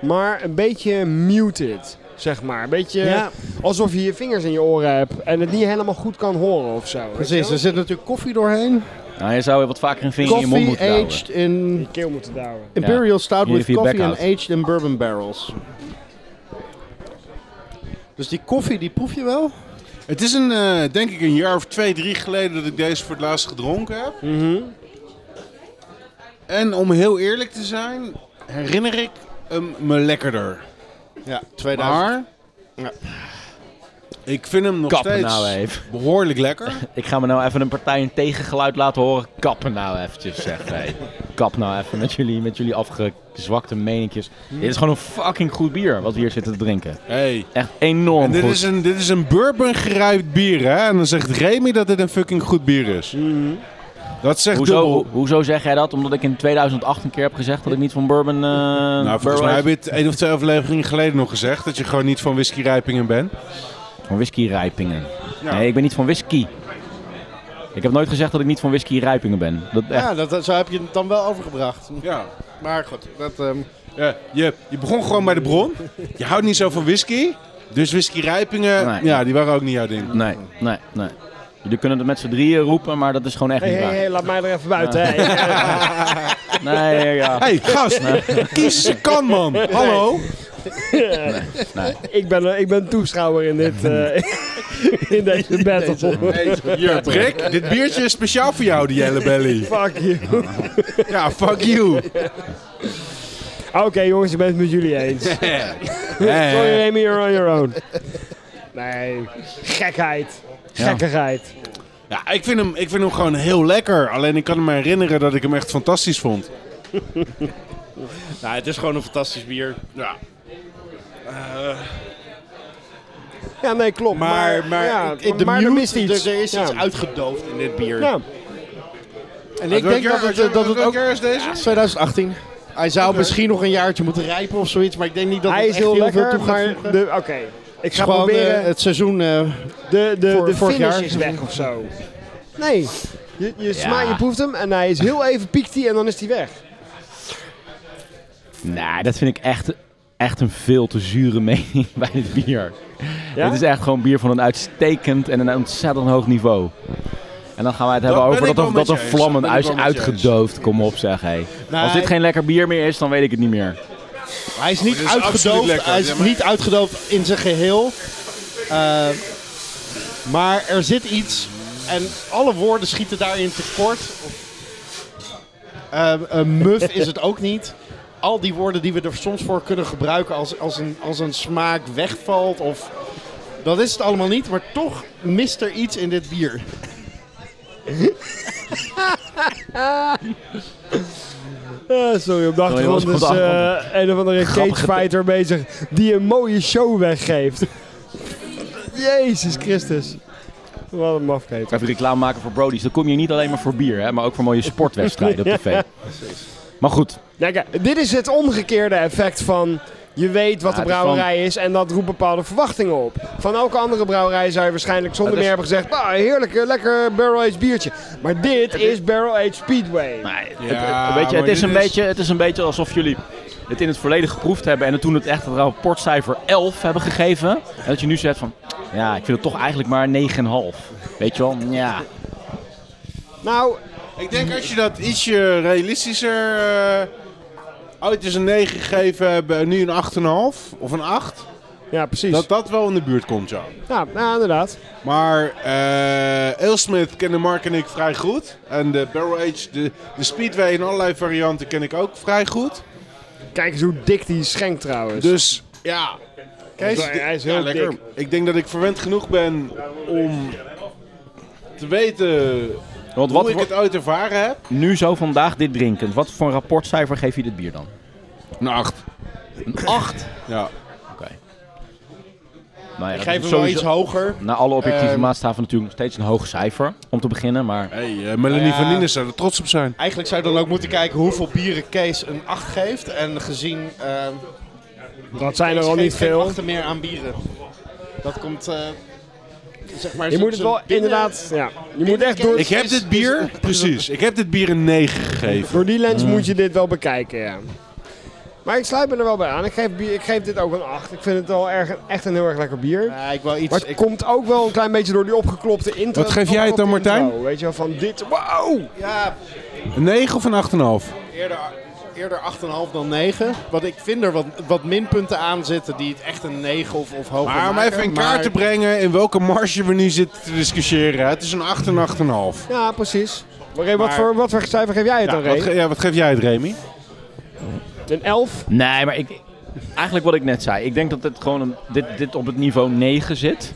maar een beetje muted, zeg maar. Een beetje alsof je je vingers in je oren hebt en het niet helemaal goed kan horen of zo. Precies, er zit natuurlijk koffie doorheen. Nou, je zou wat vaker een vinger in je mond moeten Coffee houden. aged in Je keel moeten douwen. imperial stout Jullie with via coffee and Backhouse. aged in bourbon barrels. Dus die koffie, die proef je wel? Het is een, eh, denk ik een jaar of twee, drie geleden dat ik deze voor het laatst gedronken heb. Mhm. En om heel eerlijk te zijn, herinner ik hem me lekkerder. Ja, 2000. Maar Ja. ik vind hem nog Kappen steeds nou even. behoorlijk [laughs] lekker. Ik ga me nou even een partij een tegengeluid laten horen. Kappen nou eventjes, zeg. Hey. Kap nou even met jullie, met jullie afgezwakte meninkjes. Dit is gewoon een fucking goed bier wat we hier zitten te drinken. Hey. Echt enorm En dit goed. is, een, dit is een bourbon gerijpt bier, hè? En dan zegt Remy dat dit een fucking goed bier is. Dat zegt Mhm. Hoezo, dubbel. ho- hoezo zeg jij dat? Omdat ik in 2008 een keer heb gezegd dat ik niet van bourbon... eh Nou, volgens barrel mij heb aged- je het één of twee afleveringen geleden nog gezegd... dat je gewoon niet van whiskyrijpingen bent. Van whisky-rijpingen. Nee, ik ben niet van whisky. Ik heb nooit gezegd dat ik niet van whisky-rijpingen ben. Dat echt. Ja, dat, dat- zo heb je het dan wel overgebracht. Ja. Maar goed, dat... ehm, Ja, Eh, je, je begon gewoon bij de bron. Je houdt niet zo van whisky. Dus whiskyrijpingen, Nee. ja, die waren ook niet jouw ding. Nee, nee, nee. Jullie kunnen het met z'n drieën roepen, maar dat is gewoon echt Hé, niet hé, waar. hé, laat mij er even buiten. hè. Ik, eh, Nee, ja. hey, gast, kies ze kan, man. Hallo. ik, ben, eh, ik ben toeschouwer in, dit, eh, [laughs] in deze battle. Hier, prik. Dit biertje is speciaal voor jou, die Yellow Belly. Fuck you. Ja, fuck you. Oké jongens, ik ben het met jullie eens. Sorry Hey. Remy, you're on your own. Nee, gekheid. Gekkigheid. Ja, ik vind, hem, ik vind hem gewoon heel lekker. Alleen ik kan me herinneren dat ik hem echt fantastisch vond. nou, het is gewoon een fantastisch bier. Ja. Ja, nee, klopt. Maar, maar, ja, in de maar mute, er mist iets. Er, er is Ja. iets uitgedoofd in dit bier. Ja. En ik denk dat het, eh, dat het ook... is deze? 2018. Hij zou misschien nog een jaartje moeten rijpen of zoiets, maar ik denk niet dat Hij het is echt heel veel lekker, toe gaat maar... voegen. de- Oké, ik Het ga is gewoon, eh, proberen... het seizoen... eh, de de, voor- de vorig finish jaar is weg of zo. Nee, je, je smaakt, je proeft hem en hij is heel even piekt hij en dan is hij weg. Nee, dat vind ik echt, echt een veel te zure mening [laughs] bij dit bier. Dit is echt gewoon bier van een uitstekend en een ontzettend hoog niveau. En dan gaan wij het hebben ben over ik dat, wel dat, met dat een je eens. vlammend Ben ik ijs wel met je eens. Nou, uitgedoofd. Kom op zeg, hé. Als dit geen lekker bier meer is, dan weet ik het niet meer. Hij is niet Oh, dit is absoluut uitgedoofd. lekker. Hij is Ja, maar- niet uitgedoofd in zijn geheel. Eh, maar er zit iets. En alle woorden schieten daarin tekort. Eh, een muf is het ook niet. Al die woorden die we er soms voor kunnen gebruiken als, als, een, als een smaak wegvalt. Of, dat is het allemaal niet. Maar toch mist er iets in dit bier. Ah, sorry, op de achtergrond jongens, is op de eh, een of andere Grappige cagefighter bezig die een mooie show weggeeft. [laughs] Jezus Christus. Wat een mafkeet. Even reclame maken voor Brody's. Dan kom je niet alleen maar voor bier, hè, maar ook voor mooie sportwedstrijden [laughs] op tv. Maar goed, Nou, kijk, dit is het omgekeerde effect van je weet wat Ja, de het is brouwerij is en dat roept bepaalde verwachtingen op. Van elke andere brouwerij zou je waarschijnlijk zonder Het meer is- hebben gezegd, "Bah, heerlijk, eh, lekker barrel-aged biertje. Maar dit is barrel-aged speedway. nee, het- Ja, het, weet je, maar het, is dit een is- Beetje, het is een beetje alsof jullie het in het verleden geproefd hebben en het toen het echt het rapportcijfer 11 hebben gegeven. En dat je nu zegt van, ja, ik vind het toch eigenlijk maar 9,5. Weet je wel? Ja. Nou, Ik denk als je dat ietsje realistischer... eh, ooit eens een 9 gegeven hebben en nu een 8,5 of een 8. ja precies. Dat dat wel in de buurt komt, ja. Ja, nou, inderdaad. Maar eh Ailsmith kennen Mark en ik vrij goed. En de Barrel Age, de, de Speedway in allerlei varianten ken ik ook vrij goed. Kijk eens hoe dik die schenkt trouwens. Dus ja, Kees, Hij- hij is ja, heel lekker. dik. Ik denk dat ik verwend genoeg ben om te weten Want wat wat hoe ik wordt het ooit ervaren heb. nu zo vandaag dit drinkend? Wat voor een rapportcijfer geef je dit bier dan? Een 8. Een 8? Ja. Nou ja, Ik dat geef is hem wel sowieso- iets hoger. Na alle objectieve Ehm. maatstaven natuurlijk nog steeds een hoog cijfer, om te beginnen. Maar Hey, eh, Melanie Ja. van Linden zou er trots op zijn. Eigenlijk zou je dan ook moeten kijken hoeveel bieren Kees een 8 geeft. En gezien... ehm, dat zijn er al Geen- niet geen veel. achter meer aan bieren. Dat komt, eh, zeg maar... Je zo- moet het zo wel binnen- inderdaad. Ja, je moet echt door, Ik heb is- dit bier, precies, ik heb dit bier een 9 gegeven. door die lens moet je dit wel bekijken. Ja. Maar ik sluit me er wel bij aan. Ik geef, bier- ik geef dit ook een 8. Ik vind het wel erg, echt een heel erg lekker bier. Ja, ik wou iets... Maar het ik- komt ook wel een klein beetje door die opgeklopte intro. Wat geef jij het dan, opgeklopte Martijn? intro, weet je wel, van dit. Wow! ja, Een 9 of een 8,5? eerder, eerder 8,5 dan 9. Want ik vind er wat, wat minpunten aan zitten die het echt een 9 of, of hoger Maar om maken. even in kaart te brengen in welke marge we nu zitten te discussiëren. Het is een 8 en 8,5. Ja, precies. Maar, Ray, wat, voor, wat voor cijfer geef jij het Ja, dan, wat, Ray? ge- ja, wat geef jij het, Remy? Een 11? nee, maar ik, eigenlijk wat ik net zei. Ik denk dat dit gewoon een- dit, dit op het niveau 9 zit.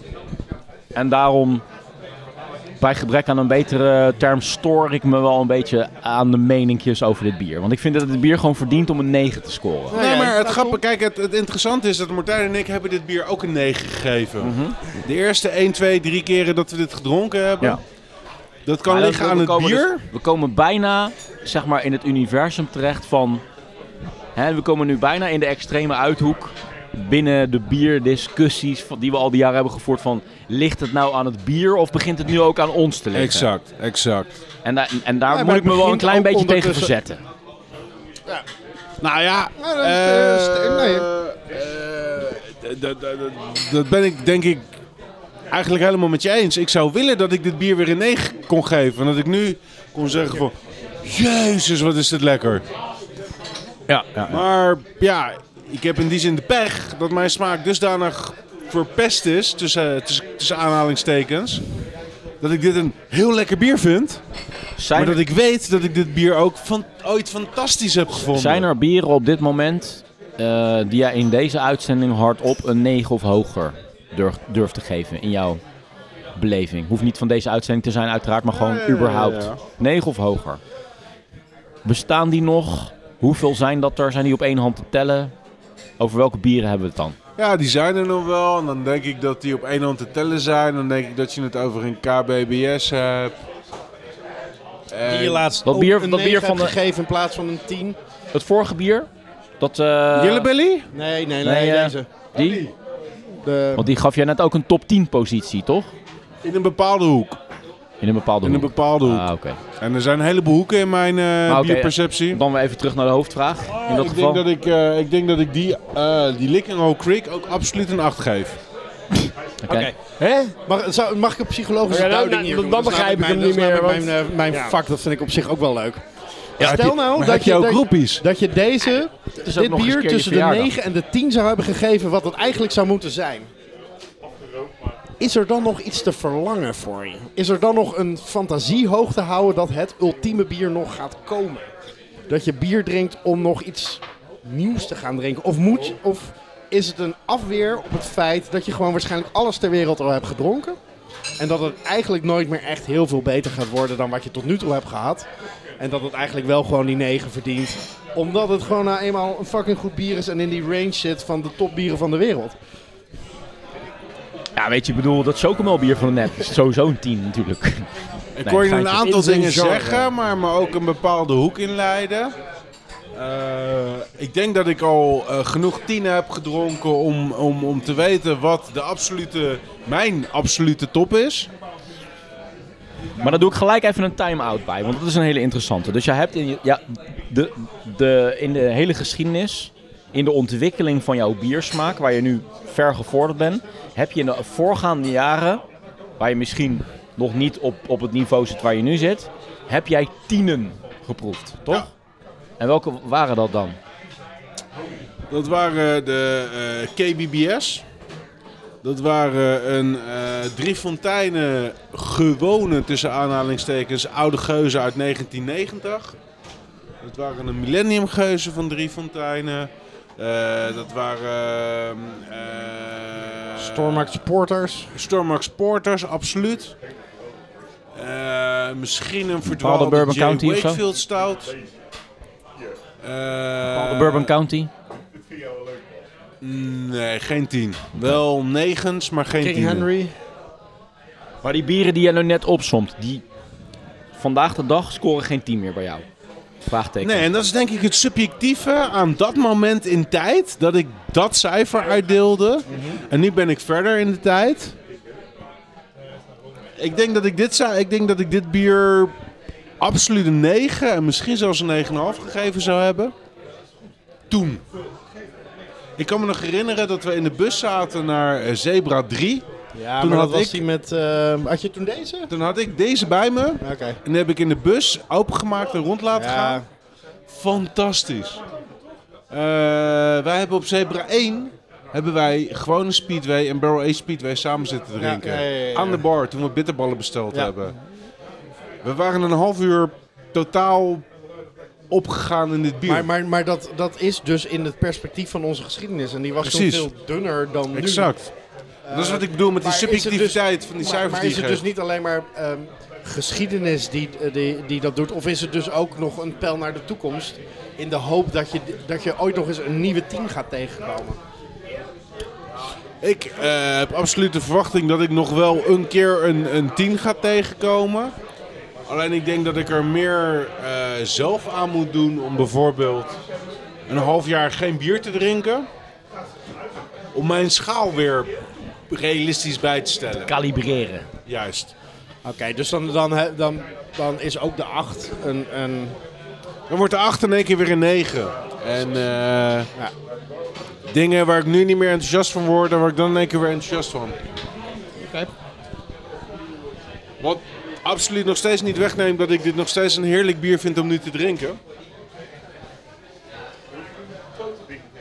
En daarom, bij gebrek aan een betere term, stoor ik me wel een beetje aan de meninkjes over dit bier. Want ik vind dat het bier gewoon verdient om een 9 te scoren. Nee, Nou, maar het grappige, kijk, het, het interessante is dat Martijn en ik hebben dit bier ook een 9 gegeven. De eerste 1, 2, 3 keren dat we dit gedronken hebben. Ja. Dat kan Maar dat- liggen we aan het komen bier. dus- we komen bijna zeg maar, in het universum terecht van. Hè, we komen nu bijna in de extreme uithoek. Binnen de bierdiscussies van- die we al die jaren hebben gevoerd. Van ligt het nou aan het bier of begint het nu ook aan ons te liggen? Exact, exact. En, daar- en daar maar moet ik het me wel een begint klein ook beetje tegen ondertussen- verzetten. Nou ja, dat, eh, eh, st- nee. eh, dat- dat- dat- dat ben ik denk ik eigenlijk helemaal met je eens. Ik zou willen dat ik dit bier weer een 9 kon geven. En dat ik nu kon zeggen van, jezus wat is dit lekker. Ja, ja, Maar ja, ik heb in die zin de pech dat mijn smaak dusdanig verpest is, tussen, tussen, tussen aanhalingstekens, dat ik dit een heel lekker bier vind. Zijn, Maar dat er, ik weet dat ik dit bier ook van, ooit fantastisch heb gevonden. zijn er bieren op dit moment eh, die jij in deze uitzending hardop een 9 of hoger durft, durft te geven in jouw beleving? Hoeft niet van deze uitzending te zijn uiteraard, maar gewoon Ja, ja, ja, überhaupt. ja. 9 of hoger. Bestaan die nog? Hoeveel zijn dat er? Zijn die op één hand te tellen? Over welke bieren hebben we het dan? Ja, die zijn er nog wel. En dan denk ik dat die op één hand te tellen zijn. Dan denk ik dat je het over een KBBS hebt. Die je laatst Dat ook bier- een dat bier 9 van hebt de- gegeven in plaats van een 10. Het vorige bier? Dat, eh, Jillebelly? Nee, nee, nee, Nee, eh, deze. Die? De, Want die gaf jij net ook een top 10 positie, toch? In een bepaalde hoek. In een bepaalde In een hoek. bepaalde hoek. Ah, oké. En er zijn een heleboel hoeken in mijn eh oké, bierperceptie. Dan weer even terug naar de hoofdvraag. In dat Ah, ik, geval. denk dat ik, eh, ik denk dat ik die, eh die Licking Hole Creek ook absoluut een 8 geef. Oké. Oké. Hè? Mag, zou- mag ik een psychologische Ja, dan- duiding hier doen? dan- Dus dan Dat is begrijp ik namelijk hem mijn- niet dat is meer, namelijk Mijn, eh, ja. mijn vak, dat vind ik op zich ook wel leuk. heb Stel je- nou maar dat heb je je- ook dat- groepies? Dat je deze, is ook dit nog eens een bier keer je tussen de verjaardag. 9 en de 10 zou hebben gegeven wat het eigenlijk zou moeten zijn. Is er dan nog iets te verlangen voor je? Is er dan nog een fantasie hoog te houden dat het ultieme bier nog gaat komen? Dat je bier drinkt om nog iets nieuws te gaan drinken? Of, moet, of is het een afweer op het feit dat je gewoon waarschijnlijk alles ter wereld al hebt gedronken? En dat het eigenlijk nooit meer echt heel veel beter gaat worden dan wat je tot nu toe hebt gehad. En dat het eigenlijk wel gewoon die 9 verdient. Omdat het gewoon nou eenmaal een fucking goed bier is en in die range zit van de topbieren van de wereld. Ja, weet je, ik bedoel, dat Chocomel bier van net is sowieso een 10 natuurlijk. Ik Nee, hoor je een geintje. aantal In zijn dingen genre. zeggen, maar me ook een bepaalde hoek inleiden. Eh, ik denk dat ik al eh, genoeg tien heb gedronken om, om, om te weten wat de absolute, mijn absolute top is. Maar daar doe ik gelijk even een time-out bij, want dat is een hele interessante. Dus je hebt in, je- ja, de, de, in de hele geschiedenis, in de ontwikkeling van jouw biersmaak, waar je nu ver gevorderd bent, heb je in de voorgaande jaren, waar je misschien nog niet op, op het niveau zit waar je nu zit, heb jij tienen geproefd, toch? En welke waren dat dan? Dat waren de eh, KBBS. Dat waren een eh drie fonteinen gewone, tussen aanhalingstekens, oude geuzen uit 1990. Dat waren een millennium geuzen van drie fonteinen. Eh, dat waren... eh, Stormax Porters. Stormax Porters, absoluut. Eh, misschien een Bepaalde verdwaalde Bourbon J. County of zo? Wakefield stout. Eh, Bourbon County? Nee, geen tien. Wel negens, maar geen King tien. Henry. Maar die bieren die jij nu net opsomt, die vandaag de dag scoren geen 10 meer bij jou. Vraagteken. Nee, en dat is denk ik het subjectieve aan dat moment in tijd dat ik dat cijfer uitdeelde. En nu ben ik verder in de tijd. Ik denk dat ik dit, zou- ik denk dat ik dit bier absoluut een 9 en misschien zelfs een 9,5 gegeven zou hebben. Toen. Ik kan me nog herinneren dat we in de bus zaten naar eh, Zebra 3. Ja, Toen maar had dat was ik- die met... eh, had je toen deze? Toen had ik deze bij me. Oké. En die heb ik in de bus opengemaakt en rond laten gaan. Ja, Fantastisch. Eh, wij hebben op Zebra 1 hebben wij gewoon een Speedway en Barrel Age Speedway samen zitten drinken. ja, ja, ja. Aan de bar toen we bitterballen besteld Ja. hebben. We waren een half uur totaal opgegaan in dit bier. maar, maar, maar dat, dat is dus in het perspectief van onze geschiedenis. En die was Precies. toen veel dunner dan nu. exact. dat is wat ik bedoel met die maar is het dus- subjectiviteit van die Maar, cijfers maar die is je het geeft. dus niet alleen maar ehm, geschiedenis die, eh, die, die dat doet? Of is het dus ook nog een pijl naar de toekomst? In de hoop dat je, dat je ooit nog eens een nieuwe team gaat tegenkomen. Ik eh, heb absoluut de verwachting dat ik nog wel een keer een, een 10 ga tegenkomen. Alleen ik denk dat ik er meer eh, zelf aan moet doen om bijvoorbeeld een half jaar geen bier te drinken. Om mijn schaal weer realistisch bij te stellen. Kalibreren. Juist. Oké, dus dan, dan, he- dan, dan is ook de 8 een. een Dan wordt de 8 in één keer weer een 9. En eh, dingen waar ik nu niet meer enthousiast van word en waar ik dan in één keer weer enthousiast van. Wat absoluut nog steeds niet wegneemt dat ik dit nog steeds een heerlijk bier vind om nu te drinken.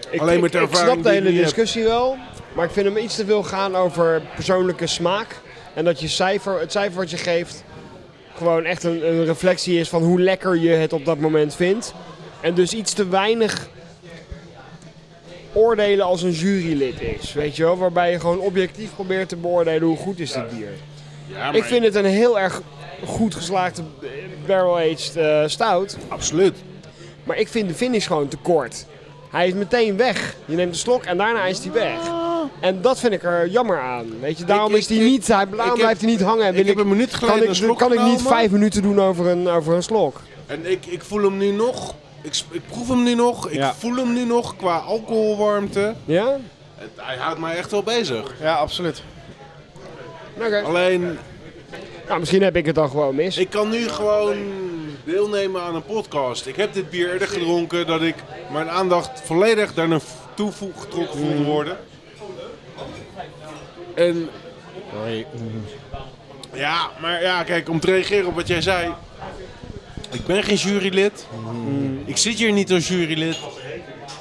Ik, Alleen ik- met de ik ervaring snap de die je hele nu discussie wel, maar ik vind hem iets te veel gaan over persoonlijke smaak. En dat je cijfer, het cijfer wat je geeft gewoon echt een, een reflectie is van hoe lekker je het op dat moment vindt. En dus iets te weinig oordelen als een jurylid is, weet je wel? Waarbij je gewoon objectief probeert te beoordelen hoe goed is dit bier. ik vind het een heel erg goed geslaagde barrel-aged eh, stout. Absoluut. Maar ik vind de finish gewoon te kort. Hij is meteen weg. Je neemt een slok en daarna is hij weg. En dat vind ik er jammer aan. Weet je, daarom Ik- is hij ik- niet, hij, daarom ik heb- blijft hij niet hangen. En Ik, wil heb ik, een minuut kan geleden een ik, slok kan ik niet genomen. vijf minuten doen over een, over een slok. En ik, ik voel hem nu nog. Ik, sp- ik proef hem nu nog. Ik Ja. voel hem nu nog qua alcoholwarmte. Ja? Het- hij houdt mij echt wel bezig. ja, absoluut. Oké. Alleen, Nou, misschien heb ik het dan gewoon mis. Ik kan nu gewoon deelnemen aan een podcast. Ik heb dit bier eerder gedronken dat ik mijn aandacht volledig daar naartoe voel- getrokken voelde worden. En Ja, maar ja, kijk, om te reageren op wat jij zei. Ik ben geen jurylid. Ik zit hier niet als jurylid.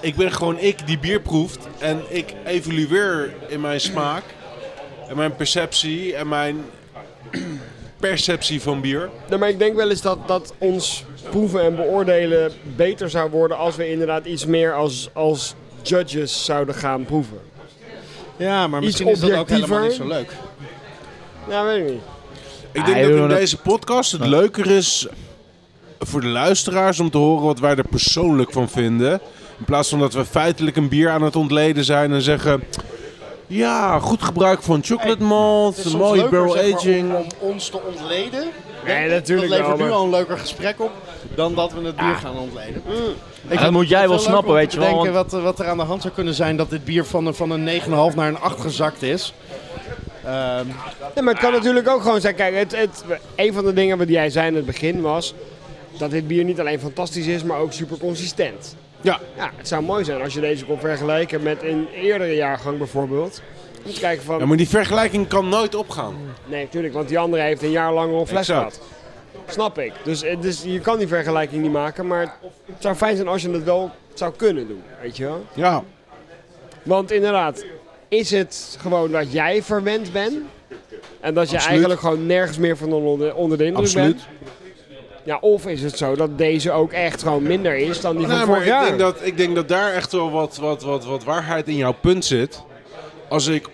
Ik ben gewoon ik die bier proeft. En ik evolueer in mijn smaak. En mijn perceptie. En mijn perceptie van bier. Nee, maar ik denk wel eens dat, dat ons proeven en beoordelen beter zou worden als we inderdaad iets meer als, als judges zouden gaan proeven. Ja, maar Iets misschien is dat ook helemaal objectiever. niet zo leuk. Ja, weet ik niet. Ik denk Ah, dat joh, in dat- deze podcast het leuker is voor de luisteraars om te horen wat wij er persoonlijk van vinden. In plaats van dat we feitelijk een bier aan het ontleden zijn en zeggen... Ja, goed gebruik van chocolate malt, mooie barrel aging. om ons te ontleden. Nee, natuurlijk Dat wel, levert nu maar- al een leuker gesprek op dan dat we het bier gaan ontleden. Ik Mm. dat moet jij wel snappen, weet je wel. denken want- wat, eh, wat er aan de hand zou kunnen zijn dat dit bier van, een- van een 9,5 naar een 8 gezakt is. Ehm, Nee, maar het kan natuurlijk ook gewoon zijn. Kijk, het, het, een van de dingen wat jij zei in het begin was dat dit bier niet alleen fantastisch is, maar ook super consistent. Ja. Ja, het zou mooi zijn als je deze kon vergelijken met een eerdere jaargang bijvoorbeeld. Om te kijken van, Ja, maar die vergelijking kan nooit opgaan. nee natuurlijk, want die andere heeft een jaar langer op fles Exact. gehad. Snap ik. Dus, eh, dus je kan die vergelijking niet maken, maar het zou fijn zijn als je het wel zou kunnen doen, weet je wel. Ja. Want inderdaad, is het gewoon dat jij verwend bent? En dat je Absoluut. eigenlijk gewoon nergens meer van onder, onder de indruk Absoluut. bent? Ja, of is het zo dat deze ook echt gewoon minder is dan die van Nee, maar vorig ik jaar? denk, dat, ik denk dat daar echt wel wat, wat, wat, wat waarheid in jouw punt zit. Als ik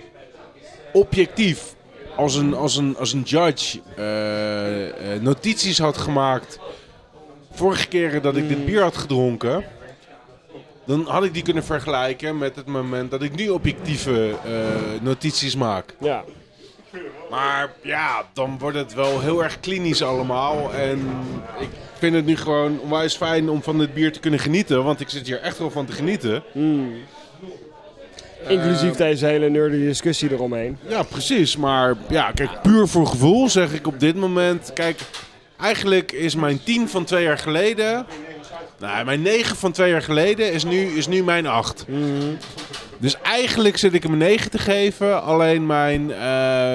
objectief, als een, als een, als een judge, eh, eh, notities had gemaakt. Vorige keren dat ik dit Hmm. bier had gedronken. Dan had ik die kunnen vergelijken met het moment dat ik nu objectieve eh, notities maak. Ja. Maar ja, dan wordt het wel heel erg klinisch allemaal. En ik vind het nu gewoon onwijs fijn om van dit bier te kunnen genieten. Want ik zit hier echt wel van te genieten. Inclusief Eh, deze hele nerdy discussie eromheen. Ja, precies. Maar ja, kijk, puur voor gevoel zeg ik op dit moment. Kijk, eigenlijk is mijn 10 van twee jaar geleden. Nou, mijn 9 van twee jaar geleden is nu, is nu mijn 8. Dus eigenlijk zit ik hem een 9 te geven. Alleen mijn eh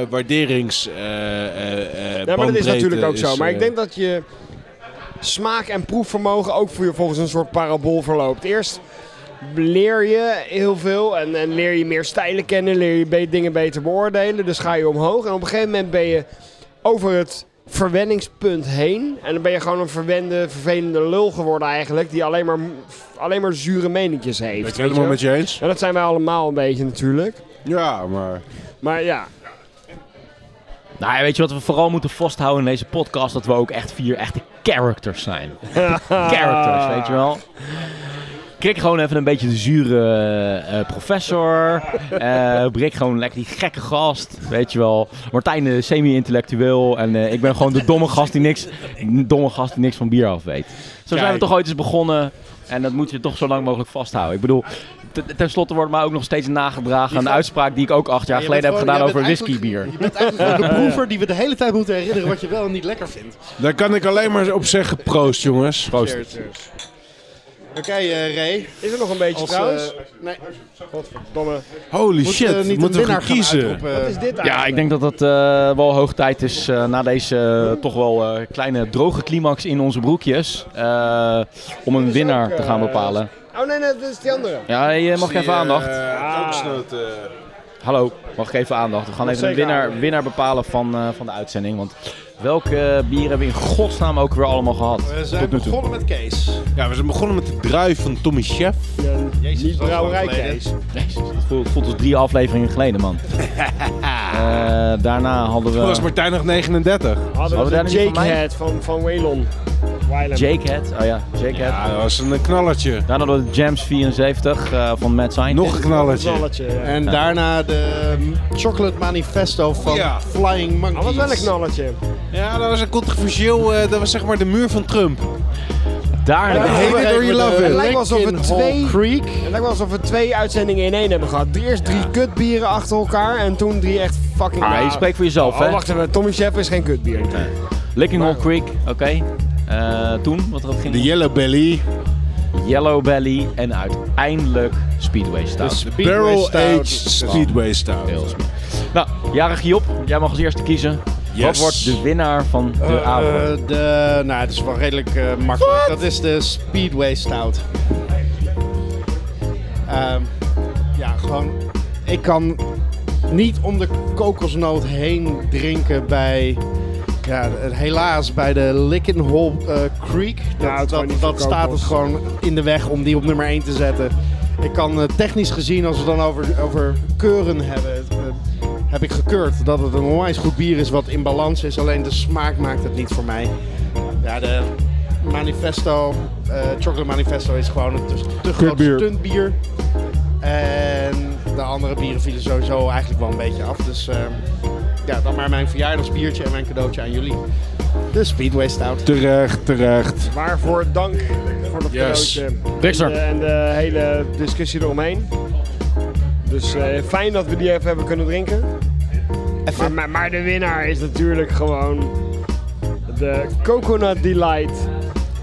waarderings. eh eh, eh, Ja, maar dat is bandbreedte natuurlijk ook zo. is, Maar eh, ik denk dat je smaak- en proefvermogen ook voor je volgens een soort parabool verloopt. Eerst leer je heel veel en, en leer je meer stijlen kennen, leer je be- dingen beter beoordelen. Dus ga je omhoog en op een gegeven moment ben je over het verwenningspunt heen. En dan ben je gewoon een verwende, vervelende lul geworden eigenlijk, die alleen maar, alleen maar zure meninkjes heeft. Ben ik het weet je helemaal wel? met je eens? Ja, dat zijn wij allemaal een beetje natuurlijk. Ja, maar. Maar ja, Nou, ja, weet je wat we vooral moeten vasthouden in deze podcast? Dat we ook echt vier echte characters [laughs] zijn. characters, weet je wel. Krik gewoon even een beetje de zure eh, professor. Eh Brik gewoon lekker die gekke gast, weet je wel. Martijn eh, semi-intellectueel. En eh, ik ben gewoon de domme gast die niks, domme gast die niks van bier af weet. Zo zijn we Kijk. toch ooit eens begonnen. En dat moet je toch zo lang mogelijk vasthouden. Ik bedoel, ten- tenslotte wordt mij ook nog steeds nagedragen aan de uitspraak die ik ook acht jaar je geleden bent heb gewoon- gedaan jij over bent eigenlijk- whiskybier. Je bent eigenlijk [laughs] gewoon de proever die we de hele tijd moeten herinneren wat je wel en niet lekker vindt. Daar kan ik alleen maar op zeggen: proost, jongens. Proost. Oké, eh, Ray. is er nog een beetje Als, trouwens? eh, nee, Godverdomme. Holy moet, shit, eh, niet moeten een we gaan winnaar gaan kiezen. uitroepen. Wat is dit eigenlijk? Ja, ik denk dat dat eh, wel hoog tijd is eh, na deze eh, toch wel eh, kleine droge climax in onze broekjes. eh, om een winnaar te gaan bepalen. Oh nee, nee, dat is die andere. Ja, je mag even aandacht. Kokosnoot, eh, Hallo, mag ik even aandacht? We gaan even een zeker winnaar, aandacht. winnaar bepalen van, eh, van de uitzending. Want welke bieren hebben we in godsnaam ook weer allemaal gehad? We zijn begonnen met Kees. Ja, we zijn begonnen met de druif van Tommy Chef. Jezus, dat Niet is lang brouwerij geleden. Kees. Jezus, het voelt, voelt als drie afleveringen geleden, man. Eh, daarna hadden Toen was we Martijn nog 39. Hadden Hadden we we daar de niet van Jake mij? Head van, van Waylon. Waylon. Jakehead. Oh ja, Jakehead. Ja, dat was een knallertje. Daarna hadden we Jams 74 eh, van Matt Scientist. Nog een knallertje. Knalletje. Ja. En daarna de mm, Chocolate Manifesto van Ja. Flying Dat Monkeys. was wel een knalletje. Ja, dat was een controversieel. eh, dat was zeg maar de muur van Trump. Daarna. hate it or you love it. Het lijkt wel alsof we Lincoln Hall twee- Creek. Het lijkt wel alsof we twee uitzendingen in één hebben gehad. Eerst drie kutbieren achter elkaar en toen drie echt fucking... Ah, nou, je spreekt voor jezelf, Oh, hè? wacht even. Tommy Chef is geen kutbier. Licking Hole Creek, oké. Eh, toen, wat er ging. De Yellow Belly. Yellow Belly en uiteindelijk Speedway Stout. Barrel Stout. Aged Speedway Stout. Heel smerig. Nou, jarige Job, jij Jij mag als eerste kiezen. Wat Yes. wordt de winnaar van de Eh, avond? de, nou, het is wel redelijk eh, makkelijk. Dat is de Speedway Stout. Ehm, ja, gewoon. Ik kan niet om de kokosnoot heen drinken bij. Ja, helaas bij de Lickenhole eh, Creek. Dat, houdt gewoon dat, niet van dat staat het kokos. gewoon in de weg om die op nummer 1 te zetten. Ik kan eh, technisch gezien, als we het dan over, over keuren hebben, het, eh, heb ik gekeurd dat het een onwijs goed bier is wat in balans is. Alleen de smaak maakt het niet voor Eh, mij. Ja, de manifesto, eh, chocolate manifesto is gewoon een te, te groot bier. stuntbier. En de andere bieren vielen sowieso eigenlijk wel een beetje af. Dus eh, ja, dan maar mijn verjaardagsbiertje en mijn cadeautje aan jullie. De Speedway Stout. Terecht, terecht. Waarvoor dank voor dat Yes. cadeautje. Dixter. En, de- en de hele discussie eromheen. Dus eh, fijn dat we die even hebben kunnen drinken. Maar, maar, maar de winnaar is natuurlijk gewoon de Coconut Delight.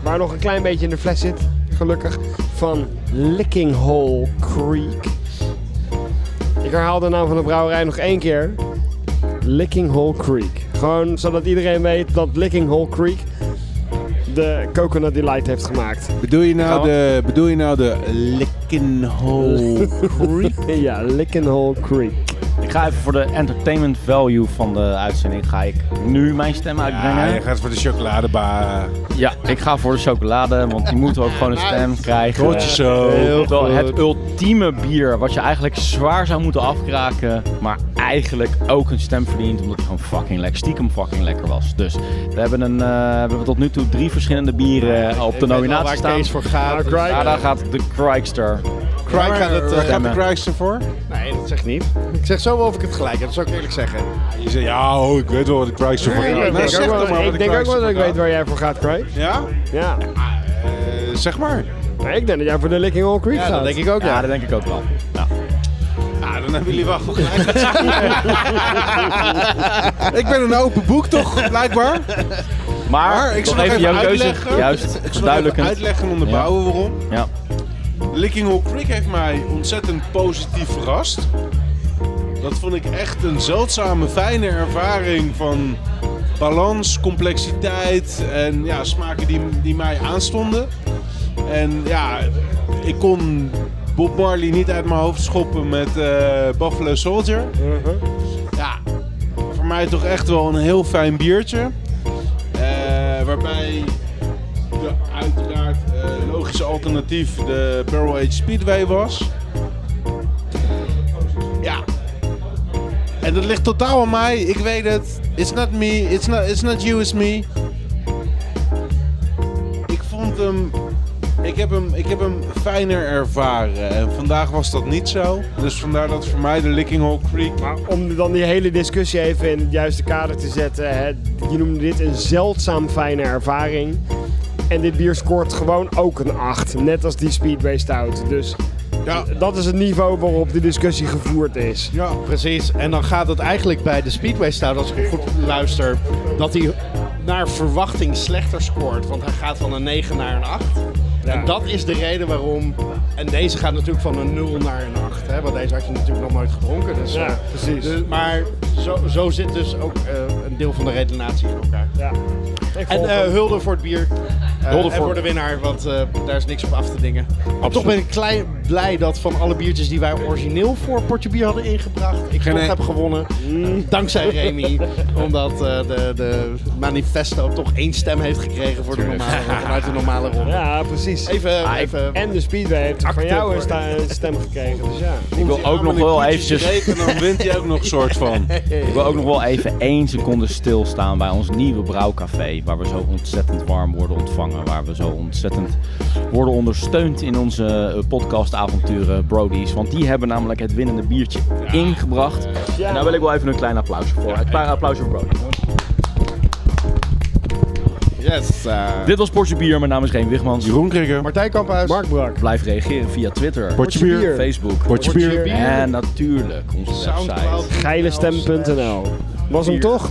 Waar nog een klein beetje in de fles zit, gelukkig. Van Licking Hole Creek. Ik herhaal de naam van de brouwerij nog één keer. Licking Hole Creek. Gewoon zodat iedereen weet dat Licking Hole Creek de Coconut Delight heeft gemaakt. Bedoel je Gaan nou de, bedoel je nou de Lickenhole [laughs] Creek? ja, Licking Hole Creek. Ik ga even voor de entertainment value van de uitzending. Ga ik nu mijn stem Ja, uitbrengen? Ah, je gaat voor de chocoladebar. Ja, ik ga voor de chocolade, want die moet ook gewoon een stem krijgen. Hoort je zo. Heel Terwijl het ultieme bier, wat je eigenlijk zwaar zou moeten afkraken, maar eigenlijk ook een stem verdient, omdat hij gewoon fucking lekker, stiekem fucking lekker was. Dus we hebben, een, eh, we hebben tot nu toe drie verschillende bieren eh, op de nominatie Waar staan. Kees voor gaat. Nou, Craig. Ja, daar gaat de Crikester. Craig gaat het... eh, Gaat de stemmen. Craigs ervoor? nee, dat zeg ik niet. Ik zeg zo wel of ik het gelijk heb, dat zou ik eerlijk zeggen. Je zegt, ja, oh, ik weet wel wat de Craigs ervoor Ik gaat. denk Nou, ook zeg wel- dan maar wat ik de denk ook Craigs wel dat ik ervoor weet waar jij voor gaat, Craig. gaat. Ja? Ja. Eh, zeg maar. Maar ik denk dat jij voor de Licking Hole Creek Ja, gaat. dat denk ik ook, Ja, ja. dat denk ik ook wel. Nou, Ja, dan hebben jullie [laughs] wel goed gelijk. ik ben een open boek toch, blijkbaar? Maar, Maar ik zal nog nog even even jouw keuze, uitleggen. juist, Ik zal even verduidelijkend. uitleggen en onderbouwen waarom. Ja. Licking Hole Creek heeft mij ontzettend positief verrast. Dat vond ik echt een zeldzame, fijne ervaring van balans, complexiteit en ja, smaken die, die mij aanstonden. En ja, ik kon Bob Marley niet uit mijn hoofd schoppen met eh, Buffalo Soldier. Ja, voor mij toch echt wel een heel fijn biertje. Eh, waarbij de uiteraard eh, logische alternatief de Barrel Age Speedway was. Ja. En dat ligt totaal aan mij. Ik weet het. It's not me. It's not, it's not you, it's me. Ik vond hem... Ik heb, hem, ik heb hem fijner ervaren en vandaag was dat niet zo. Dus vandaar dat voor mij de Licking Hole Creek Maar om dan die hele discussie even in het juiste kader te zetten. Hè, je noemde dit een zeldzaam fijne ervaring. En dit bier scoort gewoon ook een 8. Net als die Speedway Stout. Dus Ja. dat is het niveau waarop de discussie gevoerd is. Ja. Precies, en dan gaat het eigenlijk bij de Speedway Stout, als ik goed luister, dat hij naar verwachting slechter scoort. Want hij gaat van een 9 naar een 8. En dat is de reden waarom. En deze gaat natuurlijk van een 0 naar een 8. Hè? Want deze had je natuurlijk nog nooit gedronken. Dus, Ja, eh, precies. dus- maar zo, zo zit dus ook eh, een deel van de redenatie in elkaar. Ja. Ik En volg eh, hem. hulde voor het bier. Eh, Hulde en voor- voor de winnaar, want eh, daar is niks op af te dingen. Toch ben ik klein, blij dat van alle biertjes die wij origineel voor Portje Bier hadden ingebracht, ik Geen toch e- heb gewonnen. Dankzij Remy. omdat eh, de, de manifesto toch één stem heeft gekregen voor de normale, vanuit de normale ronde. ja, precies. Even, even En de Speedway heeft van jou een worden. sta- een stem gekregen. Dus ja. Ik wil ook nog wel eventjes... En dan wint hij ook nog soort van. Ik wil ook nog wel even één seconde stilstaan bij ons nieuwe brouwcafé. Waar we zo ontzettend warm worden ontvangen. Waar we zo ontzettend worden ondersteund in onze eh, podcastavonturen Brodies. Want die hebben namelijk het winnende biertje ingebracht. En daar wil ik wel even een klein applausje voor. Een klein applausje voor Brody. yes. eh, Dit was Portje Bier. Mijn naam is Geen Wigmans. Jeroen Krikker. Martijn Kamphuis. Mark Brak. Blijf reageren via Twitter, Potje bier. Facebook Potje bier. en natuurlijk onze Soundcloud. website. Geilestem.nl. Was hem Hier. toch?